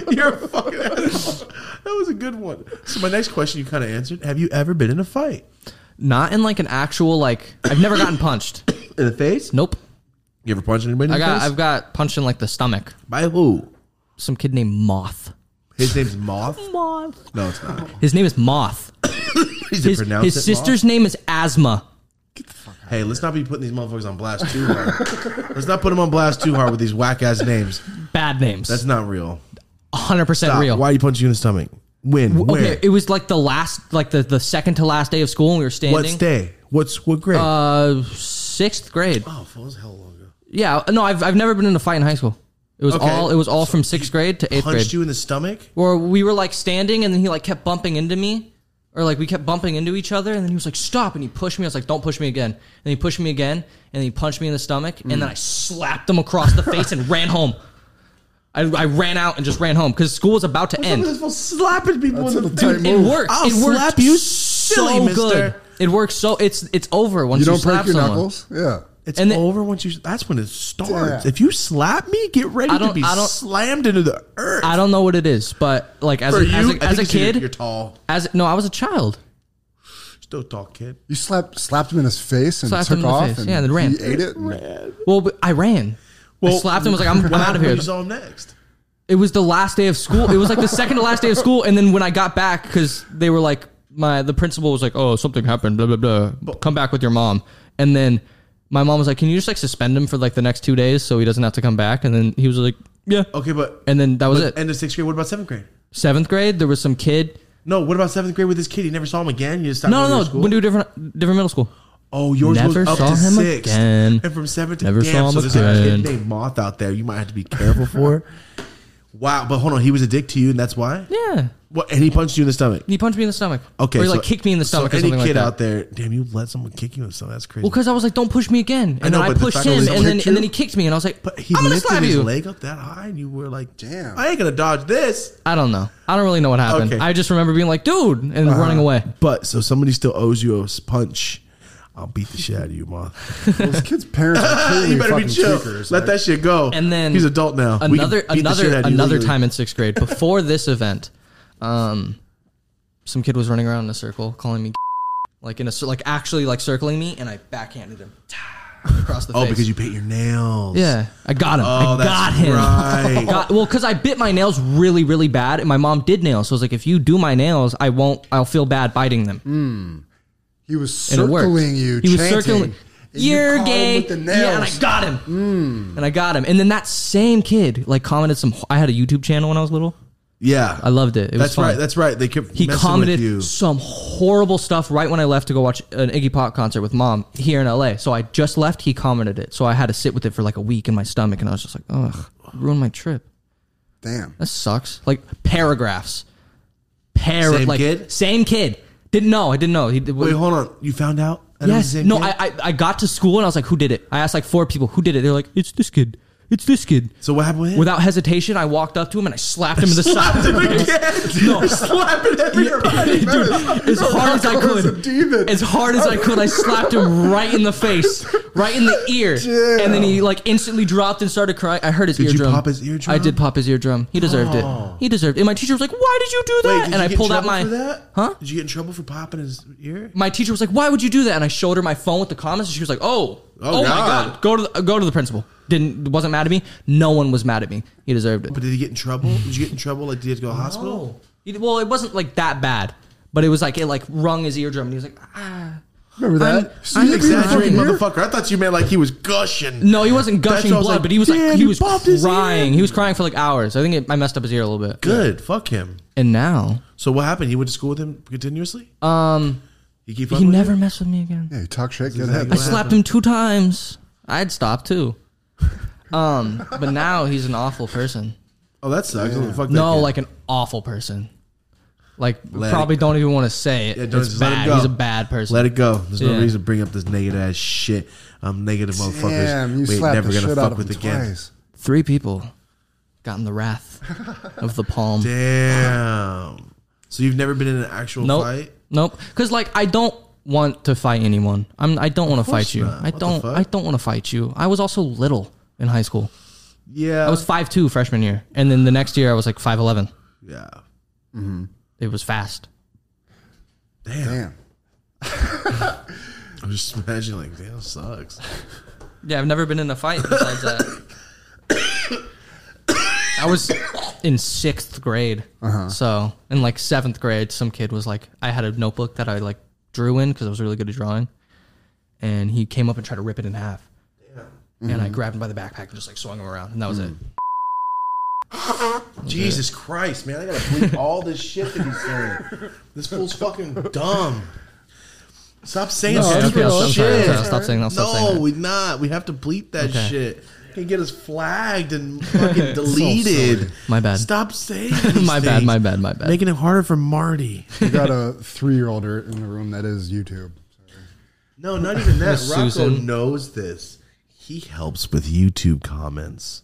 C: You're a fucking asshole. That was a good one. So my next question, you kind of answered. Have you ever been in a fight
E: Not in like an actual like. I've never gotten punched.
C: in the face?
E: Nope.
C: You ever punched anybody? In
E: I
C: the
E: got
C: face?
E: I've got punched in like the stomach.
C: By who?
E: Some kid named Moth.
C: His name's Moth.
E: Moth.
C: No, it's not.
E: His name is Moth.
C: Is it
E: His,
C: pronounced?
E: his
C: it
E: sister's name is Asthma.
C: Moth? Hey, let's not be putting these motherfuckers on blast too hard. let's not put them on blast too hard with these whack ass names.
E: Bad names.
C: That's not real.
E: hundred percent
C: Stop.
E: real.
C: Why are you punching you in the stomach? When? Where?
E: Okay, it was like the last, like the, the second to last day of school, and we were standing.
C: What's day? What's what grade?
E: Uh, sixth grade.
C: oh, that was hell long ago.
E: Yeah, no, I've, I've never been in a fight in high school. It was
C: Okay.
E: all it was all from sixth grade to eighth
C: Punched
E: grade.
C: you in the stomach?
E: Where we were like standing, and then he like kept bumping into me, or like we kept bumping into each other, and then he was like, "Stop!" and he pushed me. I was like, "Don't push me again." And he pushed me again, and then he punched me in the stomach, and then I slapped him across the face and ran home. I, I ran out and just ran home because school was about to end.
C: This fool slapping people
D: That's
C: in the
D: a
C: face.
D: tight
E: It
D: move.
E: works.
C: I'll
E: it works
C: slap you silly,
E: so
C: mister.
E: good. It works so it's it's over once
D: You
E: you,
D: don't
E: slap
D: break your
E: someone.
D: knuckles. Yeah.
C: It's
E: And then-
C: over once you. That's when it starts.
D: Yeah.
C: If you slap me, get ready
E: I
C: to
E: don't-
C: be
E: I don't-
C: slammed into the earth.
E: I don't know what it is, but like as
C: For
E: a,
C: you,
E: as
C: I
E: a, as
C: think
E: a
C: it's you're,
E: kid,
C: you're tall.
E: as no, I was a child.
C: Still tall, kid.
D: You slapped slapped him in his face and
E: Slapped
D: took
E: him in the
D: off.
E: face.
D: And
E: Yeah, then ran.
D: He ate it. and-
E: Well, but I ran. I slapped him. I was like, I'm, I'm out of
C: Who
E: here.
C: You saw him next.
E: It was the last day of school. It was like the second to last day of school, and then when I got back, because they were like, my the principal was like, oh, something happened, blah blah blah. Come back with your mom, and then my mom was like, can you just like suspend him for like the next two days so he doesn't have to come back? And then he was like, yeah.
C: Okay, but
E: And then that was
C: but
E: it.
C: end of sixth grade. What about seventh grade?
E: seventh grade, there was some kid.
C: No, what about seventh grade with this kid? You never saw him again. You just stopped going
E: No,
C: to
E: no,
C: your
E: no.
C: school?
E: Went to a different, different middle school.
C: Oh, yours
E: Never
C: was up
E: saw
C: to
E: him
C: sixth,
E: again.
C: and from seventh to
E: Never
C: damn,
E: saw him
C: so there's a
E: again.
C: kid named Moth out there. You might have to be careful for. wow, but hold on, he was a dick to you, and that's why.
E: Yeah.
C: What? And he punched you in the stomach.
E: He punched me in the stomach.
C: Okay,
E: Or he like
C: so-
E: kicked me in the
C: so
E: stomach or
C: any
E: something
C: kid
E: like that.
C: out there, damn, you let someone kick you in the stomach. That's crazy.
E: well, because I was like, "Don't push me again," and
C: know,
E: then I
C: but the
E: pushed
C: fact that
E: him,
C: he
E: and then
C: kicked
E: and then he kicked me, and I was like,
C: but he
E: "I'm gonna
C: lifted
E: slap
C: his
E: you."
C: leg up that high, and you were like,
D: Damn.
C: I ain't gonna dodge this."
E: I don't know. I don't really know what happened.
C: Okay. Uh-huh.
E: I just remember being like, "Dude," and running away.
C: But so somebody still owes you a s- punch. I'll beat the shit out of you, Moth.
D: Those kids' parents are clearly
C: you better be
D: fucking
C: chill.
D: tweakers.
C: Let that shit go.
E: And then
C: he's adult now. We can
E: Another
C: beat the shit
E: another
C: out of you
E: another
C: legally.
E: time in sixth grade before this event, um, some kid was running around in a circle calling me, like in a cir- like actually like circling me, and I backhanded him across the
C: Oh,
E: face.
C: because you paint your nails.
E: Yeah, I got him.
C: Oh,
E: I
C: that's
E: got him.
C: right.
E: Got- well, because I bit my nails really, really bad, and my mom did nails. So I was like, if you do my nails, I won't. I'll feel bad biting them.
D: He was
E: And it worked.
D: circling you.
E: He was
D: chanting,
E: circling.
D: and you
E: You're
D: caught him
E: gay.
D: With the
E: Yeah, and I
D: nails. Hmm.
E: got him. And I got him. And then that same kid like commented some. I had a YouTube channel when I was little.
C: Yeah,
E: I loved it. It was
C: that's
E: fun.
C: right. That's right. They kept messing
E: He
C: with you.
E: commented some horrible stuff right when I left to go watch an Iggy Pop concert with mom here in LA. So I just left. He commented it. So I had to sit with it for like a week in my stomach, and I was just like, ugh, ruined my trip.
D: Damn.
E: That sucks. Like paragraphs. Par-
C: Same
E: like,
C: kid?
E: Same kid. Didn't know. I didn't know. He did,
C: Wait, hold on. You found out? That it was
E: yes.
C: the same
E: No.
C: kid?
E: I, I I got to school and I was like, who did it? I asked like four people who did it. They're like, it's this kid. It's this kid.
C: So what happened with him?
E: Without hesitation, I walked up to him and I slapped him in the
C: slapped him
E: side.
C: again.
E: No.
C: You're slapping everybody.
E: Dude, as hard as I
D: Rocco is a demon.
E: could, as hard as I could, I slapped him right in the face, right in the ear,
D: Damn.
E: and then he like instantly dropped and started crying. I heard his
C: Did you
E: eardrum.
C: pop his eardrum? Oh.
E: I did pop his eardrum. He deserved it. He deserved it. And my teacher was like, "Why did you do that?"
C: Wait, did
E: and
C: you
E: I
C: get in
E: pulled out
C: trouble
E: my
C: for that?
E: huh.
C: Did you get in trouble for popping his ear?
E: My teacher was like, "Why would you do that?" And I showed her my phone with the comments, and she was like, "Oh, oh, my
C: God.
E: God, go to the, go to the principal." Didn't wasn't mad at me. No one was mad at me. He deserved it. Oh.
C: But did he get in trouble? Did you get in trouble? Like, did you have to go to the hospital?
E: He- Well, it wasn't like that bad, but it was like it like rung his eardrum, and he was like, "Ah."
D: Remember that?
E: I'm-
D: So
C: I'm
D: you didn't even
C: exaggerating,
D: fucking hear?
C: motherfucker. I thought you meant like he was gushing.
E: No, he wasn't
C: That's what I
E: gushing blood,
C: was like,
E: but he was like
C: "Damn,
E: he
C: you
E: was
C: popped his ear."
E: crying. He was crying for like hours. I think it, I messed up his ear a little bit.
C: Good. Fuck him.
E: And now
C: So what happened? He went to school with him continuously.
E: um
C: He keep.
E: he
C: fucking with
E: never
C: you?
E: messed with me again.
D: Yeah, you talk shit. Get
C: exactly
D: hit.
E: I
C: What
E: slapped him two times. I'd stop too. Um, but now he's an awful person.
C: Oh, that sucks. Fuck that
E: No,
C: kid.
E: like an awful person. Like
C: Let
E: probably don't even want to say it.
C: Yeah, don't-
E: it's
C: just let him
E: bad.
C: go.
E: He's a bad person.
C: Let it go. There's no
E: Yeah.
C: reason to bring up this negative ass shit. I'm negative motherfuckers.
D: Damn, you
C: we ain't
D: slapped
C: never
D: the
C: gonna
D: shit
C: fuck
D: out of
C: with
D: him
C: again.
D: twice.
E: Three people. gotten the wrath of the palm.
C: Damn. So you've never been in an actual
E: Nope.
C: fight?
E: Nope. Because like I don't want to fight anyone. I'm. I don't want to fight you.
C: not.
E: I
C: What the
E: don't.
C: fuck?
E: I don't want to fight you. I was also little in high school.
C: Yeah.
E: I was five two freshman year, and then the next year I was like five eleven.
C: yeah.
E: It was fast.
C: Damn.
D: Damn.
C: I'm just imagining like, damn, sucks.
E: Yeah, I've never been in a fight besides that. I was in sixth grade,
C: Uh-huh.
E: so in like seventh grade, some kid was like, I had a notebook that I like drew in because I was really good at drawing, and he came up and tried to rip it in half, and
C: Mm-hmm.
E: I grabbed him by the backpack and just like swung him around, and that was it.
C: Mm. Jesus Christ, man! I gotta bleep all this shit that he's saying. This fool's fucking dumb. Stop saying
E: No,
C: stupid
E: it's okay, I'll- I'm sorry, I'm
C: shit.
E: sorry, I'll stop saying- I'll stop saying
C: No,
E: that.
C: we not. We have to bleep that
E: Okay.
C: shit. Can get us flagged and fucking deleted.
E: My bad.
C: Stop saying. These
E: My bad,
C: things.
E: my bad, my bad.
C: Making it harder for Marty.
D: We got a three year old in the room that is YouTube.
C: No, not even that.
E: Miss
C: Rocco
E: Susan.
C: knows this. He helps with YouTube comments,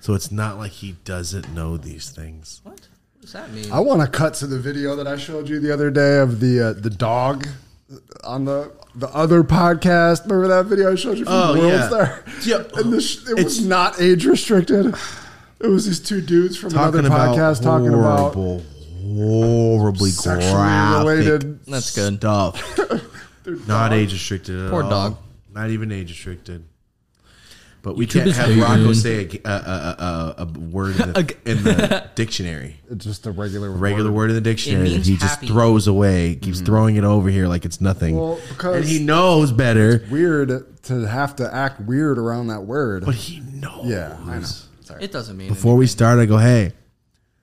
C: so it's not like he doesn't know these things.
E: What? What does that
C: Uh,
E: mean?
D: I want to cut to the video that I showed you the other day of the uh, the dog on the the other podcast. Remember that video I showed you from
C: Oh,
D: World
C: yeah.
D: Star?
C: Yep.
D: And the sh- it
C: It's-
D: was not age restricted. It was these two dudes from another
C: talking about
D: podcast talking about
C: horrible, horribly
D: Sexually
C: graphic
D: related-
E: That's good.
C: stuff. Not age restricted. At
E: Poor
C: all.
E: dog.
C: Not even age restricted. But we
E: YouTube
C: can't
E: is
C: have
E: good.
C: Rocco say a, a, a, a, a word in the, in the dictionary.
D: it's just a regular
C: Regular word in the dictionary that
E: means
C: he just
E: happy.
C: throws away, keeps throwing it over here like it's nothing.
D: Mm-hmm. Well, because-
C: and he knows better,
D: Weird to have to act weird around that word.
C: but he knows.
D: yeah, I know.
E: it doesn't mean
C: Before we start, I go, hey,
E: anything.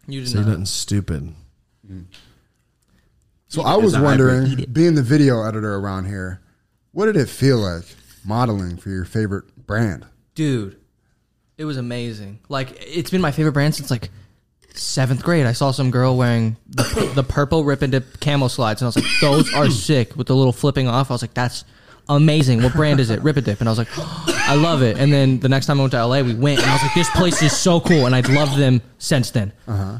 E: you did
C: say
E: not.
C: nothing stupid.
D: So I
C: As
D: was
C: a hybrid,
D: wondering, being the video editor around here, what did it feel like modeling for your favorite brand?
E: dude it was amazing like it's been my favorite brand since like seventh grade i saw some girl wearing the, the purple rip and dip camo slides and i was like those are sick with the little flipping off i was like that's amazing what brand is it rip and dip and i was like i love it and then the next time i went to la we went and i was like this place is so cool and i'd loved them since then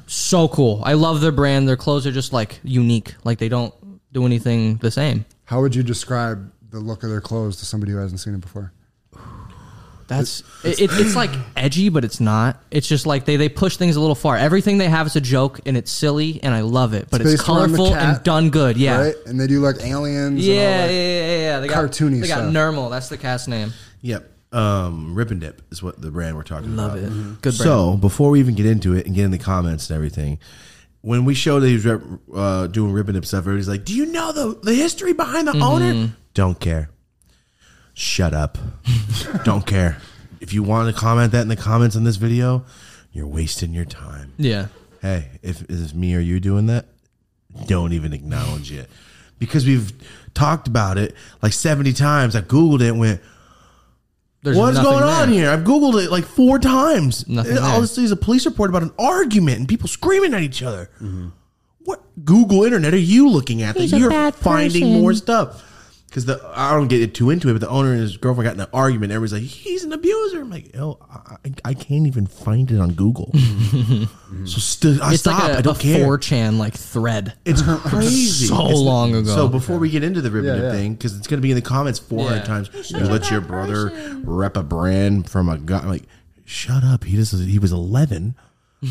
E: so cool i love their brand their clothes are just like unique like they don't do anything the same
D: How would you describe the look of their clothes to somebody who hasn't seen it before?
E: That's it, it, it's like edgy, but it's not. It's just like they they push things a little far. Everything they have is a joke, and it's silly, and I love it. But it's,
D: based around the
E: colorful and
D: cat,
E: done good. Yeah.
D: Right? And they do like aliens.
E: Yeah, yeah,
D: And all that.
E: yeah, yeah, yeah. They got
D: Cartoony
E: They got
D: stuff.
E: Nermal. That's the cast name.
C: Yep. Um, Rip and Dip is what the brand we're talking
E: Love
C: about.
E: it. Mm-hmm. Good brand.
C: So before we even get into it and get in the comments and everything, when we showed that he was rep, uh, doing Rip and Dip stuff, everybody's like, "Do you know the the history behind the
E: Mm-hmm.
C: owner?" Don't care. Shut up. Don't care. If you want to comment that in the comments on this video, you're wasting your time.
E: Yeah.
C: Hey, if it's me or you doing that, don't even acknowledge it. Because we've talked about it like 70 times. I Googled it and went,
E: There's
C: What's
E: nothing
C: going on
E: there.
C: here? I've Googled it like four times.
E: Nothing
C: And All
E: there.
C: this is a police report about an argument and people screaming at each other. What Google internet are you looking at that you're finding more stuff? Because the I don't get too into it, but the owner and his girlfriend got in an argument. Everybody's like, he's an abuser. I'm like, oh, I, I can't even find it on Google. so st- I
E: It's
C: stop.
E: like a,
C: I don't
E: a
C: care.
E: 4chan like thread.
C: It's crazy.
E: So
C: It's-
E: long ago.
C: So before we get into the ribbon
D: Yeah, yeah.
C: thing, because it's going to be in the comments 400
E: Yeah.
C: times. You let your brother rep a brand from a guy. Like, shut up. He just he was 11.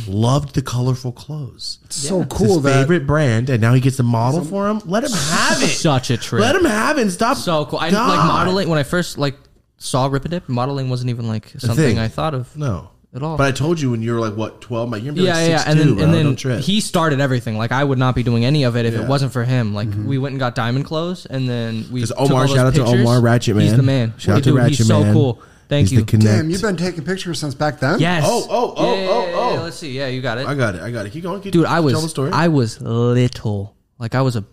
C: Loved the colorful clothes.
D: It's so
C: It's his
D: cool that
C: favorite brand, and now he gets a model for him. Let him have it.
E: Such a trip.
C: Let him have it. and Stop.
E: So cool. I like
C: God.
E: modeling. When I first like saw Rip and Dip, modeling wasn't even like something
C: thing.
E: I thought of.
C: No.
E: At all.
C: But I told you when you were like what 12, my you're gonna be
E: yeah,
C: like
E: yeah,
C: 6'2",
E: and then
C: bro.
E: and
C: Don't
E: then
C: trip.
E: he started everything. Like I would not be doing any of it if
C: Yeah.
E: it wasn't for him. Like we went and got diamond clothes, and then we.
C: 'Cause
E: took
C: Omar,
E: all those
C: shout out to
E: pictures.
C: Omar Ratchet Man.
E: He's the man.
C: Shout out to
E: Dude,
C: Ratchet
E: He's so
C: Man.
E: cool. Thank
C: He's
E: you.
C: the connect.
D: damn, you've been taking pictures since back then.
E: yes.
C: Oh, oh, oh,
E: Yeah,
C: oh,
E: yeah, yeah, yeah.
C: oh.
E: Let's see. Yeah, you got it,
C: I got it. I got it. Keep going. Keep
E: dude. I
C: Tell the
E: was.
C: story.
E: I was little. Like I was a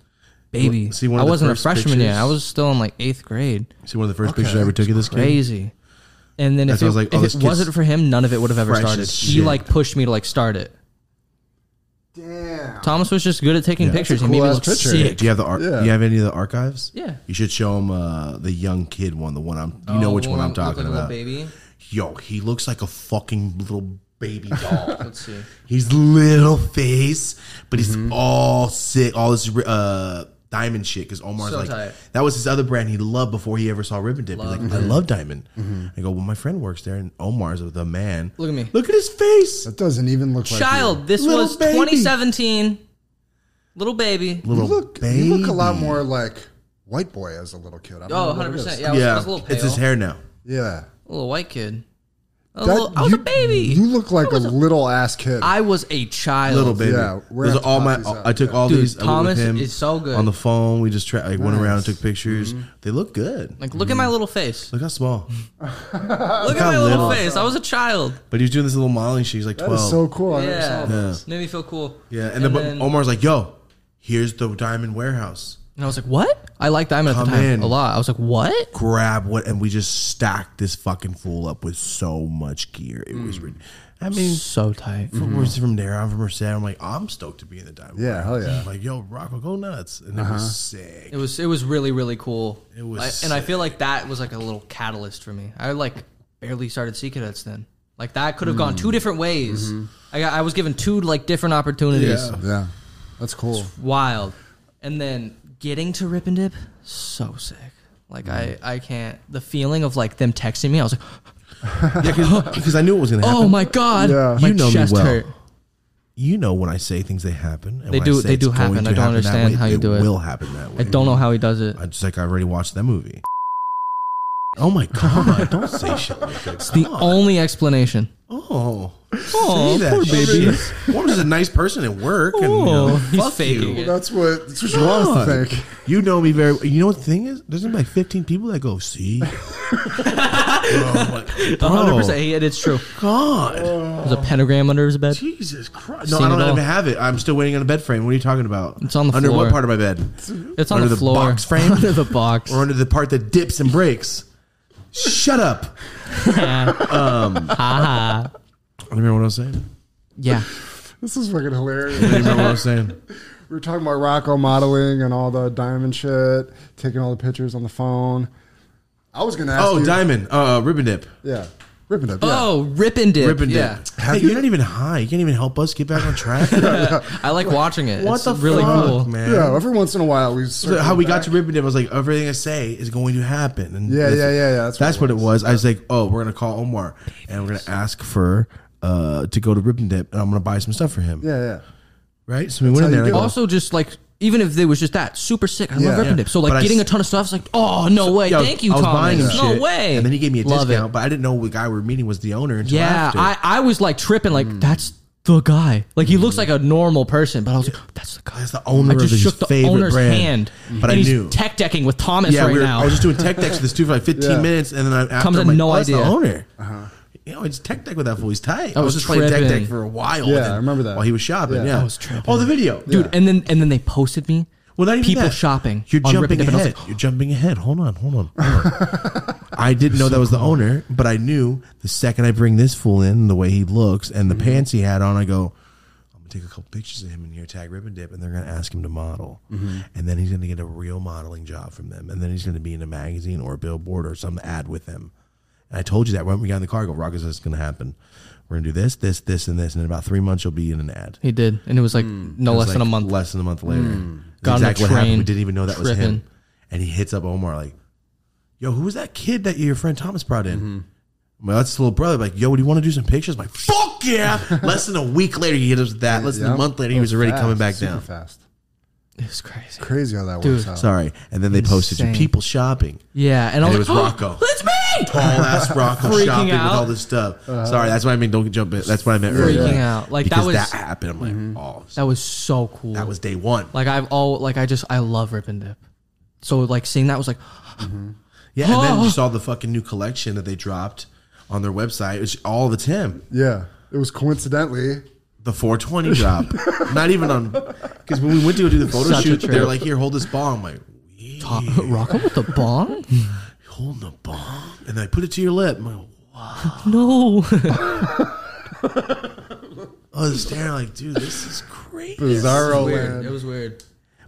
E: baby.
C: See, one of
E: I
C: the
E: wasn't a
C: first
E: freshman yet.
C: pictures-
E: I was still in like eighth grade.
C: See, one of the first pictures I ever took of this kid.
E: Crazy. And then
C: That's
E: if
C: why I
E: it,
C: was like, oh, this
E: if it
C: kid's
E: wasn't for him, none of it would have ever
C: fresh
E: started.
C: as
E: He
C: shit.
E: like pushed me to like start it.
D: Damn.
E: Thomas was just good at taking
C: Yeah. That's
E: pictures.
D: a
E: He made me
D: cool-ass
E: look
D: picture.
E: sick.
C: Do you have the ar-
D: Yeah.
C: Do you have any of the archives?
E: Yeah.
C: You should show him uh, the young kid one, the one I'm. You know
E: Oh,
C: which
E: the
C: one I'm
E: that looked
C: talking
E: like a little
C: about.
E: Baby.
C: Yo, he looks like a fucking little baby doll.
E: Let's see.
C: He's little face, but he's
E: Mm-hmm.
C: all sick. All this uh, diamond shit because Omar's
E: So
C: like
E: tight.
C: that was his other brand he loved before he ever saw Ribbon Dip. He's like, I love diamond.
E: Mm-hmm.
C: I go, well, my friend works there, and Omar's the man.
E: Look at me.
C: Look at his face.
D: That doesn't even look like
E: Child, this
C: Little
E: was
C: baby.
E: 2017. Little baby.
D: You.
C: Little
D: You look,
C: baby.
D: you look a lot more like white boy as a little kid. I don't
E: Oh,
D: know what it
E: 100%.
D: is.
E: Yeah, I was, I
C: Yeah,
E: was a little pale.
C: it's his hair now.
D: yeah.
E: A little white kid. A
D: That-
E: little, I was
D: you,
E: a baby.
D: You look like a little ass kid.
E: I was a child.
C: Little baby.
D: Yeah, we're
C: Those
D: gonna
C: are all my.
D: have to pop these
C: I
D: out.
C: took all
E: Dude,
C: these. I went with
E: Thomas
C: him
E: is so good.
C: on the phone. We just tra- like went around and
D: Nice. Mm-hmm.
C: took pictures. They look good.
E: Like, look at my little face.
C: Look how small.
E: Look at
C: how
E: my little
C: little.
E: face. I was a child.
C: But he was doing this little modeling. She's like
D: that
C: twelve.
D: is so cool. I never saw
E: Yeah.
D: that.
E: Made me feel cool.
C: Yeah, and, then, but oh Omar's like, "Yo, here's the diamond warehouse.
E: And I was like, what? I liked Diamond at the
C: Come
E: time
C: in.
E: a lot. I was like, what?
C: Grab what?" And we just stacked this fucking fool up with so much gear. It
D: Mm.
C: was, rid- I mean,
E: So tight.
C: from, where's he from there? I'm from Merced. I'm like, I'm stoked to be in the diamond.
D: Mm-hmm. Yeah, Uh-huh. hell
C: warehouse.
D: yeah.
C: I'm like, yo, Rocco, go nuts, and it was sick.
E: It was it was really really cool.
C: It was
E: I- and I feel like that was like a little catalyst for me. I like barely started Sea Cadets then. Like that could have gone
C: Mm.
E: two different ways. I got, I was given two like different opportunities.
C: Mm-hmm. Yeah.
D: Yeah, that's cool.
E: Wild. And then getting to Rip and Dip, so sick. Like
C: Mm.
E: I I can't. The feeling of like them texting me, I was like,
C: Because I knew it was gonna happen.
E: oh my god,
D: Yeah.
E: my
C: You know me
E: chest
C: well.
E: hurt.
C: You know when I say things, they happen. And
E: They
C: when
E: do-
C: I say
E: they
C: it's
E: do
C: going
E: happen.
C: to
E: I
C: happen
E: don't
C: that
E: understand
C: way,
E: how you do it.
C: Will happen that way.
E: I don't know how he does it.
C: I just like I already watched that movie. Oh my god! don't say shit like that.
E: It's the only explanation.
C: Oh,
E: Oh,
C: say that
E: poor
C: shit.
E: baby.
C: Woman's a nice person at work, and you know,
E: Oh, he's
C: fuck
E: faking
C: you.
E: it.
D: That's what that's what you want us to think.
C: You know me very. You know what the thing is? There's only like 15 people that go see. oh my
E: A hundred percent. He- It's true.
C: god!
E: There's a pentagram under his bed.
C: Jesus Christ! No,
E: Oh. Seen
C: I don't
E: it all.
C: even have it. I'm still waiting on a bed frame. What are you talking about?
E: It's on the
C: under
E: floor.
C: what part of my bed?
E: It's on
C: Under
E: the,
C: the
E: floor.
C: box frame?
E: under the box.
C: Or under the part that dips and breaks? Shut up! Um, I
E: Haha.
C: don't remember what I was saying.
E: yeah.
D: This is fucking hilarious.
C: I don't remember what I was saying.
D: We were talking about Rocco modeling and all the diamond shit, taking all the pictures on the phone. I was gonna ask
C: Oh,
D: you,
C: diamond, uh, ribbon dip.
D: yeah, ripping up. Yeah.
E: Oh, rip and dip.
C: Ribbon
E: yeah.
C: dip. Hey, you're not even high. You can't even help us get back on track.
E: I like watching it.
C: What
E: it's
C: the
E: really
C: fuck,
E: cool.
C: man?
D: yeah. Every once in a while, we
C: So
D: circle
C: how we got
D: back.
C: to Ribbon Dip, I was like, everything I say is going to happen. And
D: Yeah, yeah, yeah, yeah,
C: That's, what, it was. I was like, oh, we're gonna call Omar and we're gonna ask for uh to go to Ribbon Dip, and I'm gonna buy some stuff for him.
D: yeah, yeah.
C: Right. So we went in
D: how
C: there.
D: you
C: And I
D: do
C: go,
D: it.
E: Also, just like even if it was just that, super sick. I
D: Yeah.
E: love rip and dip. So like
C: But I
E: getting a
C: s-
E: ton of stuff is like, oh no way,
C: yo,
E: thank you,
C: I was buying him
E: Thomas. No
C: shit,
E: way.
C: And then he gave me a
E: Love it.
C: discount, but I didn't know the guy we were meeting was the owner until
E: Yeah,
C: after.
E: I, I was like tripping, like
C: Mm.
E: that's the guy. Like he looks like a normal person, but I was like, "Oh, that's the guy.
C: That's the owner
E: I
C: of
E: just
C: his
E: shook the
C: favorite
E: owner's
C: brand.
E: hand,
C: But
E: and
C: I
E: he's
C: knew.
E: tech decking with Thomas
C: yeah,
E: right
C: we were,
E: now.
C: I was just doing tech decks with this dude for like 15
D: Yeah.
C: minutes, and then I after,
E: Comes
C: I'm
E: in
C: like,
E: no
C: oh, that's the
E: idea.
C: owner.
D: Uh-huh.
C: You know, it's tech deck with that fool. He's tight. I,
E: was
C: was, just playing tech
E: tripping.
C: deck for a while.
D: Yeah,
C: with him
D: I remember that.
C: while he was shopping.
D: Yeah.
C: Yeah,
D: I
E: was tripping.
C: Oh, the video,
E: dude. And then and then they posted me.
C: Well, not even
E: people
C: that.
E: shopping.
C: You're
E: on
C: jumping
E: Ribbon Dip, and I was
C: ahead.
E: like,
C: You're jumping ahead. Hold on, hold on. Hold on. I didn't know that was the owner, but I knew the second I bring this fool in, the way he looks and the
E: Mm-hmm.
C: pants he had on, I go, I'm gonna take a couple pictures of him in here, tag Ribbon Dip, and they're gonna ask him to model,
E: Mm-hmm.
C: and then he's gonna get a real modeling job from them, and then he's gonna be in a magazine or a billboard or some ad with them. And I told you that when we got in the car, I go, Rock is this gonna happen? We're gonna do this, this, this, and this, and in about three months you'll be in an ad.
E: He did, and it was like no
C: Hmm. It
E: less
C: was
E: than a
C: like
E: month.
C: Less than a month later. That's
E: Got on the
C: exactly what happened.
E: train,
C: We didn't even know that was him.
E: tripping.
C: And he hits up Omar like, "Yo, who was that kid that your friend Thomas brought in?"
E: Mm-hmm.
C: Well, that's his little brother. Like, yo, do you want to do some pictures? I'm like, fuck yeah! Less than a week later, he hit us with that. Less than
D: Yeah.
C: a month later, he
D: Oh,
C: was already
D: fast,
C: coming back
D: super
C: down.
D: Fast,
E: It was crazy.
D: crazy how that
E: Dude.
D: works out.
C: Sorry. And then they posted
E: Insane.
C: to people shopping.
E: Yeah, and, I
C: And
E: was
C: it
E: like,
C: was
E: "Oh,
C: Rocco.
E: It's me.
C: All ass Rocco
E: Freaking
C: shopping
E: out. Uh-huh.
C: with all this stuff. Sorry, that's what I mean. Don't jump in. That's what I meant earlier.
E: Freaking out. Like, that
C: Because
E: was- Mm-hmm.
C: happened. I'm like, oh,
E: That was so cool.
C: that was day one.
E: like I've all like I just I love Rip and Dip. So like seeing that was like
C: Yeah, and then
E: Oh.
C: you saw the fucking new collection that they dropped on their website. It's all the Tim,
D: Yeah, it was coincidentally.
C: the 420 drop. Not even on because when we went to go do the photo
E: Such a
C: shoot, they're
E: trip.
C: like, "Here, hold this bong." I'm like, "We
E: Rocco with the bong.
C: hold the bong," and I put it to your lip. I'm like, "Wow."
E: no,
C: I was staring like, "Dude, this is crazy."
D: Bizarro land.
E: It was weird.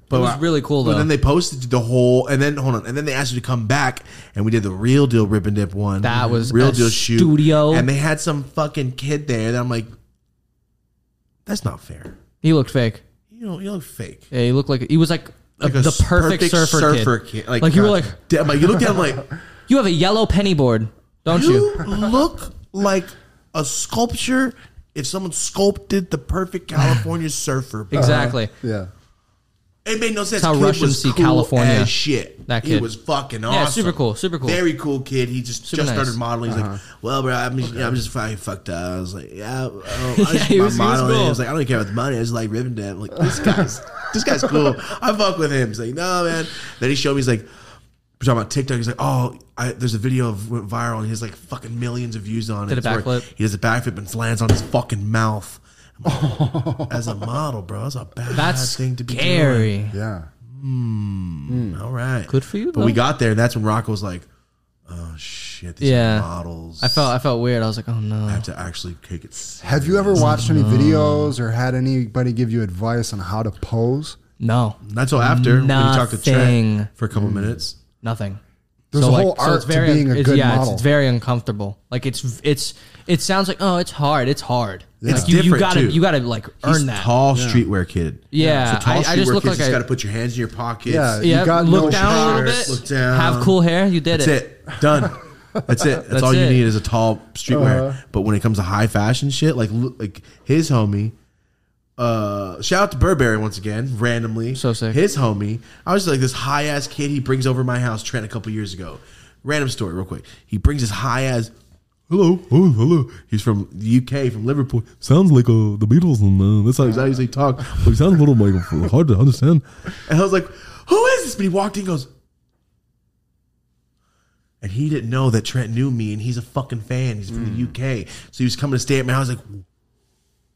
C: But
E: was
C: I-
E: really cool,
C: But
E: though.
C: then they posted the whole, and then hold on, and then they asked you to come back, and we did the real deal rip and dip one.
E: That was
C: real
E: a
C: deal shoot
E: studio.
C: and they had some fucking kid there that I'm like, that's not fair.
E: He looked fake.
C: You know, you look fake.
E: Yeah, he looked like he was like, a-
C: Like a
E: the
C: s-
E: perfect, surfer, kid. Like, you were like,
C: damn, like you looked at him like
E: you have a yellow penny board, don't you?
C: you look like a sculpture. If someone sculpted the perfect California surfer,
E: Exactly.
C: Uh-huh.
D: Yeah.
C: It made no sense.
E: how
C: Kid
E: Russians
C: was
E: see
C: cool
E: California.
C: As shit.
E: That
C: He
E: kid.
C: was fucking awesome.
E: Yeah, super cool, super cool.
C: Very cool kid. He just
E: Super
C: just
E: nice. Uh-huh.
C: started modeling. He's like, well, bro, I'm just, I'm just fucking fucked up. I was like, yeah, I don't, I
E: Yeah,
C: just
E: he
C: my
E: was- he was
C: modeling.
E: cool.
C: I was like, I don't care about the money. I just like ribbon dab. I'm like this guy's this guy's cool. I fuck with him. He's like, no, man. Then he showed me. He's like. We're talking about TikTok. He's like, oh, I, there's a video of went viral and he has like fucking millions of views on it.
E: Did a
C: It's where
E: backflip?
C: He does a backflip and lands on his fucking mouth. I'm like, As a model, bro, that's a bad
E: That's
C: thing to be doing.
E: scary.
D: Yeah.
C: All right.
E: Good for you,
C: But we
E: though.
C: got there, and that's when Rocco was like, "Oh shit, these
E: Yeah.
C: are models."
E: I felt I felt weird. I was like, oh
C: I
E: no.
C: have to actually take it. serious.
D: Have you ever watched
C: Mm-hmm.
D: any videos or had anybody give you advice on how to pose?
E: No.
C: Not until after when you talked to
E: Nothing.
C: Trey for a couple minutes.
E: Nothing.
D: There's a whole art to being a
E: it's,
D: good
E: yeah,
D: model.
E: It's, it's very uncomfortable. Like it's it's it sounds like oh it's hard. It's hard. It's
C: It's
E: you, you
C: different,
E: gotta
C: too.
E: you gotta like earn
C: He's
E: that.
C: tall streetwear kid.
E: Yeah,
C: so tall
E: I- I
C: streetwear
E: just look
C: kids
E: like
C: just
E: I-
C: got to put your hands in your pockets.
D: Yeah. You
E: Yeah,
D: got
E: look
D: no
E: down a little
C: shoulders,
E: bit.
C: look down.
E: Have cool hair. You did
C: that's
E: it.
C: it. Done. That's it. That's,
E: That's
C: all you
E: it.
C: need is a tall streetwear. But when it comes to high fashion shit, like look, like his homie, uh, shout out to Burberry once again, randomly.
E: So sick.
C: His homie, I was like this high ass kid he brings over my house, Trent, a couple years ago. Random story, real quick. He brings his high ass. Hello, oh, hello. He's from the UK, from Liverpool.
A: Sounds like uh, the Beatles, and uh,
C: That's
A: that's
C: how he's- how he's- he talks.
A: it sounds a little like uh, hard to understand.
C: And I was like, who is this? But he walked in and goes, and he didn't know that Trent knew me and he's a fucking fan. He's from the UK. So he was coming to stay at me. I was like,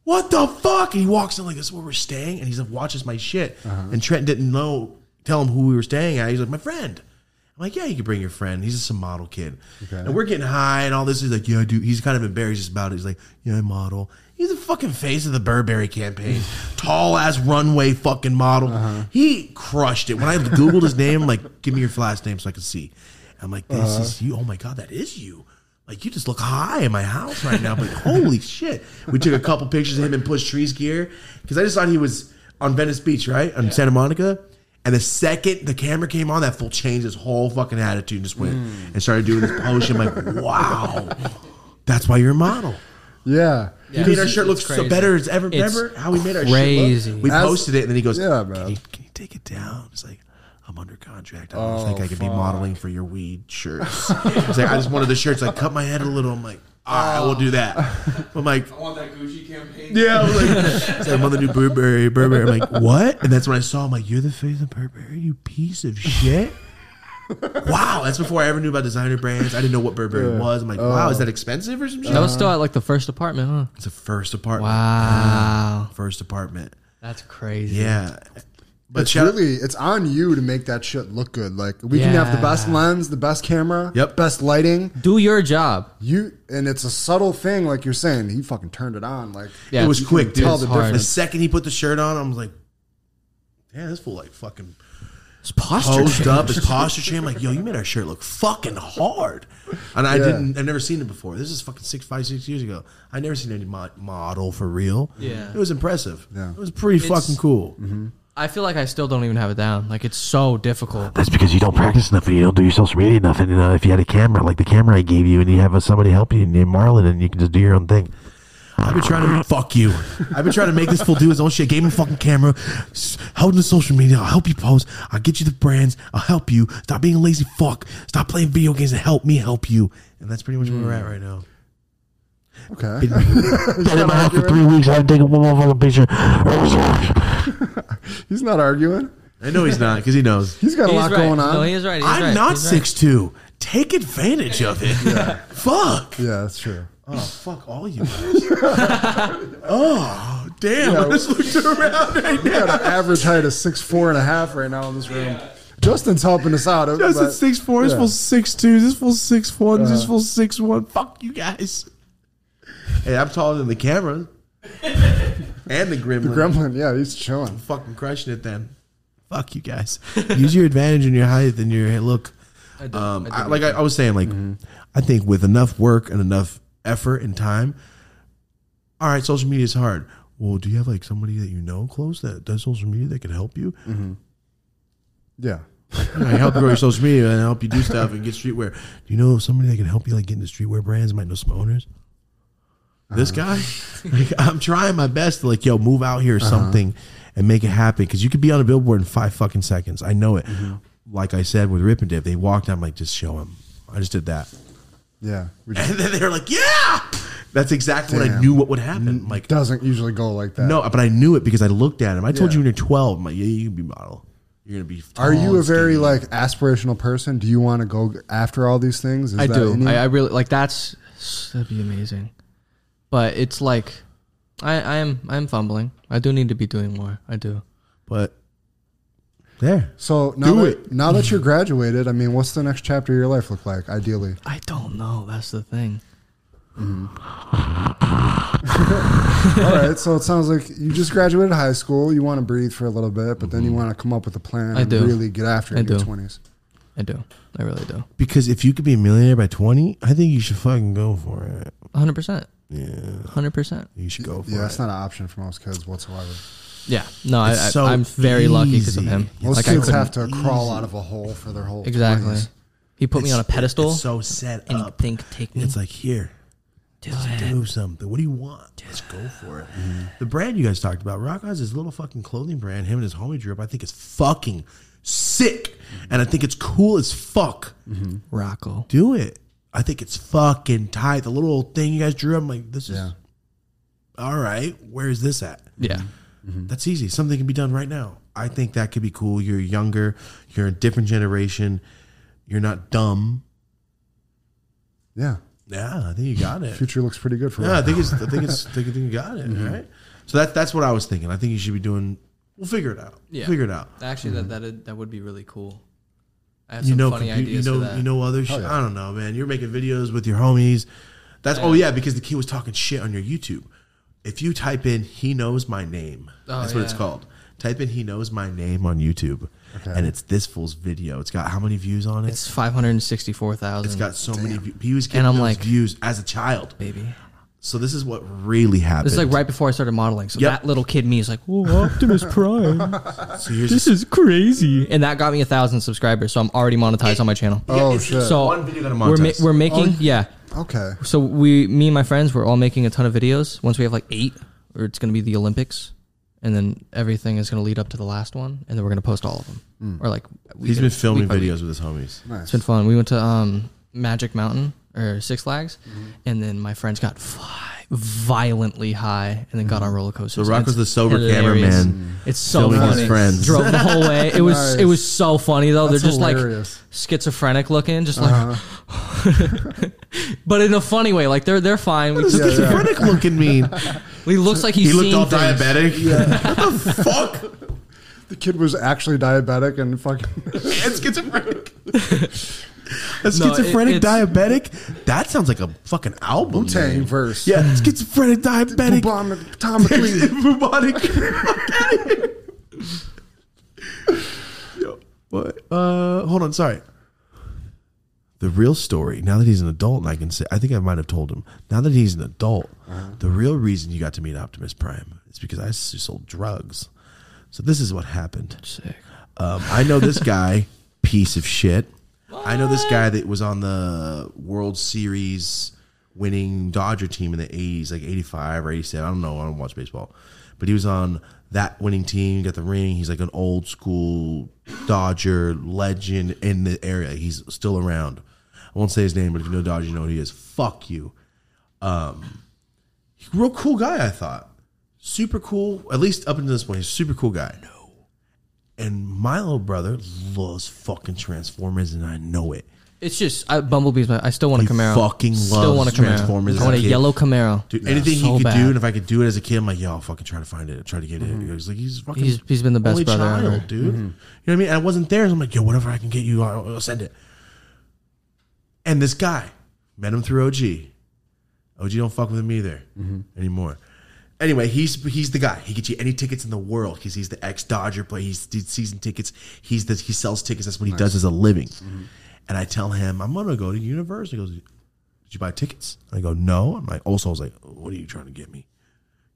C: what the fuck? And he walks in like, this is where we're staying. And he's like, watches my shit. And Trent didn't know, tell him who we were staying at. He's like, my friend. I'm like, yeah, you can bring your friend. He's just a model kid. And we're getting high and all this. He's like, yeah, dude. He's kind of embarrassed about it. He's like, yeah, I model. He's the fucking face of the Burberry campaign. Tall ass runway fucking model. He crushed it. When I Googled his name, I'm like, give me your last name so I can see. I'm like, this is you. Oh my God, that is you. Like you just look high in my house right now, but holy shit! We took a couple pictures of him in Push Trees gear because I just thought he was on Venice Beach, right, on Santa Monica. And the second the camera came on, that fool changed his whole fucking attitude and just went and started doing this potion. like, wow, that's why you're a model.
D: Yeah.
C: He made our shirt look
E: It's
C: so
E: crazy.
C: better as ever.
E: It's
C: Remember how we made our
E: crazy.
C: shirt look? We
D: As-
C: posted it, and then he goes,
D: Yeah,
C: Can,
D: man.
C: you, can you take it down?" It's like. I'm under contract. I don't
D: Oh,
C: think I could be modeling for your weed shirts. it's like I just wanted the shirts. Like cut my head a little. I'm like, all right, I will do that. I'm like,
F: I want that Gucci campaign.
C: yeah. I'm like, it's like, I'm on the new Burberry. Burberry. I'm like, what? And that's when I saw. I'm like, you're the face of Burberry. You piece of shit. wow, that's before I ever knew about designer brands. I didn't know what Burberry was. I'm like,
D: Oh.
C: wow, is that expensive or something?
E: That was still at like the first apartment, huh?
C: It's a first apartment. Ah,
E: Wow,
C: First apartment.
E: that's crazy.
C: Yeah. But
D: It's
C: shout out-
D: really it's on you to make that shit look good. Like we can have the best
E: Yeah.
D: lens, the best camera,
C: Yep.
D: best lighting.
E: Do your job.
D: You and it's a subtle thing, like you're saying. He fucking turned it on. Like
E: Yeah,
C: it was
E: you
C: quick, dude.
D: tell
E: the
C: the,
E: difference.
C: second he put the shirt on, I was like, "Damn, this fool like fucking
E: It's posture.
C: posed
E: change.
C: up, his posture change." I'm like, "Yo, you made our shirt look fucking hard," and I
D: Yeah.
C: didn't. I've never seen it before. This is fucking six, five, six years ago. I never seen any mo- model for real.
E: Yeah.
C: it was impressive.
D: Yeah.
C: it was pretty
E: It's-
C: fucking cool.
E: I feel like I still don't even have it down. Like it's so difficult.
G: That's because you don't practice enough and you don't do your social media enough. And uh, if you had a camera, like the camera I gave you, and you have uh, somebody help you, and you're Marlon, and you can just do your own thing.
C: I've been trying to fuck you. I've been trying to make this fool do his own shit. Gave him a fucking camera, s- held him to social media. I'll help you post. I'll get you the brands. I'll help you. Stop being a lazy fuck. Stop playing video games and help me help you. And that's pretty much where we're at right now.
D: okay.
G: Been in my house for three weeks. I haven't taken one more fucking picture. Oh,
D: He's not arguing.
C: I know he's not because he knows.
D: He's got a
E: He's
D: lot
E: right.
D: going on.
E: No, he is right. He's
C: I'm
E: right.
C: not
E: He's right.
C: six two. Take advantage of it. Fuck.
D: yeah, that's true.
C: Oh fuck all you guys. oh damn! I just looked around right
D: We
C: now.
D: got an average height of six four and a half right now in this room. Justin's helping us out.
C: That's
D: but-
C: at six four. This
D: yeah.
C: fool's six two. This fool's six one. this fool's six one. Fuck you guys. Hey, I'm taller than the camera and the gremlin.
D: Gremlin, yeah, he's chilling.
C: Fucking crushing it then. fuck you guys. Use your advantage and your height and your hey, look.
E: I did-
C: Um,
E: I
C: I
E: did
C: like I, I was saying, like I think with enough work and enough effort and time, all right, social media is hard. Well, do you have like somebody that you know close that does social media that could help you?
D: Yeah.
C: I help grow your social media and help you do stuff and get streetwear. Do you know somebody that can help you like get into streetwear brands? Might know some owners. This guy, like, I'm trying my best to like, yo, move out here or something and make it happen because you could be on a billboard in five fucking seconds. I know it. Like I said with Rip and Dip, they walked. I'm like, just show him. I just did that,
D: Yeah. Which
C: and then they were like, yeah, that's exactly what I
D: Damn.
C: knew what would happen. Like,
D: doesn't usually go like that.
C: no, but I knew it because I looked at him. I told
D: Yeah.
C: you when you're 12, I'm like, yeah, you can be model. You're gonna be. tall
D: Are you a
C: and
D: very
C: skinny."
D: like aspirational person? Do you want to go after all these things? Is
E: I
D: that
E: do.
D: any-
E: I, I really like that's that'd be amazing. But it's like I, I am I am fumbling. I do need to be doing more. I do.
C: But there,
D: so now
C: Do
D: that,
C: it.
D: now that you're graduated, I mean, what's the next chapter of your life look like? Ideally,
E: I don't know. That's the thing.
D: all right. So it sounds like you just graduated high school. You want to breathe for a little bit, but
C: Mm-hmm.
D: then you want to come up with a plan
E: I
D: and
E: do.
D: really get after it
E: I
D: in your
E: do.
D: twenties.
E: I do. I really do.
C: Because if you could be a millionaire by 20, I think you should fucking go for it.
E: 100%.
C: Yeah.
E: 100%.
C: You should go for
D: Yeah,
C: it.
D: that's not an option for most kids whatsoever.
E: Yeah. No, I,
C: It's so
E: I, I'm very lucky because of
C: easy.
E: him.
D: Most
E: I
D: kids
E: couldn't-
D: have to crawl out of a hole for their whole
E: Exactly.
D: 20s.
E: He put me on a pedestal
C: It's so set
E: and you
C: up.
E: think take me
C: It's like, here,
E: to
C: do something. What do you want? Let's go for it. The brand you guys talked about, Rock Eyes, his little fucking clothing brand, him and his homie drew up, I think it's fucking sick. And I think it's cool as fuck.
E: Rocco.
C: Do it. I think it's fucking tight. The little old thing you guys drew, I'm like, this is
D: Yeah.
C: all right. Where is this at?
E: Yeah.
C: That's easy. Something can be done right now. I think that could be cool. You're younger. You're a different generation. You're not dumb.
D: Yeah.
C: Yeah, I think you got it.
D: Future looks pretty good for
C: Yeah, I
D: that.
C: think it's. I think it's. I think I think you got it. Right. So that that's what I was thinking. I think you should be doing. We'll figure it out.
E: Yeah.
C: Figure it out.
E: Actually, that that that would be really cool. I have
C: Mm. You
E: some
C: know,
E: funny
C: you, you
E: ideas
C: know,
E: for that.
C: you know, other shit. I don't know, man. You're making videos with your homies. That's oh yeah, because the kid was talking shit on your YouTube. If you type in "he knows my name,"
E: Oh,
C: that's what it's
E: yeah.
C: called. Type in "he knows my name" on YouTube, and it's this fool's video. It's got how many views on it?
E: it's 564,000.
C: it's got so many. Views. He was getting
E: And I'm
C: those
E: like-
C: views as a child.
E: baby.
C: So this is what really happened.
E: This is like right before I started modeling. So
C: Yep.
E: that little kid me is like, "Whoa,
A: Optimus Prime.
C: So here's
A: This is crazy.
E: and that got me a thousand subscribers. So I'm already monetized on my channel.
D: Oh,
C: it's
D: shit.
E: So
C: one video that I'm
E: we're ma-
C: monetized.
E: we're making yeah.
D: Okay.
E: So we, me and my friends, we're all making a ton of videos. Once we have like eight, or it's gonna be the Olympics, and then everything is gonna lead up to the last one, and then we're gonna post all of them. Or like
C: He's been filming
E: week by week.
C: videos with his homies.
D: Nice.
E: It's been fun. We went to um, Magic Mountain or Six Flags,
D: Mm-hmm.
E: and then my friends got fi- violently high, and then got
D: Mm-hmm.
E: on roller coasters.
C: The Rock
E: And
C: was
E: it's
C: the sober
E: hilarious.
C: cameraman
E: It's so
C: filming
E: funny.
C: his friends.
E: Drove the whole way. It was
D: Mm. Nice.
E: it was so funny though.
D: That's
E: They're just
D: hilarious.
E: like schizophrenic looking, just like,
D: Uh-huh.
E: but in a funny way. Like they're they're fine. We
C: What does
E: took,
C: schizophrenic looking mean?
E: He looks like he's
C: He looked
E: seen
C: all
E: things.
C: diabetic. what the fuck?
D: The kid was actually diabetic and fucking.
C: And schizophrenic. A
E: No,
C: schizophrenic
E: it- it's-
C: diabetic? That sounds like a fucking album.
D: Tang
C: name.
D: verse.
C: Yeah, schizophrenic diabetic.
D: Bubonic, atomically.
C: Bubonic. Fuck outta here. Yo, What? Uh, hold on. Sorry. The real story. Now that he's an adult, and I can say, I think I might have told him. Now that he's an adult, the real reason you got to meet Optimus Prime is because I s- sold drugs. So this is what happened.
E: Sick.
C: Um, I know this guy, piece of shit. I know this guy that was on the World Series winning Dodger team in the 80s, like 85 or 87. I don't know. I don't watch baseball. But he was on that winning team, got the ring. He's like an old school Dodger legend in the area. He's still around. I won't say his name, but if you know Dodger, you know who he is. Fuck you Um, real cool guy. I thought super cool. At least up until this point, he's a super cool guy. No. And my little brother loves fucking Transformers, and I know it.
E: It's just I, Bumblebee's. My, I still want
C: He
E: a Camaro.
C: fucking
E: still
C: loves
E: want a Camaro.
C: Transformers
E: I
C: as
E: want
C: a
E: a
C: kid.
E: yellow Camaro.
C: Dude, anything
E: so
C: he could
E: bad. Mm-hmm.
C: do, and if I could do it as a kid, I'm like, yo, I'll fucking try to find it, try to get it. He's like, he's fucking,
E: He's- he's been the best
C: only
E: brother
C: child,
E: ever. Mm-hmm.
C: dude. You know what I mean? And I wasn't there, so I'm like, yo, whatever I can get you, I'll, I'll send it. And this
E: Mm-hmm.
C: guy met him through OG. OG don't fuck with him either anymore. Anyway, he's he's the guy. He gets you any tickets in the world because he's the ex Dodger player. He's did season tickets. He's the he sells tickets. That's what he does as a living.
E: Mm-hmm.
C: And I tell him I'm gonna go to Universe. He goes, "Did you buy tickets?" I go, "No." I'm like, also, I was like, "What are you trying to get me?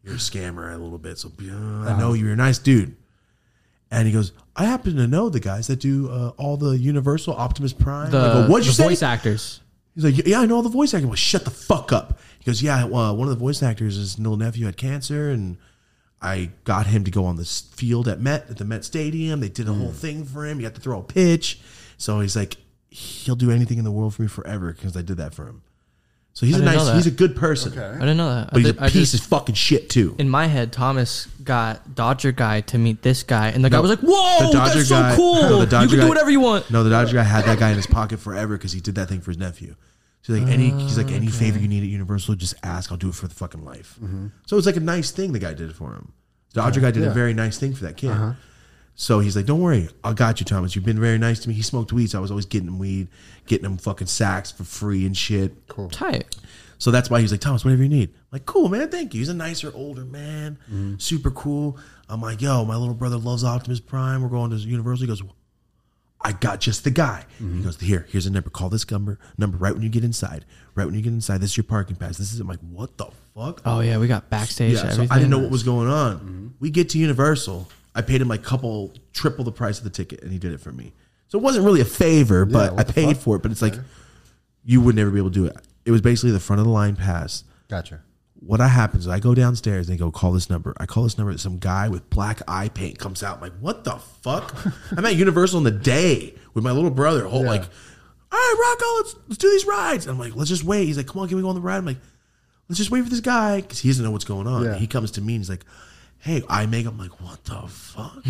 C: You're a scammer a little bit. So uh, I
E: Uh-huh.
C: know you're a nice dude." And he goes, "I happen to know the guys that do uh, all the Universal Optimus Prime."
E: The,
C: I go, "What'd you
E: the
C: say?"
E: voice actors.
C: He's like, yeah, I know all the voice acting. Well, shut the fuck up. He goes, yeah, well, one of the voice actors, his little nephew had cancer, and I got him to go on this field at Met at the Met Stadium. They did a
E: Mm.
C: whole thing for him. You had to throw a pitch. So he's like, he'll do anything in the world for me forever because I did that for him. So he's
E: I
C: a
E: didn't know
C: nice,
E: that.
C: he's a good person,
E: I didn't know that.
C: but
E: I
C: he's
E: did-
C: a
E: I
C: piece
E: just-
C: of fucking shit too.
E: in my head, Thomas got Dodger guy to meet this guy, and the guy was like, "Whoa,
C: the Dodger
E: Oh, that's
C: guy,
E: so cool!
C: no, the Dodger
E: you can
C: guy-
E: do whatever you want."
C: No, the Dodger guy had that guy in his pocket forever because he did that thing for his nephew. So like any, he's
E: Oh,
C: like any favor you need at Universal, just ask. I'll do it for the fucking life. So it's like a nice thing the guy did for him. The Dodger guy did a very nice thing for that kid. So he's like, "Don't worry, I got you, Thomas. You've been very nice to me." He smoked weed, so I was always getting him weed, getting him fucking sacks for free and shit.
E: Tight.
C: So that's why he's like, Thomas, whatever you need. I'm like, cool, man. Thank you. He's a nicer, older man. Super cool. I'm like, yo, my little brother loves Optimus Prime. We're going to Universal. He goes, I got just the guy. He goes, here, here's a number. Call this number, number right when you get inside. Right when you get inside, this is your parking pass. This is. I'm like, what the fuck?
E: Oh yeah, we got backstage.
C: Yeah, so
E: everything.
C: I didn't know what was going on. We get to Universal. I paid him like couple triple the price of the ticket, and he did it for me. So it wasn't really a favor, but I
D: what the
C: paid
D: fuck?
C: for it. But it's like you would never be able to do it. It was basically the front of the line pass.
D: Gotcha.
C: What I happens is I go downstairs and they go call this number. I call this number. Some guy with black eye paint comes out. I'm like, what the fuck? I'm at Universal in the day with my little brother. Whole like, all right, Rocco, let's let's do these rides. And I'm like, let's just wait. He's like, come on, can we go on the ride? I'm like, let's just wait for this guy because he doesn't know what's going on.
D: Yeah.
C: He comes to me and he's like, hey, I make. I'm like, what the fuck?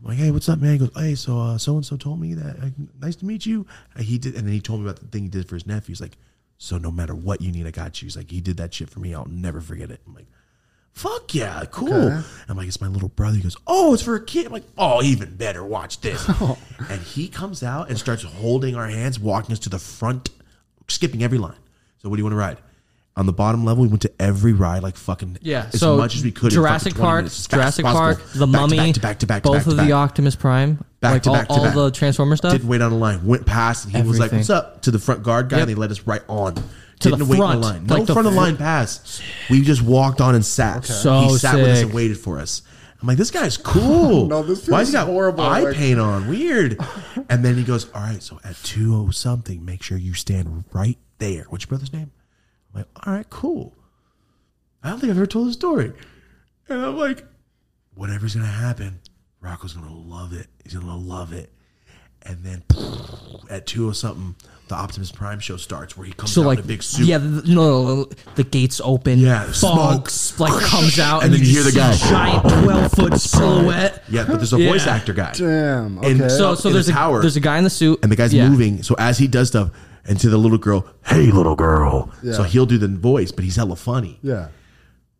C: I'm like, hey, what's up, man? He goes, hey, so uh, so and so told me that. Like, nice to meet you. Uh, he did, and then he told me about the thing he did for his nephew. He's like, so no matter what you need, I got you. He's like, he did that shit for me. I'll never forget it. I'm like, fuck yeah, cool. I'm like, it's my little brother. He goes, oh, it's for a kid. I'm like, oh, even better. Watch this. and he comes out and starts holding our hands, walking us to the front, skipping every line. So what do you want to ride? On the bottom level, we went to every ride like fucking
E: Yeah,
C: as
E: so
C: much as we could. in fucking
E: Jurassic
C: 20
E: Park,
C: minutes, as fast as
E: Jurassic
C: possible.
E: Park, The
C: Back to
E: Mummy,
C: back to back to back to
E: both
C: back to
E: of
C: back.
E: the Optimus Prime,
C: Back
E: like
C: to
E: all,
C: back to
E: all
C: back.
E: the Transformer stuff.
C: Didn't wait on the line. Went past, and he was like,
E: Everything.
C: "What's up?" To the front guard guy,
E: Yep.
C: and they let us right on.
E: To
C: Didn't
E: the
C: wait on
E: front,
C: the line. No
E: like the
C: front of the
E: fr-
C: line pass. We just walked on and sat.
E: So
C: he sat with us
E: sick.
C: and waited for us. I'm like, this guy's cool.
D: No, this
C: Why has he
D: feels
C: got
D: horrible,
C: eye
D: like-
C: paint on? Weird. And then he goes, "All right, so at two o something, make sure you stand right there." What's your brother's name? I'm like, "All right, cool." I don't think I've ever told the story. And I'm like, whatever's gonna happen, Rocco's gonna love it. He's gonna love it. And then at two or something, the Optimus Prime show starts where he comes
E: so
C: out
E: like,
C: in a big suit.
E: yeah, the, no, the, the gates open,
C: Yeah,
E: fog
C: smoke.
E: like comes out,
C: And
E: and,
C: then
E: you
C: you hear the
E: just see
C: guy.
E: a giant twelve foot silhouette.
C: Yeah, but there's a
E: Yeah.
C: voice actor guy.
D: Damn. Okay.
C: And
E: So, so
C: in
E: there's
C: the
E: a
C: tower.
E: there's a guy in the suit,
C: And the guy's
E: Yeah.
C: moving. So as he does stuff, and to the little girl, hey little girl. So
D: Yeah.
C: he'll do the voice, but he's hella funny.
D: yeah.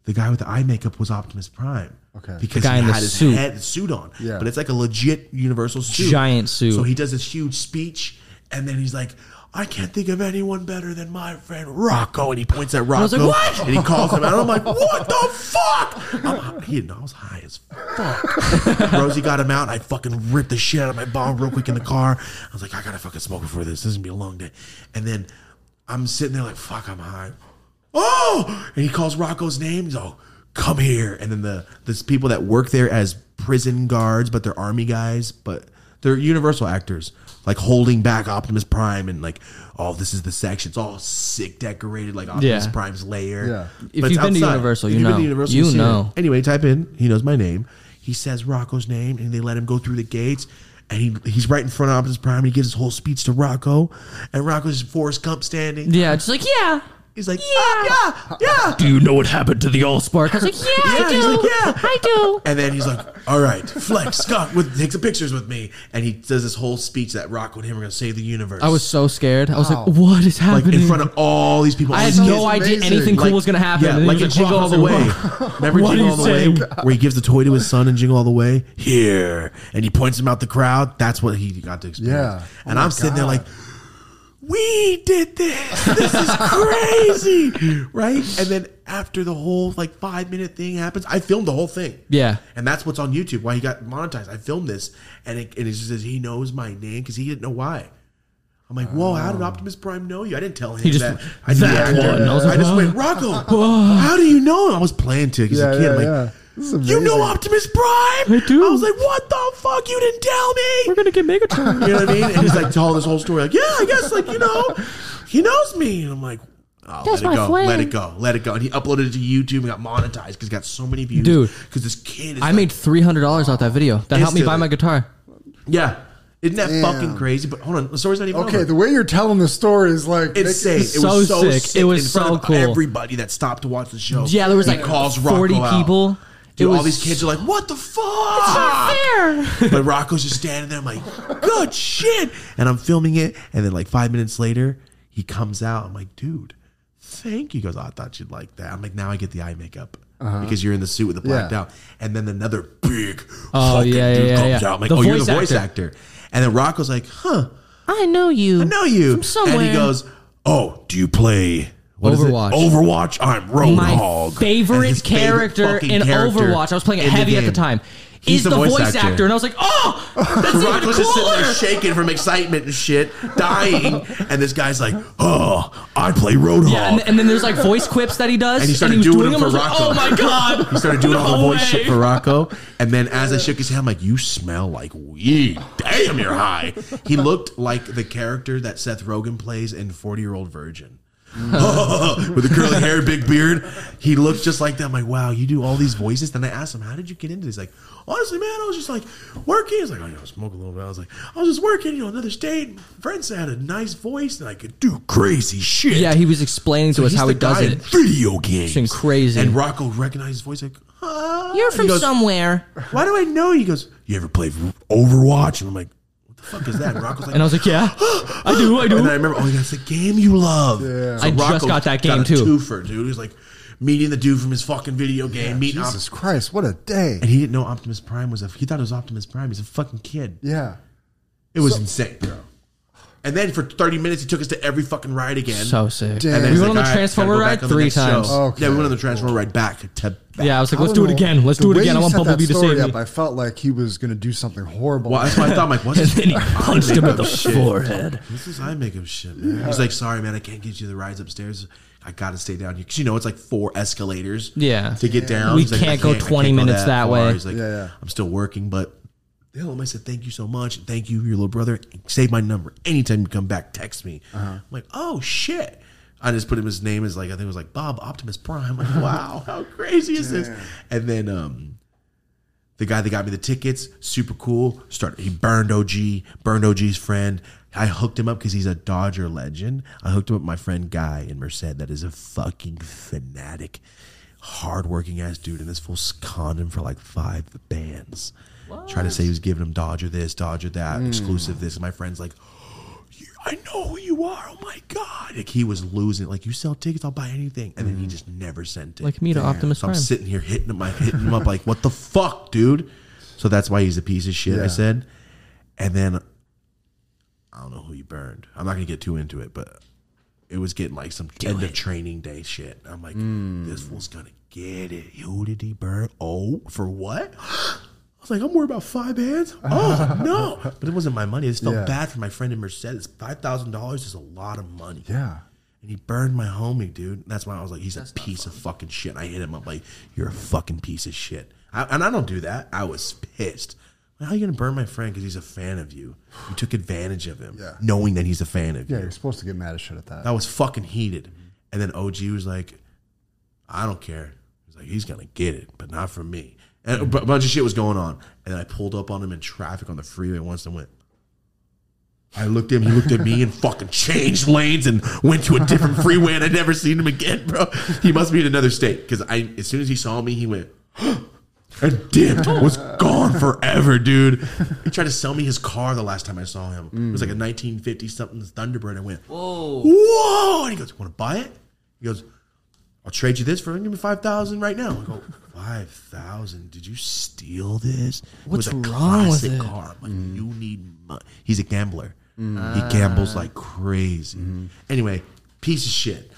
C: The guy with the eye makeup was Optimus Prime.
D: Okay.
C: Because
E: The guy
C: he
E: in the
C: had his
E: suit.
C: head suit on.
D: Yeah.
C: But it's like a legit universal suit.
E: Giant suit.
C: So he does this huge speech and then he's like, I can't think of anyone better than my friend Rocco. And he points at Rocco.
E: was like, "What?"
C: And he calls him out. I'm like, what the fuck? I'm, he didn't know. I was high as fuck. Rosie got him out. And I fucking ripped the shit out of my bomb real quick in the car. I was like, I gotta fucking smoke before this. This is gonna be a long day. And then I'm sitting there like, fuck, I'm high. Oh! And he calls Rocco's name. He's all, come here. And then the this people that work there as prison guards, but they're army guys, but they're universal actors, like holding back Optimus Prime and like, oh, this is the section. It's all sick decorated, like Optimus
E: Yeah.
C: Prime's lair.
D: Yeah.
E: If
C: But it's
E: you've been to
C: outside.
E: Universal, you
C: you've been
E: know.
C: to Universal,
E: You
C: you've seen it.
E: know.
C: Anyway, type in. He knows my name. He says Rocco's name, and they let him go through the gates. And he, he's right in front of Optimus Prime. And he gives his whole speech to Rocco, and Rocco's Forrest Gump standing.
E: yeah, just like yeah.
C: He's like, "Ah, yeah, yeah,
E: Do you know what happened to the Allspark? I was like, yeah,
C: Yeah,
E: I
C: he's
E: do.
C: like, yeah.
E: I do.
C: And then he's like, "All right, flex, Scott, with takes some pictures with me." And he does this whole speech that Rocco and him are going to save the universe.
E: I was so scared. I was
D: Wow.
E: like, what is
C: Oh. like
E: happening?
C: in front of all these people.
E: I
C: all
E: had
C: these
E: no
C: kids.
E: idea
D: amazing.
E: anything
C: Like-
E: cool was gonna happen.
C: Yeah,
E: and then
C: like
E: he
C: in
E: was like,
C: Jingle All the
E: Rocco's
C: Way.
E: like,
C: Remember
E: What are
C: Jingle
E: you
C: All the Way,
E: saying?
C: where he gives the toy to his son and Jingle All the Way here, and he points him out the crowd. That's what he got to experience.
D: Yeah. Oh
C: and I'm sitting there
D: God.
C: like, we did this. This is crazy. right? And then after the whole like five minute thing happens, I filmed the whole thing.
E: Yeah.
C: And that's what's on YouTube, why he got monetized. I filmed this and it, and it just says he knows my name because he didn't know why. I'm like, whoa,
D: Oh.
C: how did Optimus Prime know you? I didn't tell him
A: He just-
C: that. I, did
A: that one. I was
C: I
A: like,
C: just
A: "Huh?"
C: went, Rocco, how do you know? I was playing to because a
D: Yeah,
C: kid.
D: yeah,
C: I'm like,
D: yeah. This is
C: you know
D: amazing.
C: Optimus Prime?
A: I do.
C: I was like, what the fuck? You didn't tell me.
A: We're gonna get Megatron.
C: You know what I mean? And he's like, tell this whole story. Like, yeah, I guess, like, you know, he knows me. And I'm like, oh, let it
F: my
C: go.
F: friend.
C: Let it go. Let it go. And he uploaded it to YouTube and got monetized because he got so many views.
E: Dude.
C: Because this kid is.
E: I
C: like-
E: made three hundred dollars off that video. That helped me buy
C: Instantly.
E: my guitar.
C: Yeah. Isn't that
D: Damn.
C: fucking crazy? But hold on. The story's not even
D: Okay,
C: over.
D: the way you're telling the story is like
C: it's
D: making-
C: insane. It
E: so
C: was so sick.
E: sick. It was
C: in front
E: so
C: of
E: cool.
C: Everybody that stopped to watch the show.
E: Yeah, there was
C: He
E: like
C: calls Rocco
E: 40
C: out.
E: people.
C: Dude,
E: It
C: all
E: was
C: these kids are like, "What the fuck?" But Rocco's just standing there. I'm like, "Good shit!" And I'm filming it, and then like five minutes later, he comes out. I'm like, "Dude, thank you." He goes, "Oh, "I thought you'd like that." I'm like, "Now I get the eye makeup."
E: Uh-huh.
C: Because you're in the suit with the blacked
D: Yeah.
C: out, and then another big
E: Oh,
C: fucking
E: yeah, yeah,
C: dude
E: yeah,
C: comes
E: yeah.
C: out. I'm like,
E: The
C: "Oh, you're the
E: voice
C: voice actor. And then Rocco's like, "Huh,
F: I know you.
C: I know you."
F: From somewhere.
C: And he goes, "Oh, do you play what is it?
E: Overwatch.
C: Overwatch. I'm Roadhog.
E: my
C: And
E: favorite
C: his favorite
E: character
C: fucking
E: in
C: character
E: Overwatch. I was playing it
C: in
E: heavy at the
C: game.
E: time.
C: He's
E: is the, voice, actor. and I was like, oh, that's
C: Rock
E: even
C: was just sitting there
E: cooler.
C: shaking from excitement and shit, dying. and this guy's like, "Oh, I play Roadhog."
E: Yeah, and, and then there's like voice quips that he does,
C: And he started
E: was
C: doing them
E: I was
C: for
E: like,
C: Rocco.
E: oh my god!
C: he started doing all the
E: No
C: voice
E: way.
C: shit for Rocco, and then as I shook his hand, I'm like, "You smell like weed. Damn, you're high." He looked like the character that Seth Rogen plays in Forty Year Old Virgin.
E: Mm.
C: with the curly hair, big beard, he looked just like that. I'm like, wow, you do all these voices. Then I asked him, how did you get into this? He's like, honestly, man, I was just like working. He's like, oh, you know, smoke a little bit. I was like, I was just working, you know, another state. My Friends had a nice voice, and I could do crazy shit.
E: Yeah, he was explaining to us
C: He's
E: how
C: the
E: he does
C: guy in
E: it.
C: Video games.
E: It's crazy.
C: And Rocco recognized his voice like, ah.
F: You're
C: He
F: from
C: goes,
F: somewhere.
C: Why do I know? you?" He goes, you ever play Overwatch? And I'm like, what the fuck is that? And Rocco's like,
E: And I was like, yeah, I do, I
C: and then I
E: do.
C: remember, oh, that's the game you love. Yeah.
E: I just got that game,
C: got a
E: too.
C: Twofer, dude. He's like meeting the dude from his fucking video game. meeting Op-
D: Jesus Christ, what a day.
C: and he didn't know Optimus Prime was a. He thought it was Optimus Prime. He's a fucking kid.
D: Yeah.
C: It was insane, bro. And then for 30 minutes, he took us to every fucking ride again.
E: So sick.
D: Damn.
C: And then
D: We
C: he's
E: went on the
C: "All right,
E: Transformer
C: gotta go
E: ride
C: back on
E: three
C: next
E: times."
C: show."
D: Okay.
C: Yeah, we went on the Transformer ride back to back.
E: Yeah, I was like, let's
D: I
E: do
D: don't
E: it
D: know.
E: again. Let's
D: The
E: do it
D: way
E: again. I
D: you
E: want
D: set that
E: Bumblebee to
D: story
E: save
D: up,
E: me.
D: I felt like he was going to do something horrible.
C: Well, that's what I thought. I'm like, what is
E: Then he punched him in the forehead.
C: This is I make him shit. Man. He's like, sorry, man, I can't get you the rides upstairs. I gotta stay down here because you know it's like four escalators.
E: Yeah.
C: to get down.
E: We
C: He's like, I
E: can't go
C: I
E: 20
C: go
E: minutes that
C: far.
E: way.
C: He's like,
D: Yeah, yeah.
C: I'm still working, but hell, I said, thank you so much, and thank you, your little brother. Save my number anytime you come back. Text me.
D: Uh-huh.
C: I'm like, oh shit. I just put him his name as like I think it was like Bob Optimus Prime. like, wow, how crazy is this? And then um, the guy that got me the tickets, super cool. Started he burned OG, burned OG's friend. I hooked him up because he's a Dodger legend. I hooked him up with my friend Guy in Merced that is a fucking fanatic, hardworking ass dude, and this fool conned him for like five bands. Trying to say he was giving him Dodger this, Dodger that, exclusive this. And my friend's like, you- I know who you are. Oh my god! Like he was losing. Like you sell tickets, I'll buy anything, and then he just never sent it.
E: Like me to Optimus
C: So I'm
E: Prime.
C: sitting here hitting him, like, hitting him up, like, what the fuck, dude? So that's why he's a piece of shit. I
D: Yeah.
C: said, and then I don't know who you burned. I'm not gonna get too into it, but it was getting like some end of training day shit. I'm like,
D: Hmm.
C: this fool's gonna get it. Who did he burn? Oh, for what? I was like, I'm worried about five bands. Oh no, but it wasn't my money. I just felt
D: Yeah.
C: bad for my friend in Mercedes. Five thousand dollars is a lot of money.
D: yeah.
C: And he burned my homie, dude. And that's why I was like, he's a piece of fucking shit. And I hit him up like, you're a fucking piece of shit. I, and I don't do that. I was pissed. Like, How you gonna burn my friend because he's a fan of you? You took advantage of him,
D: Yeah.
C: knowing that he's a fan of
D: Yeah,
C: you.
D: you're supposed to get mad as shit at that.
C: That was fucking heated. And then OG was like, I don't care. He's like, he's gonna get it, but not from me. And a bu- bunch of shit was going on. And then I pulled up on him in traffic on the freeway once and went. I looked at him, he looked at me and fucking changed lanes and went to a different freeway and I'd never seen him again, bro. He must be in another state. Because I as soon as he saw me, he went, and dipped was gone forever, dude. He tried to sell me his car the last time I saw him. It was like a 1950 something Thunderbird. I went, whoa, whoa, and he goes, want to buy it? He goes, I'll trade you this for give me five thousand right now. I go, five thousand? Did you steal this? It was
E: What's
C: a
E: wrong with
C: classic
E: it?
C: Mm-hmm. Car. I'm like, you need money. He's a gambler.
E: Ah.
C: He gambles like crazy. Anyway, piece of shit.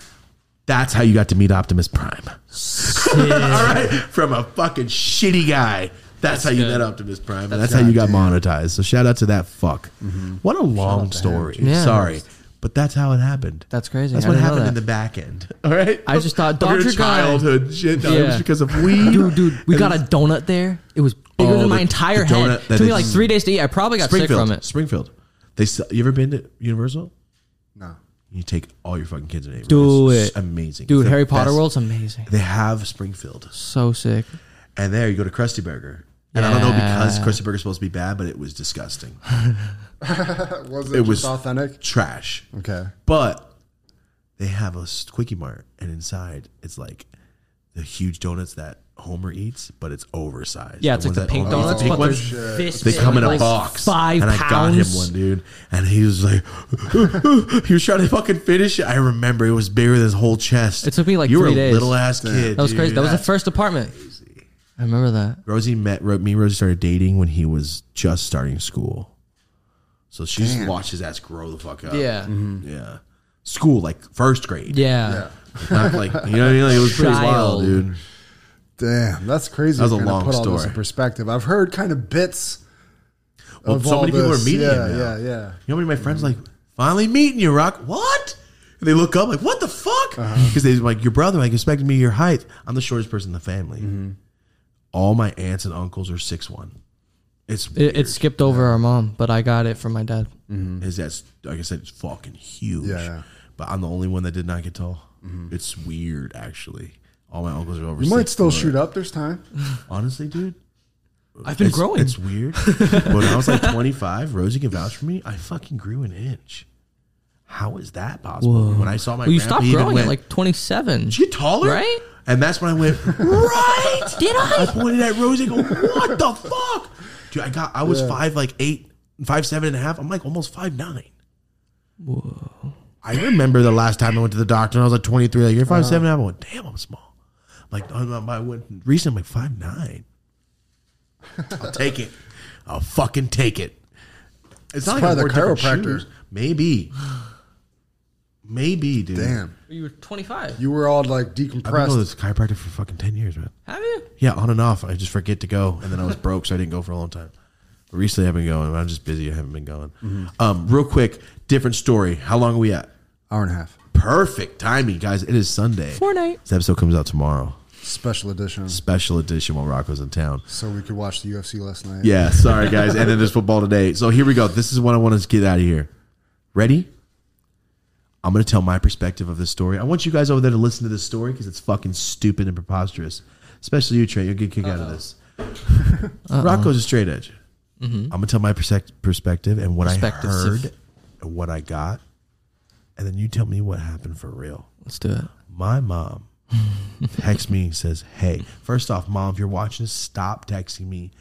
C: That's how you got to meet Optimus Prime. All right, from a fucking shitty guy. That's, how you met Optimus Prime. and that's how you got monetized. So shout out to that fuck.
E: Mm-hmm.
C: What a long story.
E: Yeah.
C: Sorry, but that's how it happened.
E: That's crazy.
C: That's
E: I
C: what
E: didn't know
C: happened in
E: that.
C: the back end. All right.
E: I just thought,
C: Of your
E: Dr. Guy.
C: childhood shit. No, it was
E: Yeah.
C: because of weed,
E: Dude, dude, we
C: And
E: got a donut there. It was bigger
C: Oh,
E: than
C: the-
E: my
C: the
E: entire
C: donut
E: head.
C: that
E: Took me
C: is-
E: like three days to eat. I probably got sick
C: Springfield.
E: from it.
C: Springfield. They sell, you ever been to Universal?
D: No.
C: You take all your fucking kids and neighbors.
E: Do
C: It's
E: it.
C: amazing,
E: Dude,
C: It's the
E: Harry Potter
C: best.
E: World's amazing.
C: They have Springfield,
E: So sick.
C: and there you go to Krusty Burger. And I don't know because
E: Yeah.
C: Krusty Burger's supposed to be bad, but it was disgusting,
D: Was
C: It
D: it,
C: was-
D: just authentic?
C: trash.
D: Okay.
C: But they have a s- quickie mart, and inside it's like the huge donuts that Homer eats, but it's oversized.
E: Yeah, it's
C: The
E: like the
C: ones that
E: pink
C: Homer eats,
E: donuts,
C: the pink
E: but they're
C: ones.
E: this
C: They
E: big,
C: come in a
E: like
C: box.
E: Five
C: and I got him
E: pounds.
C: one, dude. And he was like, he was trying to fucking finish it. I remember it was bigger than his whole chest.
E: It took me, like,
C: you were
E: three
C: a
E: days.
C: little ass kid.
E: That was
C: dude.
E: crazy. That was the
C: That's-
E: first apartment. I remember that.
C: Rosie met Ro- me. and Rosie started dating when he was just starting school, so she just watched his ass grow the fuck up.
E: Yeah.
C: yeah. School like first grade.
E: Yeah.
D: Yeah.
C: Not like you know what I mean. Like, it was pretty wild,
E: Child.
C: dude.
D: Damn, that's crazy.
C: That was a
D: kinda
C: long
D: put all this
C: story.
D: in perspective. I've heard kind of bits.
C: Well,
D: of
C: so
D: all
C: many people
D: this.
C: are meeting
D: yeah,
C: him now.
D: Yeah, Mm-hmm. yeah.
C: You know, many of my friends like finally meeting you, Rock. What? And they look up like, what the fuck? Because
D: Uh-huh.
C: they like your brother. Like expected me your height. I'm the shortest person in the family.
D: Mm-hmm.
C: All my aunts and uncles are six one. It's
E: It,
C: weird.
E: it skipped over our mom, but I got it from my dad.
C: Mm-hmm. his that's like I said, it's fucking huge.
D: Yeah.
C: But I'm the only one that did not get tall. Mm-hmm. It's weird, actually. All my uncles are over.
D: You might
C: six
D: still
C: foot.
D: shoot up. There's time.
C: honestly, dude.
E: I've been
C: it's,
E: growing.
C: It's weird. but when I was like 25, Rosie can vouch for me. I fucking grew an inch. How is that possible? When I saw my,
E: well, you
C: grandpa,
E: stopped
C: he even
E: growing
C: went,
E: at like 27.
C: Did you get taller,
E: Right?
C: And that's when I went, right? Did I? I pointed at Rosie. and Go, what the fuck, dude? I got. I was five, like eight, five, seven and a half. I'm like almost five nine. Whoa. I remember the last time I went to the doctor. and I was like 23. Like you're five
D: Uh-huh.
C: seven and a half. I went, damn, I'm small. I'm like I'm- I'm- I went recently. I'm like five nine. I'll take it. I'll fucking take it. It's, not
D: probably
C: like
D: the
C: I wore different
D: chiropractor.
C: shoes. Maybe. Maybe, dude.
D: Damn,
E: You were 25.
D: you were all like
C: I've been going
D: decompressed.
C: to this chiropractor for fucking ten years, man.
E: Have you?
C: Yeah, on and off. I just forget to go, and then I was broke, so I didn't go for a long time. But recently, I've been going. I'm just busy. I haven't been going. Um, real quick, different story. How long are we at?
D: Hour and a half,
C: Perfect timing, guys. It is Sunday.
E: Four night.
C: This episode comes out tomorrow.
D: special edition,
C: Special edition while Rocco's in town.
D: so we could watch the UFC last night.
C: Yeah, sorry guys. and then there's football today. So here we go. This is what I want to get out of here. Ready? I'm going to tell my perspective of this story. I want you guys over there to listen to this story because it's fucking stupid and preposterous. Especially you, Trey. You'll get a kick out of this. Rocco's a straight edge. I'm going to tell my persec- perspective and what I
E: Perspective.
C: heard and what I got. And then you tell me what happened for real
E: Let's do it.
C: my mom texts me says hey first off mom if you're watching this stop texting me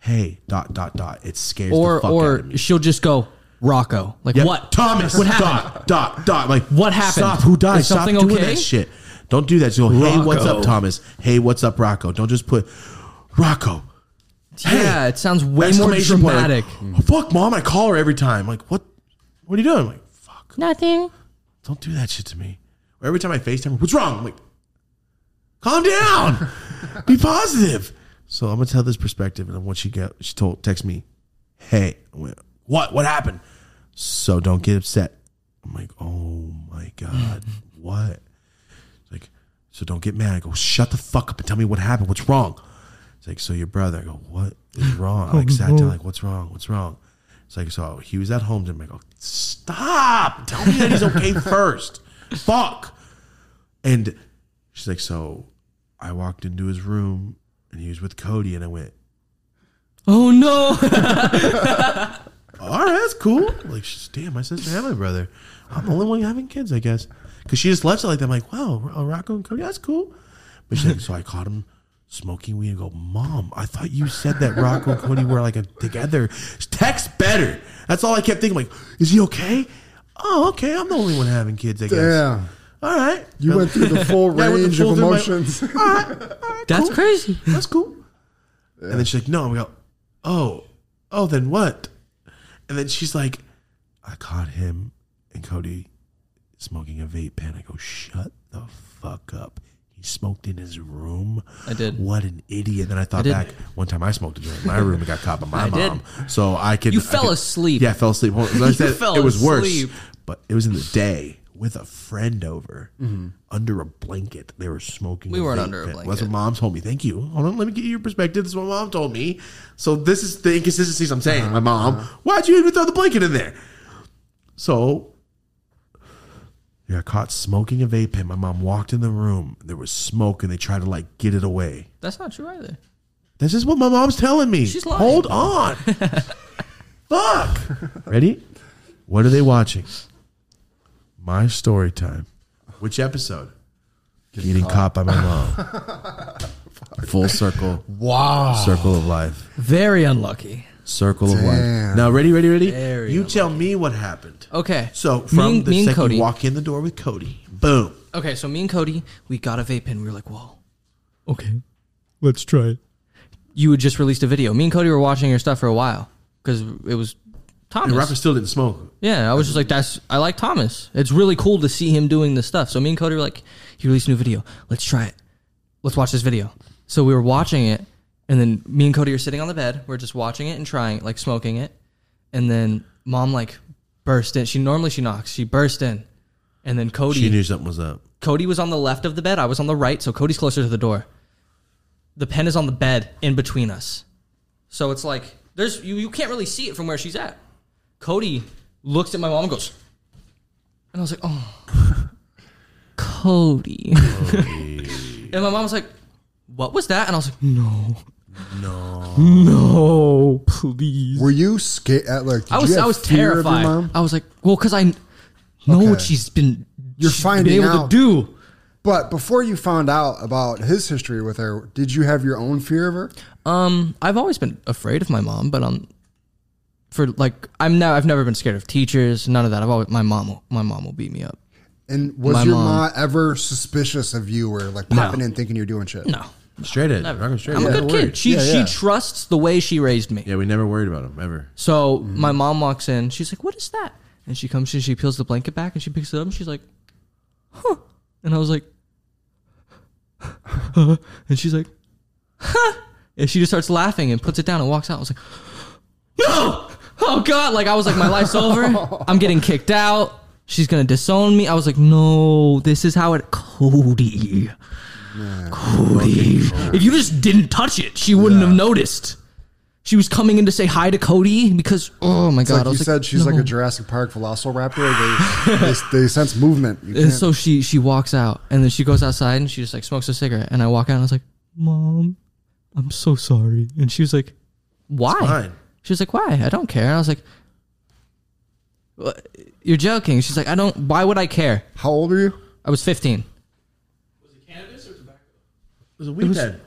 C: hey dot dot dot it scares the
E: Or
C: fuck out of
E: or
C: me
E: she'll just go Rocco. Like
C: Yeah,
E: what?
C: thomas
E: What
C: dot
E: happened?
C: dot dot like
E: What happened?
C: stop who died
E: Is
C: stop
E: something
C: doing
E: okay?
C: that shit don't do that so hey what's
E: Rocco.
C: up thomas hey what's up rocco don't just put rocco
E: Yeah,
C: Hey!
E: it sounds way more
C: exclamation point.
E: dramatic.
C: Like, "Oh, fuck mom i call her every time like what what are you doing I'm like fuck
E: Nothing.
C: don't do that shit to me. Or every time I FaceTime, what's wrong? I'm like, calm down. Be positive. So I'm gonna tell this perspective, and then once she got she told text me, hey, I went, what what happened? So don't get upset. I'm like, oh my god, what? It's like, so don't get mad. I go, shut the fuck up and tell me what happened. What's wrong? It's like, so your brother. I go, what is wrong? I like sat down, like, what's wrong? What's wrong? It's like, so he was at home. Then I go, stop. Tell me that he's okay first. Fuck. And she's like, so I walked into his room and he was with Cody, and I went,
E: Oh no.
C: all right, that's cool. Like, she's, damn, my sister and my brother. I'm the only one having kids, I guess. Because she just left it like that. I'm like, wow, Ro- Rocco and Cody, that's cool. But she's like, so I caught him smoking weed and go, Mom, I thought you said that Rocco and Cody were like a, together. Text better. That's all I kept thinking. Like, is he okay? Oh, okay. I'm the only one having kids, I guess.
D: Damn,
C: All right.
D: you went through the full
C: Yeah, I went
D: range
C: through
D: of
C: full-
D: emotions.
C: All right, all right,
E: That's
C: cool.
E: crazy.
C: That's cool. And then she's like, no. And we go, oh, oh, then what? And then she's like, I caught him and Cody smoking a vape pen. I go, shut the fuck up. He smoked in his room.
E: I did.
C: What an idiot. Then I thought
E: did.
C: back one time I smoked a joint in my room and got caught by my
E: I did.
C: mom. So I could.
E: You
C: I
E: fell
C: could-
E: asleep.
C: Yeah, I fell asleep. Well, I
E: You
C: said
E: fell
C: it was
E: asleep.
C: worse. But it was in the day with a friend over under a blanket. They were smoking.
E: We
C: a
E: weren't
C: vape
E: under a
C: pen. Well, That's
E: blanket.
C: what mom told me. Thank you. Hold on. Let me get you your perspective. This is what mom told me. So this is the inconsistencies I'm saying. My mom,
E: Uh-huh.
C: why'd you even throw the blanket in there? So you got caught smoking a vape pen. My mom walked in the room. There was smoke, and they tried to like get it away.
E: That's not true either.
C: This is what my mom's telling me.
E: She's lying.
C: Hold on. Fuck. Ready? What are they watching? My story time. Which episode? Getting, caught. by my mom. Full circle.
E: Wow.
C: Circle of life.
E: Very unlucky.
C: Circle of life.
D: Damn.
C: Now, ready, ready, ready?
E: Very
C: you tell me what happened.
E: Okay.
C: So,
E: Me
C: from
E: and- me
C: the
E: and
C: second
E: Cody.
C: you walk in the door with Cody, boom.
E: Okay, so me and Cody, we got a vape pen. We were like, whoa.
A: Okay, let's try it.
E: You had just released a video. Me and Cody were watching your stuff for a while because it was
C: And
E: Thomas.
C: Rocker still didn't smoke.
E: Yeah, I was just like, that's I like Thomas. It's really cool to see him doing this stuff. So me and Cody were like, he released a new video. Let's try it. Let's watch this video. So we were watching it, and then me and Cody are sitting on the bed. We're just watching it and trying, like smoking it. And then mom like burst in. She normally she knocks. She burst in, and then Cody
C: She knew something was up.
E: Cody was on the left of the bed. I was on the right, so Cody's closer to the door. The pen is on the bed in between us. So it's like there's you, you can't really see it from where she's at. Cody looks at my mom and goes, and I was like, oh, Cody. and my mom was like, what was that? And I was like,
A: No. No. No, Oh, please.
D: Were you scared? At like, did
E: I
D: you
E: was
D: have
E: I was
D: fear of your
E: terrified.
D: mom?
E: I was like, well, because I know what
D: Okay.
E: she's been
D: You're
E: she's been
D: finding
E: able
D: out.
E: to do.
D: But before you found out about his history with her, did you have your own fear of her?
E: Um, I've always been afraid of my mom, but um, for like I'm now I've never been scared of teachers, none of that. I've always my mom will, my mom will beat me up.
D: And was
E: My
D: your
E: mom.
D: mom. ever suspicious of you or like popping in thinking you're doing shit?
E: No,
C: Straight at it. Rocker's straight
E: I'm
C: at
E: a
C: it.
E: good kid. She
D: Yeah, yeah.
E: she trusts the way she raised me.
C: Yeah, we never worried about him, ever.
E: So
D: Mm-hmm.
E: my mom walks in, she's like, "What is that?" And she comes in, she peels the blanket back, and she picks it up, and she's like, "Huh?" And I was like, huh? and she's like, "Huh?" And she just starts laughing and puts it down and walks out. I was like, "No, oh god!" Like I was like, "My life's over. I'm getting kicked out. She's gonna disown me." I was like, "No, this is how it, Cody." Cody, if you just didn't touch it, she wouldn't have noticed. She was coming in to say hi to Cody because oh my
D: It's
E: god, I
D: like you
E: was
D: said, she's like
E: "No."
D: a Jurassic Park Velociraptor. They, they, they sense movement. You
E: And
D: can't-
E: so she she walks out, and then she goes outside, and she just like smokes a cigarette. And I walk out, and I was like,
A: Mom, I'm so sorry.
E: and she was like, "Why?"
C: Fine.
E: She was like, "Why? I don't care." And I was like, "Wha- "You're joking." She's like, "I don't. Why would I care?"
D: how old are you?
E: I was 15.
C: It was a weed pen.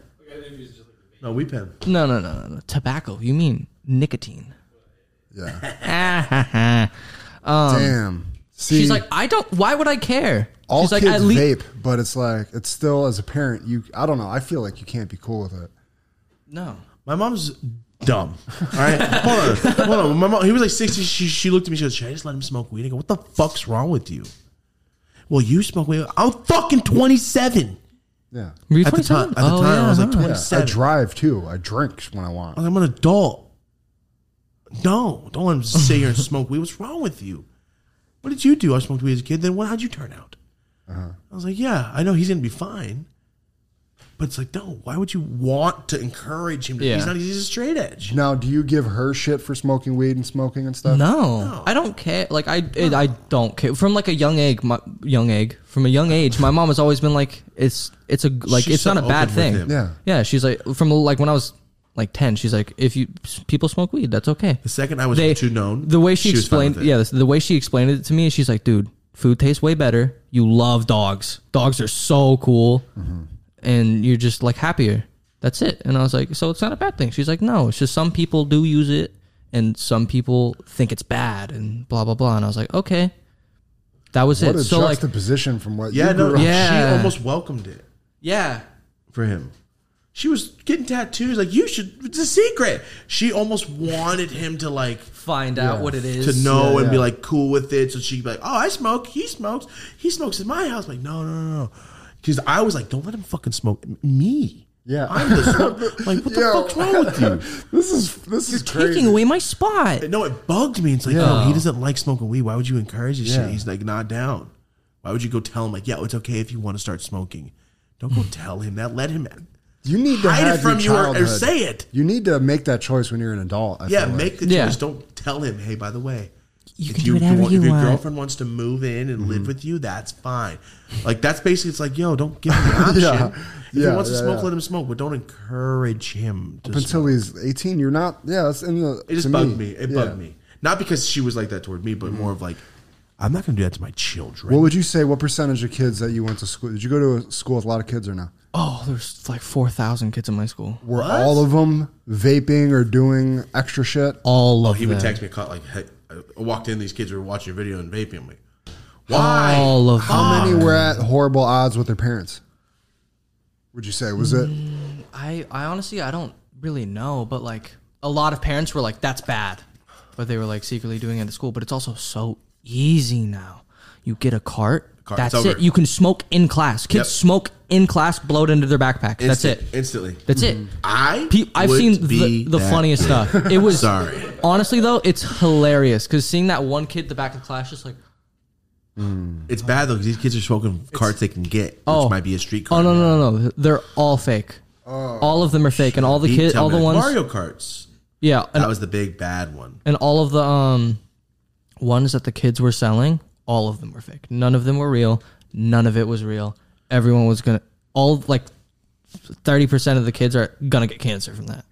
C: No, weed pen.
E: No, no, no, no, no. Tobacco. You mean nicotine?
D: Yeah.
E: Ah,
D: Damn. See,
E: She's like, "I don't. Why would I care?"
D: all
E: She's like,
D: kids
E: "At lea-
D: vape, but it's like it's still as a parent. You, I don't know. I feel like you can't be cool with it.
E: No.
C: My mom's dumb. All right, hold on, hold on. My mom, he was like sixty. She, she looked at me. She goes, "Should I just let him smoke weed?" I go, "What the fuck's wrong with you?" Well, you smoke weed. I'm fucking twenty seven
D: Yeah.
E: Were you
C: at the
E: 27?
C: time. At the
E: Oh,
C: time, I was
E: yeah,
C: like
E: huh.
C: twenty
D: Yeah, I
C: seven.
D: drive too. I drink when I want.
C: I'm an adult. No, don't let him sit here and smoke weed. What's wrong with you? What did you do? I smoked weed as a kid. Then what? How'd you turn out?
E: Uh-huh.
C: I was like, yeah, I know he's gonna be fine. But it's like, no. Why would you want to encourage him? To,
E: Yeah.
C: He's not. He's a straight edge.
D: Now, do you give her shit for smoking weed and smoking and stuff?
E: No, I don't care. Like I, it, I don't care. From like a young egg, my, young egg. From a young age, my mom has always been like, it's, it's a like,
C: She's
E: it's
C: so
E: not a bad
C: open with
E: thing.
C: him.
D: Yeah.
E: yeah. She's like, from like when I was like ten, she's like, if you people smoke weed, that's okay.
C: The second I was too known,
E: The way she,
C: was fine
E: explained,
C: with it.
E: yeah, the, the way she explained it to me, she's like, dude, food tastes way better. You love dogs. Dogs are so cool,
C: Mm-hmm.
E: and you're just like happier. That's it. And I was like, so it's not a bad thing. She's like, no, it's just some people do use it, and some people think it's bad, and blah blah blah. And I was like, okay, that was
D: What
E: it.
D: a
E: So like,
D: juxtaposition from what
C: Yeah,
D: you
C: no,
D: grew up.
E: Yeah.
C: she almost welcomed it
E: yeah,
C: for him. She was getting tattoos. Like you should. It's a secret. She almost wanted him to like
E: Find out what it is.
C: to know
D: Yeah,
C: and be
D: yeah.
C: like cool with it. So she'd be like, "Oh, I smoke. He smokes. He smokes in my house." like, no, no, no, no. Because I was like, "Don't let him fucking smoke M- me."
D: Yeah.
C: I'm the smoke. like, what the
D: Yo.
C: fuck's wrong with you?
D: This is this is crazy.
E: Taking away my spot.
C: No, it bugged me. It's like,
D: Yeah.
C: no, he doesn't like smoking weed. Why would you encourage this
D: Yeah.
C: shit? He's like, not down. Why would you go tell him like, yeah, it's okay if you want to start smoking? Don't go tell him that. Let him
D: you need Hmm. to
C: hide
D: have
C: it from you
D: your
C: or, or
D: childhood.
C: say it.
D: You need to make that choice when you're an adult. I
C: Yeah,
D: feel like.
C: make the
E: Yeah.
C: choice. Don't tell him, hey, by the way,
A: You
C: if
A: can
C: you,
A: do whatever
C: want-
A: you
C: if your
A: want.
C: girlfriend wants to move in and live with you, that's fine. Like that's basically it's like, yo, don't give him the option.
D: Yeah.
C: If
D: Yeah,
C: he wants
D: yeah,
C: to smoke,
D: yeah.
C: let him smoke, but don't encourage him to smoke.
D: until he's 18. You're not. Yeah, that's in the.
C: It just
D: to
C: bugged me. It
D: Yeah.
C: bugged me. Not because she was like that toward me, but more of like, I'm not gonna do that to my children.
D: What would you say? What percentage of kids that you went to school? Did you go to a school with a lot of kids or not?
E: Oh, there's like 4,000 kids in my school.
D: Were all of them vaping or doing extra shit?
E: All of
C: Oh, He
E: them.
C: would text me, caught like, hey, I walked in, these kids were watching your video and vaping. I'm like, why?
E: All of them.
D: How many were
C: Ah.
D: at horrible odds with their parents? Would you say was it?
C: Mm.
E: I, I honestly, I don't really know, but like a lot of parents were like, that's bad. But they were like secretly doing it at school. But it's also so easy now. You get a cart.
C: Cart,
E: that's
C: it's over.
E: it. You can smoke in class. Kids
C: Yep.
E: smoke in class, blow it into their backpack. That's
C: Instant-
E: it.
C: Instantly.
E: That's it.
C: I
E: Pe- I've
C: would
E: seen the,
C: be
E: the
C: that kid.
E: funniest stuff. It was
C: Sorry.
E: honestly though, it's hilarious because seeing that one kid at the back of class just like,
C: It's bad though because these kids are smoking carts they can get,
E: Oh.
C: which might be a street
E: oh
C: cart.
E: no no no no, they're all fake. all of them are fake, and all the
C: He
E: kids,
C: tell
E: all
C: me,
E: the
C: like,
E: ones,
C: Oh. Mario Karts.
E: yeah, and,
C: That was the big bad one.
E: and all of the um ones that the kids were selling, all of them were fake. None of them were real. None of it was real. Everyone was gonna all like thirty percent of the kids are gonna get cancer from that.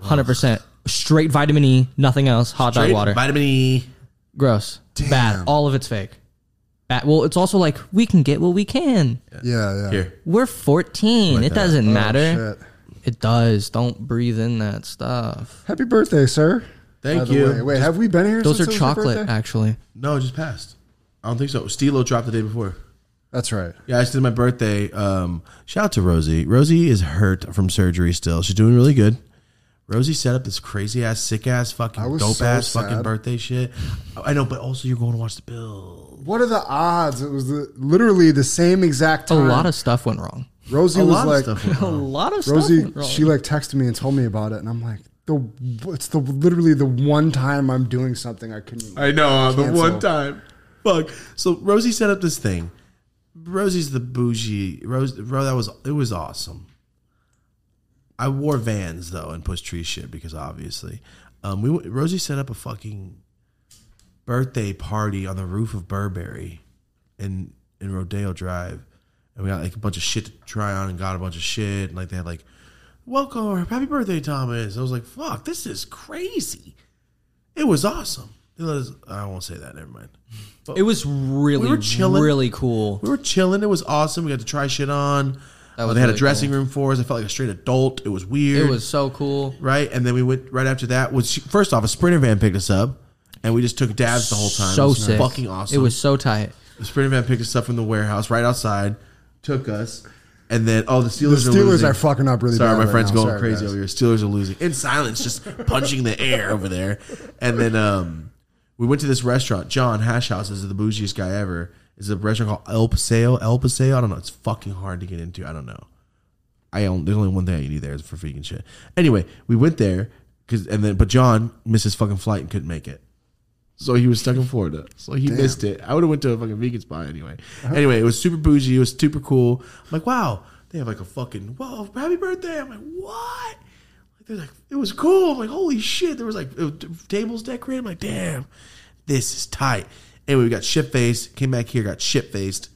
E: Hundred percent. Straight vitamin E, nothing else. Hot dog
C: Straight
E: water.
C: Vitamin E.
E: Gross. Bad. All of it's fake. Bad. Well, it's also like we can get what we can.
D: Yeah, yeah.
C: Here.
E: We're 14. it doesn't matter.
D: Shit.
E: It does. Don't breathe in that stuff.
D: Happy birthday, sir. By
C: Thank
D: the
C: you.
D: way. Wait, have we been here?
E: Those
D: since
E: are
D: it was your
E: chocolate,
D: birthday?
E: actually.
C: No, it just passed. I don't think so. Stilo dropped the day before.
D: That's right.
C: Yeah, I just did my birthday. Um, shout out to Rosie. Rosie is hurt from surgery still. She's doing really good. Rosie set up this crazy ass, sick ass,
D: I
C: fucking
D: was
C: dope
D: so
C: ass
D: sad.
C: fucking birthday shit. I know, but also you're going to watch the bill.
D: What are the odds? It was the, literally the same exact
E: A
D: time.
E: lot of stuff went wrong.
D: Rosie
C: A
D: was
C: lot
D: like,
C: of stuff. went
E: A
C: wrong.
E: lot of
D: Rosie,
E: stuff went wrong.
D: she like texted me and told me about it, and I'm like, the it's the literally the one time I'm doing something I couldn't.
C: I know uh, the
D: Cancel.
C: one time. Fuck. So Rosie set up this thing. Rosie's the bougie. Rose, bro, that was it was awesome. I wore Vans though and pushed tree shit because obviously, um, we went- Rosie set up a fucking birthday party on the roof of Burberry, in in Rodeo Drive, and we got like a bunch of shit to try on and got a bunch of shit and like they had like, welcome or happy birthday Thomas. I was like, fuck, this is crazy. It was awesome. It was, I won't say that. Never mind.
E: it was really,
C: were chilling.
E: really cool.
C: We were chilling. It was awesome. We got to try shit on.
E: That
C: Uh,
E: was
C: they had
E: really
C: a dressing room for us. I felt like a straight adult. It was weird.
E: It was so cool.
C: right. And then we went right after that. Was first off, a sprinter van picked us up, and we just took dabs the whole time. it
E: So
C: was
E: sick.
C: fucking awesome.
E: It was so tight.
C: the sprinter van picked us up from the warehouse right outside, took us, and then oh, the
D: The
C: Steelers. are,
D: Steelers
C: losing.
D: are fucking up really
C: Sorry,
D: bad.
C: my
D: right
C: friend's
D: now.
C: going
D: Sorry,
C: crazy
D: guys.
C: over here. Steelers are losing in silence, just punching the air over there. And then um, we went to this restaurant. John Hash House is the bougiest guy ever. It's a restaurant called El Paseo. El Paseo. I don't know. It's fucking hard to get into. I don't know. I own, there's only one thing I can do there is for vegan shit. Anyway, we went there because and then but John missed his fucking flight and couldn't make it. So he was stuck in Florida. So he missed it. I would have went to a fucking vegan spot anyway. Anyway, it was super bougie. It was super cool. I'm like, wow, they have like a fucking whoa, happy birthday. I'm like, what? Like, they're like, it was cool. I'm like, holy shit. There was like it was tables decorated. I'm like, damn, this is tight. Anyway, we got shit faced. Came back here, got shit faced,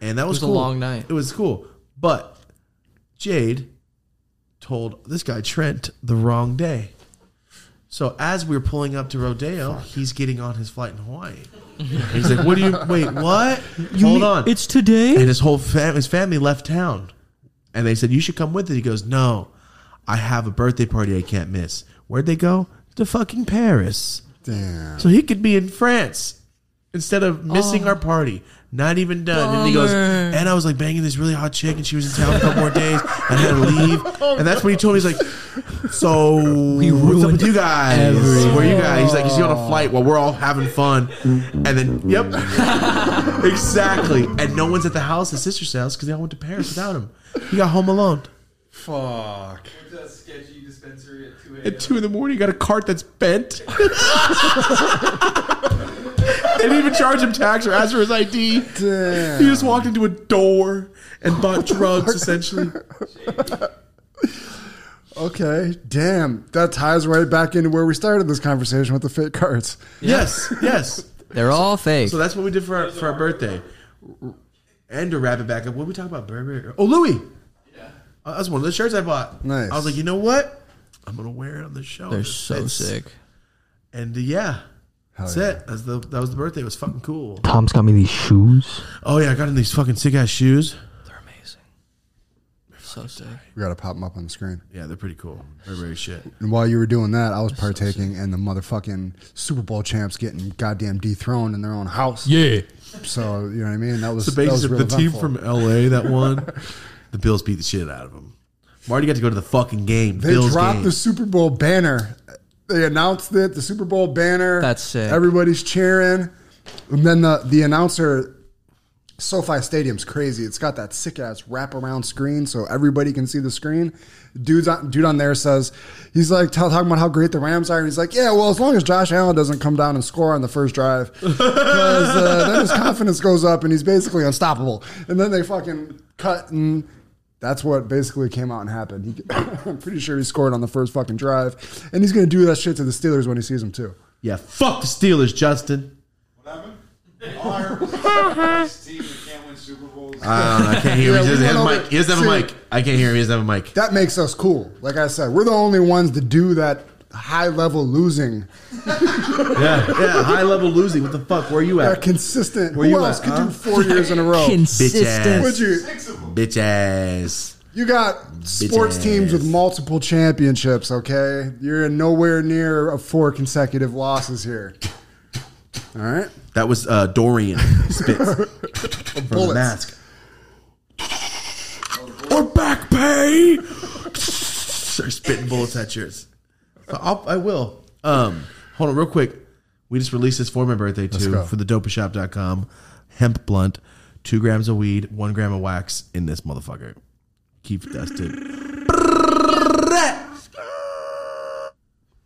C: and that was,
E: was a
C: cool.
E: long night.
C: It was cool, but Jade told this guy Trent the wrong day. So as we were pulling up to Rodeo, he's getting on his flight in Hawaii. he's like, "What do you? Wait, what? Hold on."
E: It's today?
C: and his whole fam- his family left town, and they said you should come with it. He goes, "No, I have a birthday party I can't miss." Where'd they go? To fucking Paris.
D: Damn.
C: So he could be in France instead of missing our party. Not even done. And he goes,
E: Bummer.
C: and I was like banging this really hot chick, and she was in town a couple more days. And I had to leave, and that's when he told me he's like, so what's up
A: ruined
C: with you guys? Where you guys? He's like, he's on a flight while we're all having fun, and then yep, exactly. And no one's at the house, his sister's house, because they all went to Paris without him. He got home alone.
D: Fuck.
F: That sketchy dispensary at 2 a.m.
C: At two in the morning, you got a cart that's bent. they didn't even charge him tax or ask for his ID.
D: Damn.
C: He just walked into a door and bought drugs, essentially.
D: Okay. Damn. That ties right back into where we started this conversation with the fake cards.
C: Yes, yes.
E: They're all fake.
C: So that's what we did for our, for our birthday. And to wrap it back up, what did we talk about? Burberry? Oh, Louis. Yeah. That was one of the shirts I bought.
D: Nice.
C: I was like, you know what? I'm going to wear it on the show.
E: They're
C: It
E: so
C: fits."
E: sick.
C: And uh, yeah. That's it. That's the, that was the birthday. It was fucking cool.
G: Tom's got me these shoes.
C: Oh, yeah. I got in these fucking sick ass shoes.
E: They're amazing. So sick.
D: We gotta pop them up on the screen.
C: Yeah, they're pretty cool. Burberry shit.
D: And while you were doing that, I was partaking in the motherfucking Super Bowl champs getting goddamn dethroned in their own house.
A: Yeah.
D: So you know what I mean? That was
C: So
D: that was
C: basically,
D: real
C: the team
D: eventful.
C: from LA that won, the Bills beat the shit out of them. Marty got to go to the fucking game.
D: they
C: Bills
D: dropped
C: game.
D: the Super Bowl banner. They announced it. The Super Bowl banner.
E: That's sick.
D: Everybody's cheering, and then the the announcer. SoFi Stadium's crazy. It's got that sick ass wraparound screen, so everybody can see the screen. Dude's on, dude on there says he's like tell, talking about how great the Rams are, and he's like, yeah, well, as long as Josh Allen doesn't come down and score on the first drive, because uh, then his confidence goes up and he's basically unstoppable. And then they fucking cut, and that's what basically came out and happened. He, I'm pretty sure he scored on the first fucking drive, and he's gonna do that shit to the Steelers when he sees them too.
C: yeah, fuck the Steelers, Justin.
F: What happened? All I heard was Steve, we can't win Super Bowls.
C: I don't know. I can't hear
D: Yeah,
C: him. He doesn't
D: we
C: have a
D: went
C: mic.
D: over-
C: He doesn't have a
D: see-
C: mic. I can't hear him. He doesn't have a mic.
D: That makes us cool. Like I said, we're the only ones to do that high level losing,
C: Yeah, yeah. High level losing. What the fuck? Where you
D: that
C: at?
D: consistent.
C: Where
D: Who
C: you
D: else
C: at,
D: could
C: huh?
D: do four years in a row?
C: Bitch ass.
D: Would you?
C: Bitch ass.
D: You got sports
C: ass.
D: teams with multiple championships, okay? You're nowhere near of four consecutive losses here. All right?
C: That was uh, Dorian Spitz from the
D: bullets.
C: mask. Or back pay. They're spitting bullets at yours. So I'll, I will. Um, hold on, real quick. We just released this for my birthday too
D: go.
C: for the dopashop.com hemp blunt, two grams of weed, one gram of wax in this motherfucker. Keep dusted.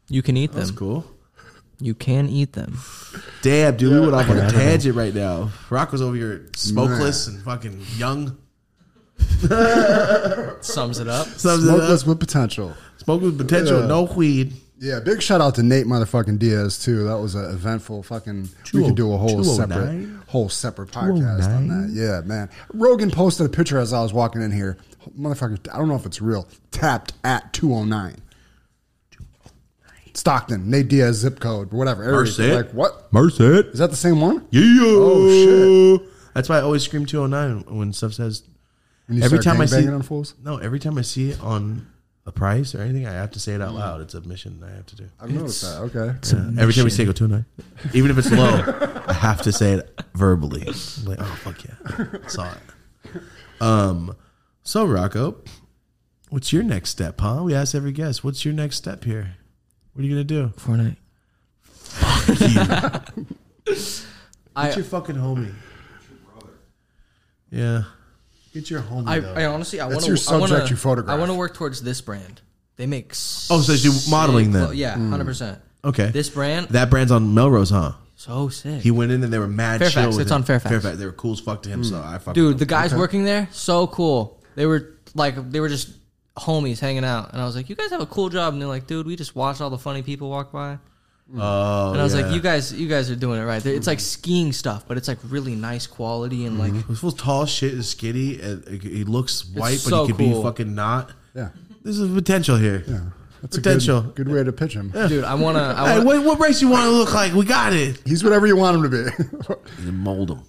E: You can eat them.
C: That's cool.
E: You can eat them.
C: Damn, dude, we went off on a tangent right now. Rock was over here smokeless and fucking young.
E: Sums it up.
C: Sums it up.
D: Smokeless with potential.
C: Smoke with potential,
D: Yeah.
C: no weed.
D: Yeah, big shout out to Nate motherfucking Diaz too. That was an eventful fucking. We
C: 20-
D: could do a whole
C: 209?
D: separate, whole separate podcast on that. Yeah, man. Rogan posted a picture as I was walking in here. Motherfucker, I don't know if it's real. Tapped at two hundred nine. Stockton, Nate Diaz zip code or whatever. Everybody's
C: Merced.
D: Like what?
C: Merced.
D: Is that the same one?
C: Yeah.
D: Oh,
C: shit. That's why I always scream 209 when stuff says.
D: And you
C: Every
D: start
C: time I
D: gangbanging
C: see-
D: on fools.
C: No, every time I see it on a price or anything, I have to say it
E: Mm.
C: out loud. It's a mission I have to do.
D: I've noticed that. Okay.
C: Yeah. Every time we say go 209, even if it's low, I have to say it verbally. I'm like, oh fuck yeah, saw it. Um, so Rocco, what's your next step, huh? We ask every guest, what's your next step here? What are you gonna do?
E: Fortnite.
C: Get
E: I,
C: your fucking homie. Yeah. Get your homie.
E: I,
C: though.
E: I honestly, I want
D: That's
E: to.
D: your subject
E: I wanna,
D: you photograph.
E: I want to work towards this brand. They make.
C: Oh, so you do
E: sick
C: modeling then?
E: clo- Yeah, hundred percent.
C: okay.
E: This brand,
C: that brand's on Melrose, huh?
E: so sick.
C: He went in and they were mad
E: Fairfax,
C: chill. with
E: it's
C: him.
E: on Fairfax. Hmm.
C: Fairfax. They were cool as fuck to him, so I fucking
E: Dude, the guys working there, so cool. They were like, they were just homies hanging out, and I was like, "You guys have a cool job." And they're like, "Dude, we just watched all the funny people walk by."
C: Oh,
E: And I was
C: yeah.
E: like, "You guys, you guys are doing it right. It's like skiing stuff, but it's like really nice quality and like
C: This fool's tall, shit, is skinny. And he looks white, but
E: so
C: he could be
E: cool.
C: fucking not.
D: Yeah.
C: There's a potential here.
D: That's
C: potential.
D: a good, good way to pitch him.
E: dude, I wanna, I
C: Hey,
E: wanna
C: what, what race you want to look like? We got it.
D: He's whatever you want him to be.
C: And then mold them.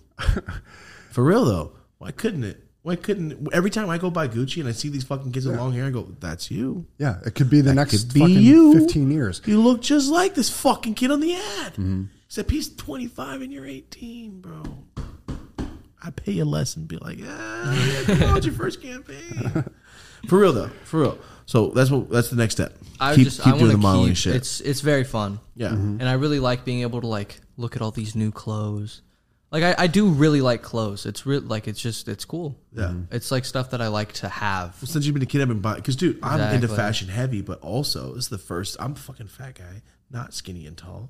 C: For real though, why couldn't it? Why couldn't it? every time I go by Gucci and I see these fucking kids with long hair, I go, "That's you.
D: yeah, it could be the next
C: could be
D: fucking
C: you.
D: fifteen years.
C: You look just like this fucking kid on the ad." Except he's 25 and you're 18, bro. I pay you less and be like, ah, come on, your first campaign. for real though, for real. So that's what that's the next step.
E: I
C: keep
E: just
C: keep
E: I
C: doing
E: want
C: the
E: to
C: modeling
E: keep.
C: shit.
E: It's it's very fun.
C: yeah,
D: Mm-hmm.
E: and I really like being able to like look at all these new clothes. Like I, I do really like clothes. It's real like it's just it's cool.
C: yeah.
D: Mm-hmm.
E: It's like stuff that I like to have.
C: Since you've been a kid, I've been buying. Because dude, I'm into
E: Exactly.
C: fashion heavy, but also it's the first. I'm a fucking fat guy, not skinny and tall.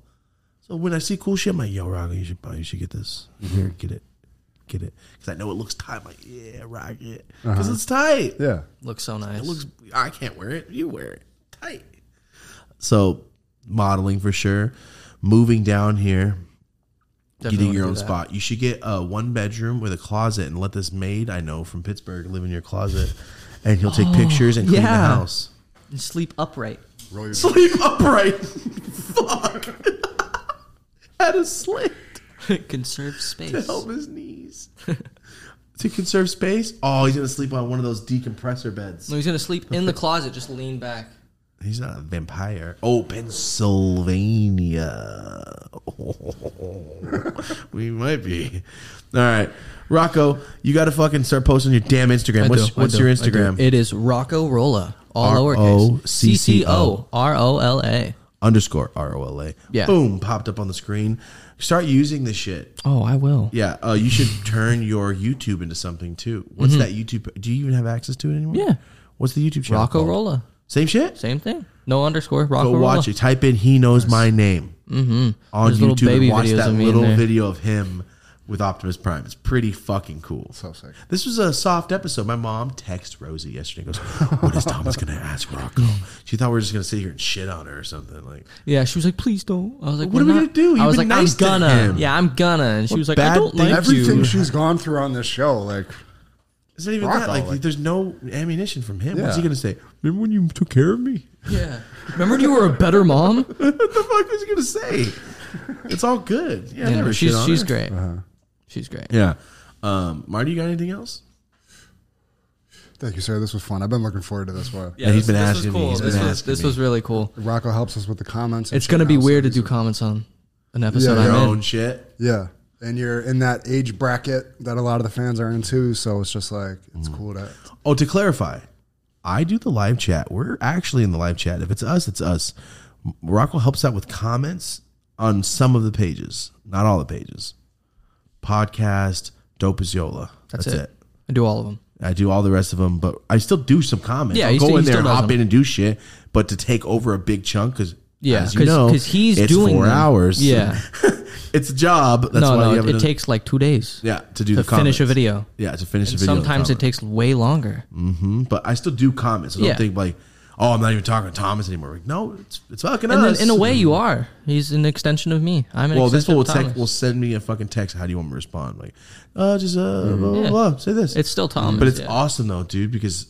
C: So when I see cool shit, I'm like, yo, Rocky, you should buy. You should get this.
E: Mm-hmm.
C: Here, get it, get it. Because I know it looks tight. I'm like, yeah, rock it.
E: Uh-huh.
C: Because it's tight.
D: Yeah.
E: Looks so nice.
C: It looks. I can't wear it. You wear it tight. So modeling for sure. Moving down here,
E: Definitely
C: getting your
E: wanna
C: own
E: do that.
C: spot. You should get a one bedroom with a closet and let this maid I know from Pittsburgh live in your closet, and he'll take pictures and clean the
E: Oh, yeah.
C: house.
E: And sleep upright.
D: Roll your
C: Sleep upright. Fuck. Had a slant
E: Conserve
C: to
E: space.
C: help his knees. to conserve space. Oh, he's gonna sleep on one of those decompressor beds.
E: No, he's gonna sleep in the closet, just lean back.
C: He's not a vampire. Oh, Pennsylvania. we might be. All right. Rocco, you got to fucking start posting your damn Instagram.
E: I
C: what's
E: do, I
C: what's
E: do,
C: your
E: I do.
C: Instagram?
E: It is Rocco Rolla. All lowercase.
C: R-O-C-C-O.
E: R O L A.
C: Underscore R O L A.
E: Yeah.
C: Boom. Popped up on the screen. Start using this shit.
E: Oh, I will.
C: Yeah. Uh, you should turn your YouTube into something too. What's that YouTube? Do you even have access to it anymore?
E: Mm-hmm. Yeah.
C: What's the YouTube channel?
E: Rocco
C: called?
E: Rolla.
C: Same shit?
E: Same thing. No underscore.
C: Go
E: Rocco Rolla.
C: watch it. Type in "He knows my name" on
E: There's little
C: YouTube and
E: baby
C: watch
E: videos
C: that
E: of me in
C: little
E: there.
C: video of him with Optimus Prime. It's pretty fucking cool.
D: So sick.
C: This was a soft episode. My mom texted Rosie yesterday. and Goes, "What is Thomas gonna ask Rocco?" She thought we were just gonna sit here and shit on her or something. Like,
E: Yeah, she was like, "Please don't." I was like,
C: What are
E: "We're
C: we
E: not-"
C: gonna do? You've
E: I was
C: been
E: like,
C: nice
E: "I'm
C: to
E: gonna."
C: him.
E: Yeah, I'm gonna. And she was like, "I
C: bad
E: don't
C: thing-
E: like you."
D: Everything she's gone through on this show, like
C: it's not even that.
D: Rocco,
C: Like,
D: like-
C: there's no ammunition from him. What's he
D: Yeah.
C: gonna say? Remember when you took care of me?
E: Yeah. Remember when you were a better mom?
C: what the fuck was he gonna say? It's all good. Yeah, I
E: Yeah,
C: never shit
E: she's
C: on
E: she's
C: her.
E: great. She's great.
C: Yeah. Um, Marty, you got anything else?
D: Thank you, sir. This was fun. I've been looking forward to this one.
C: Yeah, he's been asking me. He's
E: This,
C: been
E: was,
C: asking
E: this
C: me.
E: was really cool.
D: Rocco helps us with the comments. and
E: It's
D: shit
E: gonna be
D: now, so
E: weird to
D: he's-
E: do comments on an episode
D: Yeah,
C: your
E: I'm
C: own
E: in.
C: shit.
D: Yeah. And you're in that age bracket that a lot of the fans are in too, so it's just like it's cool to
C: Oh, to clarify, I do the live chat. We're actually in the live chat. If it's us, it's us. Rockwell helps out with comments on some of the pages, not all the pages. Podcast, Dope is Yola. That's,
E: That's
C: it.
E: it. I do all of them.
C: I do all the rest of them, but I still do some comments.
E: Yeah,
C: I'll
E: he
C: go
E: still-
C: in
E: he
C: there and
E: still does
C: hop in
E: them.
C: and do shit, but to take over a big chunk because
E: Yeah,
C: as you know,
E: because he's
C: it's
E: doing
C: four
E: them.
C: hours.
E: Yeah.
C: it's a job. That's
E: no,
C: why
E: no,
C: you
E: it,
C: have
E: it takes like two days.
C: yeah to do
E: to
C: the
E: finish
C: comments.
E: a video.
C: Yeah, to finish
E: And
C: a video. and
E: sometimes it
C: comment.
E: takes way longer.
C: but I still do comments. I don't
E: Yeah.
C: think like, oh, I'm not even talking to Thomas anymore. Like, no, it's it's fucking
E: And
C: us.
E: then in a way, you are. He's an extension of me. I'm an
C: well, this
E: extension
C: will
E: of Thomas.
C: text will send me a fucking text. How do you want me to respond? Like, uh, just uh, blah, blah, blah, say this.
E: Mm-hmm. It's still Thomas.
C: but it's
E: yeah.
C: awesome though, dude, because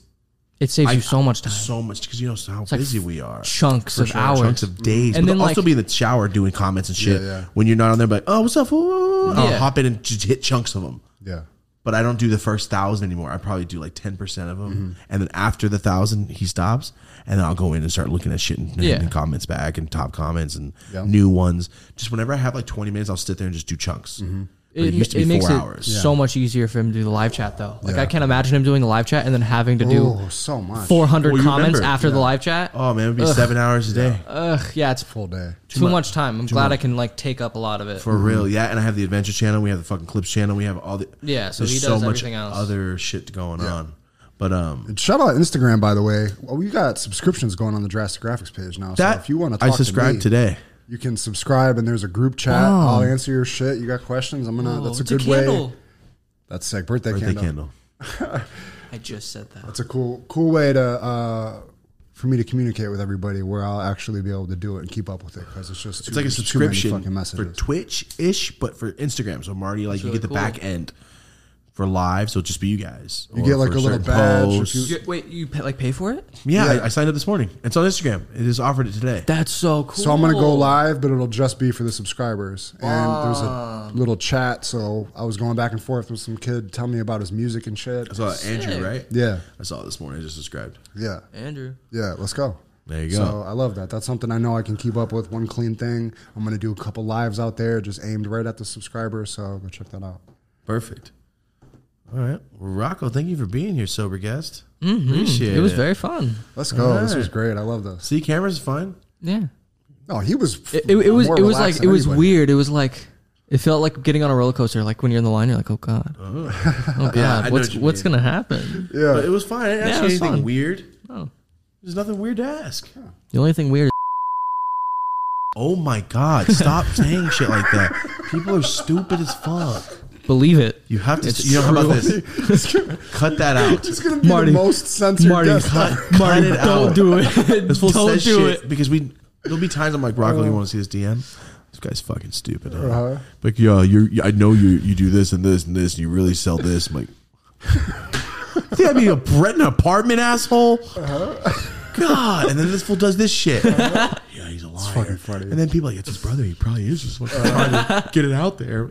E: it saves you so much time.
C: so much because you know how
E: like
C: busy we are.
E: chunks
C: For
E: of
C: sure,
E: hours.
C: chunks of days,
E: And
C: but
E: then,
C: also
E: like-
C: be in the shower doing comments and shit.
D: Yeah, yeah.
C: When you're not on there, but oh, what's up? Ooh, and I'll
E: Yeah.
C: hop in and just hit chunks of them.
D: yeah.
C: but I don't do the first thousand anymore. I probably do like ten percent of them,
E: Mm-hmm.
C: and then after the thousand, he stops, and then I'll go in and start looking at shit and, and
E: Yeah.
C: hitting comments back and top comments and
D: Yeah.
C: new ones. Just whenever I have like twenty minutes, I'll sit there and just do chunks. But It,
E: Mm-hmm. it,
C: used to be
E: it
C: four
E: makes
C: hours.
E: it so much easier for him to do the live chat though. Like
D: Yeah.
E: I can't imagine him doing the live chat and then having to do
D: Oh, so much.
E: 400
C: Well, you
E: comments
C: remember.
E: after the live chat.
C: Oh man, it'd be seven hours a day
E: Ugh, yeah, it's
D: full
E: full.
D: day.
E: Too, much, time. I'm glad I can like take up a lot of it.
C: for real. Yeah, and I have the adventure channel. We have the fucking clips channel. We have all the
E: Mm-hmm. Yeah, so
C: there's
E: he does everything else.
C: other shit going on. But um,
D: Shout out Instagram, by the way. Well, we got subscriptions going on the Drastic Graphics page now.
C: that
D: so if you want to,
C: I
D: talk
C: subscribed
D: to me,
C: today.
D: You can subscribe, and there's a group chat. I'll answer your shit. You got questions? I'm
C: uh,
D: gonna.
E: Oh,
D: that's a
E: it's
D: good
E: candle.
D: way. That's sick. Birthday,
C: Birthday
D: candle.
C: candle.
E: I just said that.
D: That's a cool, cool way to uh, for me to communicate with everybody, where I'll actually be able to do it and keep up with it because it's just too,
C: It's like a
D: there's too many
C: subscription
D: fucking
C: for
D: messages.
C: Twitch ish, but for Instagram. So Marty, like you
E: really
C: get the
E: cool.
C: back end for live, so it'll just be you guys. You
D: get, like, a little badge if
E: You- wait, you pay, like pay for it?
C: yeah,
D: Yeah.
C: I, I signed up this morning. It's on Instagram. It is offered it today.
E: That's so cool.
D: So I'm gonna go live, but it'll just be for the subscribers. And there's a little chat. So I was going back and forth with some kid telling me about his music and shit.
C: I saw Andrew,
E: Sick.
C: right?
D: Yeah,
C: I saw it this morning. I just subscribed.
D: yeah,
E: Andrew.
D: yeah. Let's go.
C: There you
D: So
C: go.
D: I love that. That's something I know I can keep up with. One clean thing. I'm gonna do a couple lives out there, just aimed right at the subscribers. So go check that out.
C: Perfect. All right, Rocco, thank you for being here, sober guest. Appreciate
E: Mm-hmm. It was very fun.
D: Let's go. This was great. I love this.
C: See, cameras fine.
E: Yeah.
D: No, he was.
E: It, it, it was
D: more
E: it was
D: relaxed
E: like it
D: than
E: was
D: anybody.
E: weird. It was like it felt like getting on a roller coaster. Like when you're in the line, you're like, oh god, oh god,
C: know
E: what's
C: what you
E: what's
C: mean.
E: gonna happen?
C: But it was fine. I didn't ask
E: Yeah,
C: you
E: it was
C: anything
E: fun.
C: weird.
E: Oh.
C: There's nothing weird to ask.
E: The only thing weird.
C: Oh my God! Stop saying shit like that. People are stupid as fuck.
E: is Believe it.
C: You have to.
E: It's
C: you know how about
E: true.
C: this? Cut that out.
D: It's gonna be
E: Marty.
D: the most censored
E: Marty,
D: guest
C: Cut,
D: ever.
C: cut it out.
E: Don't do it.
C: This fool
E: Don't
C: says
E: do
C: shit
E: it. Uh-huh.
C: because we. There'll be times I'm like, Rocco, you want to see this DM? This guy's fucking stupid. Huh?
D: Uh-huh.
C: Like, yeah, you. I know you. You do this and this and this, and you really sell this. I'm like, you think I'd be a rent an apartment, asshole.
E: Uh-huh.
C: God, and then this fool does this shit. Yeah, he's a liar.
D: fucking funny.
C: And then people are like, it's his brother. He probably is just like, trying to get it out there.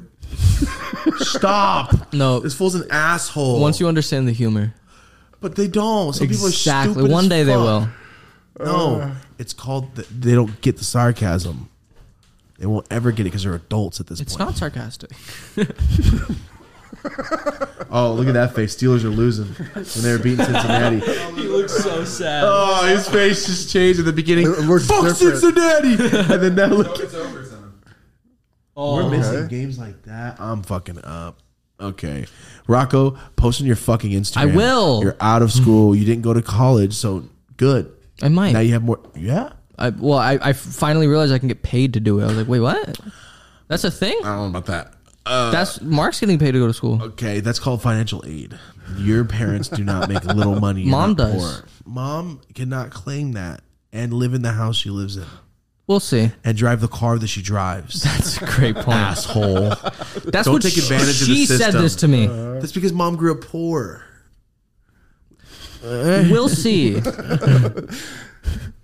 C: Stop.
E: No.
C: this fool's an asshole.
E: Once you understand the humor,
C: but they don't. Some people are
E: exactly.
C: stupid.
E: One
C: as
E: day they
C: fuck.
E: will.
C: No, it's called. th they don't get the sarcasm. They won't ever get it because they're adults at this
E: It's
C: point.
E: not sarcastic.
C: oh, look at that face! Steelers are losing when they were beating Cincinnati.
E: He looks so sad.
C: oh, his face just changed at the beginning.
D: It looks
C: Fuck
D: different.
C: Cincinnati! And then now look.
F: It's over to him.
E: Oh.
C: We're missing games like that. I'm fucking up. Okay, Rocco, post on your fucking Instagram.
E: I will.
C: You're out of school. You didn't go to college, so good.
E: I might.
C: Now you have more. Yeah.
E: I, well, I, I finally realized I can get paid to do it. I was like, wait, what? That's a thing.
C: I don't know about that.
E: That's Mark's getting paid to go to school.
C: Uh, Okay, that's called financial aid. Your parents do not make little money. You're
E: Mom
C: not
E: does.
C: Mom cannot claim that and live in the house she lives in
E: We'll see.
C: and drive the car that she drives.
E: That's a great point.
C: Asshole.
E: That's
C: Don't
E: what
C: take
E: she,
C: advantage of the
E: she said
C: system.
E: this to me.
C: That's because mom grew up poor.
E: we'll see.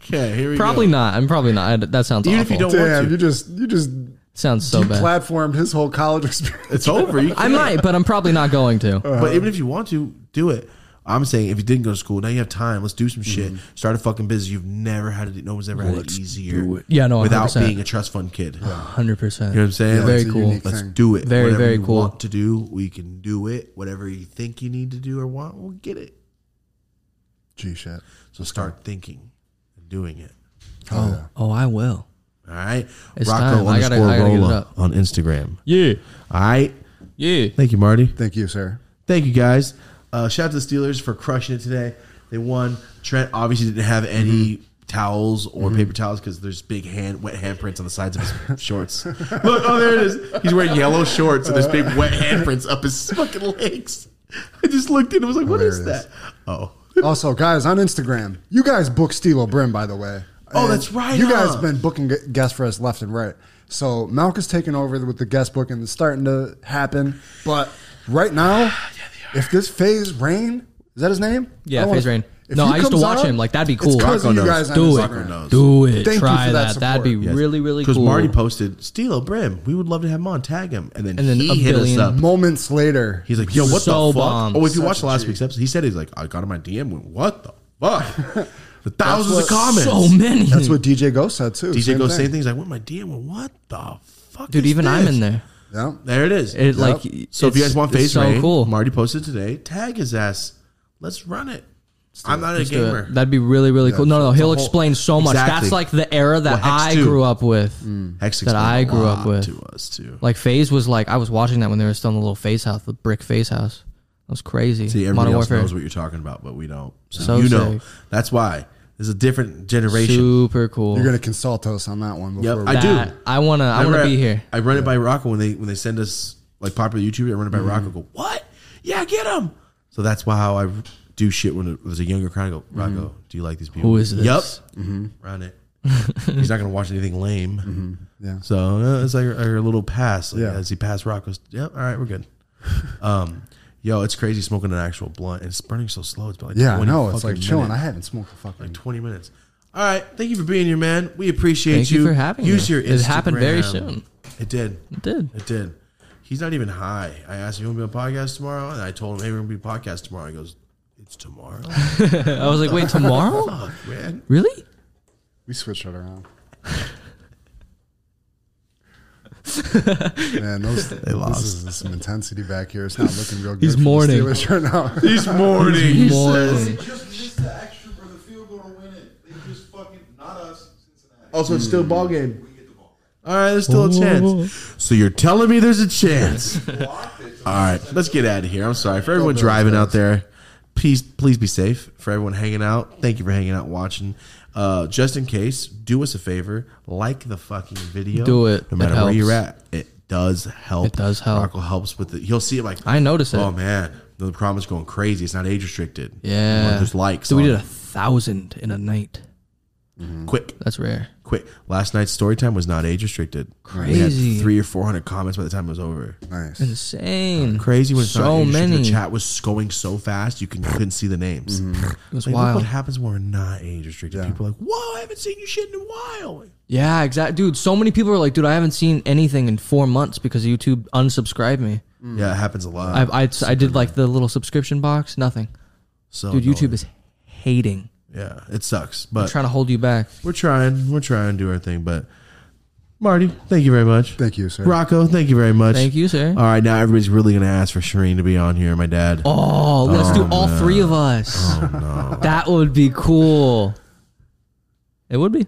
C: Okay, here we
E: Probably
C: go.
E: not. I'm probably not. I, that sounds
C: Even
E: awful.
C: if you don't want
D: Damn,
C: to.
D: you just you just
E: sounds so bad.
D: platformed his whole college experience.
C: it's over. You
E: I might, but I'm probably not going to.
C: But even if you want to, do it. I'm saying if you didn't go to school, now you have time. Let's do some shit.
E: Mm-hmm.
C: Start a fucking business. You've never had it. No one's ever had it easier.
E: Yeah, no,
C: without
E: 100%.
C: being a trust fund kid.
E: Hundred percent.
C: You know what I'm saying?
E: Very
C: Like,
D: a
E: cool.
D: unique
C: Let's
D: thing.
C: do it.
E: Very,
C: Whatever
E: very
C: you
E: cool.
C: Want to do, we can do it. Whatever you think you need to do or want, we'll get it.
D: Gee, shit.
C: So start thinking and doing it.
D: Oh,
E: Oh, I will.
C: All right.
E: It's time. I gotta- I gotta get it
C: Rolla
E: up.
C: on Instagram.
E: Yeah.
C: All right.
E: Yeah.
C: Thank you, Marty.
D: thank you, sir.
C: Thank you guys. Uh, shout out to the Steelers for crushing it today. They won. Trent obviously didn't have any
D: Mm-hmm.
C: towels or paper towels because there's big hand wet handprints on the sides of his shorts. Look, oh there it is. He's wearing yellow shorts and there's big wet handprints up his fucking legs. I just looked in and was like, what
D: there
C: is
D: it is.
C: that? Oh.
D: Also, guys on Instagram, you guys book Stilo Brim, by the way.
C: Oh, that's right,
D: You
C: huh?
D: guys been booking gu- guests for us left and right. So Malk is taking over with the guest booking. It's starting to happen, but right now, if this phase rain is that his name?
E: Yeah,
D: I don't
E: Phase
D: wanna-
E: Rain.
D: if
E: No,
D: he
E: I used to
D: comes
E: watch him, like, that'd be
D: it's
E: cool.
D: 'cause of
C: Rocco
D: you
C: knows.
D: guys on
E: Do
D: Instagram.
E: it. Do it.
D: Thank you
E: Try
D: for that
E: that. That'd be
D: support.
C: Yes.
E: really, really
C: Because
E: cool.
C: Marty posted, Steelo Brim, we would love to have him on, tag him. And then,
E: And then
C: he
E: a
C: hit
E: billion-
C: us up.
D: Moments later,
C: He's like, yo, what
E: So
C: the fuck?
E: bomb.
C: Oh, if you
D: Such
C: watched
D: a
C: last
D: G.
C: week's episode, he said he's like, I got on my DM, went, what the fuck? The thousands of
D: what-
C: comments.
E: so many.
D: that's
C: "Hmm."
D: what DJ Go said too.
C: DJ goes same
D: thing.
C: things. I went my DM. Well, what the fuck,
E: Dude,
C: is
E: even
C: this?
E: I'm in there.
D: Yeah.
C: There it is.
E: It like
C: so if you guys want
E: it's
C: face
E: so
C: rain,
E: cool.
C: Marty posted today. Tag his ass. Let's run it. I'm not a
E: Do it.
C: gamer.
E: That'd be really, really cool. No, no, he'll explain so much.
C: Exactly.
E: That's like the era that
C: Well, Hex
E: I
C: too.
E: grew up with.
C: Hex
E: that
C: explained
E: I
C: a
E: grew up
C: lot
E: with.
C: to us too.
E: Like Phase was like I was watching that when they were still in the little Phase house, the brick Phase house. That was crazy.
C: See, everybody else knows what you're talking about, but we don't. So,
E: So
C: you know,
E: sick.
C: that's why there's a different generation.
E: Super cool.
D: You're gonna consult us on that one.
C: Yep,
D: Before
C: I
E: That-
C: do.
E: I wanna. I wanna
C: Remember
E: be here.
C: I run it by Rocco when they when they send us like popular YouTube. I run it by
D: Mm-hmm.
C: Rocco. Go what? Yeah, get them. So that's why how I do shit when it was a younger crowd. I
D: Mm-hmm.
C: go Rocco, do you like these people?
E: Who is this?
C: Yep, run it. He's not gonna watch anything lame.
D: Mm-hmm. Yeah.
C: So uh, it's like our, our little pass. Like,
D: Yeah.
C: As he passed Rocco's. Yep. All right, we're good. Um. Yo, it's crazy smoking an actual blunt. and It's burning so slow. It's been like
D: yeah, I
C: 20
D: know. It's like
C: fucking
D: chilling.
C: minutes.
D: I haven't smoked a fucking.
C: Like 20 minutes. All right. Thank you for being here, man. We appreciate
E: Thank you for having
C: Use
E: me.
C: your Instagram.
E: It happened very soon.
C: It did.
E: It did.
C: It did. He's not even high. I asked him, you want to be on podcast tomorrow? And I told him, hey, we're going to be podcast tomorrow. He goes, it's tomorrow?
E: I was like, wait, tomorrow?
C: Fuck, man.
E: really?
D: We switched it around. Man, those they
C: lost.
D: This is, this is some intensity back here. It's not looking real good.
A: He's
D: for the
A: mourning.
D: Steelers right now.
C: He's mourning.
A: He's mourning.
F: They just missed the extra for the field goal to win it. They just fucking not us, Cincinnati.
C: Also, Oh, it's still ball game.
F: We get the ball.
C: All right, there's still a chance. So you're telling me there's a chance?
F: Blocked it.
C: All right, let's get out of here. I'm sorry for everyone driving out there. Please, please be safe. For everyone hanging out, thank you for hanging out, watching. Uh, just in case, do us a favor, like the fucking video.
E: Do it.
C: no matter
E: It
C: where
E: helps.
C: you're at. It does help.
E: It does help.
C: Rocco helps with it. He'll see it like
E: I notice it.
C: Oh man, the promo's going crazy. It's not age restricted.
E: yeah.
C: there's likes.
E: So we
C: on
E: did a
C: it.
E: thousand in a night.
C: quick,
E: That's rare.
C: quick. Last night's story time was not age restricted. we
E: Crazy.
C: had three or four hundred comments by the time it was over.
D: nice.
E: Insane.
C: crazy when it's not
E: so
C: age restricted.
E: many. Mm-hmm.
C: The chat was going so fast you can, couldn't see the names.
E: It was
C: Like, look
E: wild.
C: what happens when we're not age restricted. People are like, whoa, I haven't seen you shit in a while.
E: Yeah, exactly. Dude, so many people are like, dude, I haven't seen anything in four months because YouTube unsubscribed me.
D: Mm.
C: Yeah, it happens a lot.
E: I, I, I did like the little subscription box, nothing.
C: so
E: Dude, YouTube
C: annoying.
E: is hating.
C: yeah, it sucks,
E: I'm
C: but
E: trying to hold you back.
C: we're trying, we're trying to do our thing. But Marty, thank you very much.
D: Thank you, sir.
C: Rocco, thank you very much.
E: Thank you, sir.
C: All right, now everybody's really gonna ask for Shireen to be on here. My dad.
E: Oh, let's do all three of us.
C: Oh,
E: That would be cool. It would be.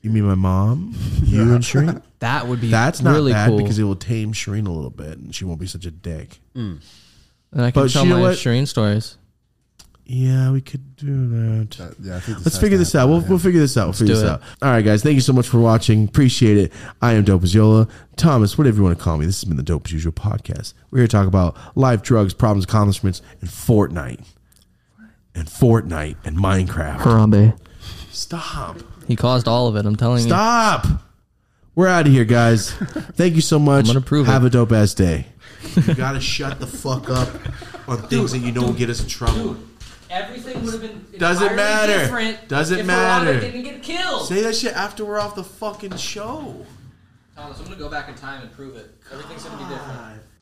C: You mean my mom? You and Shireen?
E: That would be
C: That's not
E: really
C: bad
E: cool.
C: because it will tame Shireen a little bit, and she won't be such a dick.
E: and I can
C: but
E: tell
C: you know
E: my
C: what?
E: Shireen stories.
C: Yeah, we could do that.
D: Uh, yeah, I think
C: Let's figure this out. We'll, we'll figure this out. We'll figure
E: do
C: this
E: it.
C: out. All right, guys. Thank you so much for watching. Appreciate it. I am Dope as Yola. Thomas, whatever you want to call me. This has been the Dope as Usual podcast. We're here to talk about life, drugs, problems, accomplishments, and Fortnite. And Fortnite and Minecraft.
E: Harambe.
C: Stop.
E: He caused all of it. I'm telling you.
C: Stop. We're out of here, guys. Thank you so much.
E: I'm gonna prove
C: Have
E: it.
C: a dope ass day. you gotta shut the fuck up on things that you know will get us in trouble.
E: Everything would have been
C: Doesn't entirely matter. different Doesn't if Harambe matter. didn't
E: get killed.
C: Say that shit after we're off the fucking show.
E: Thomas, I'm gonna go back in time and prove it. Everything's gonna be different.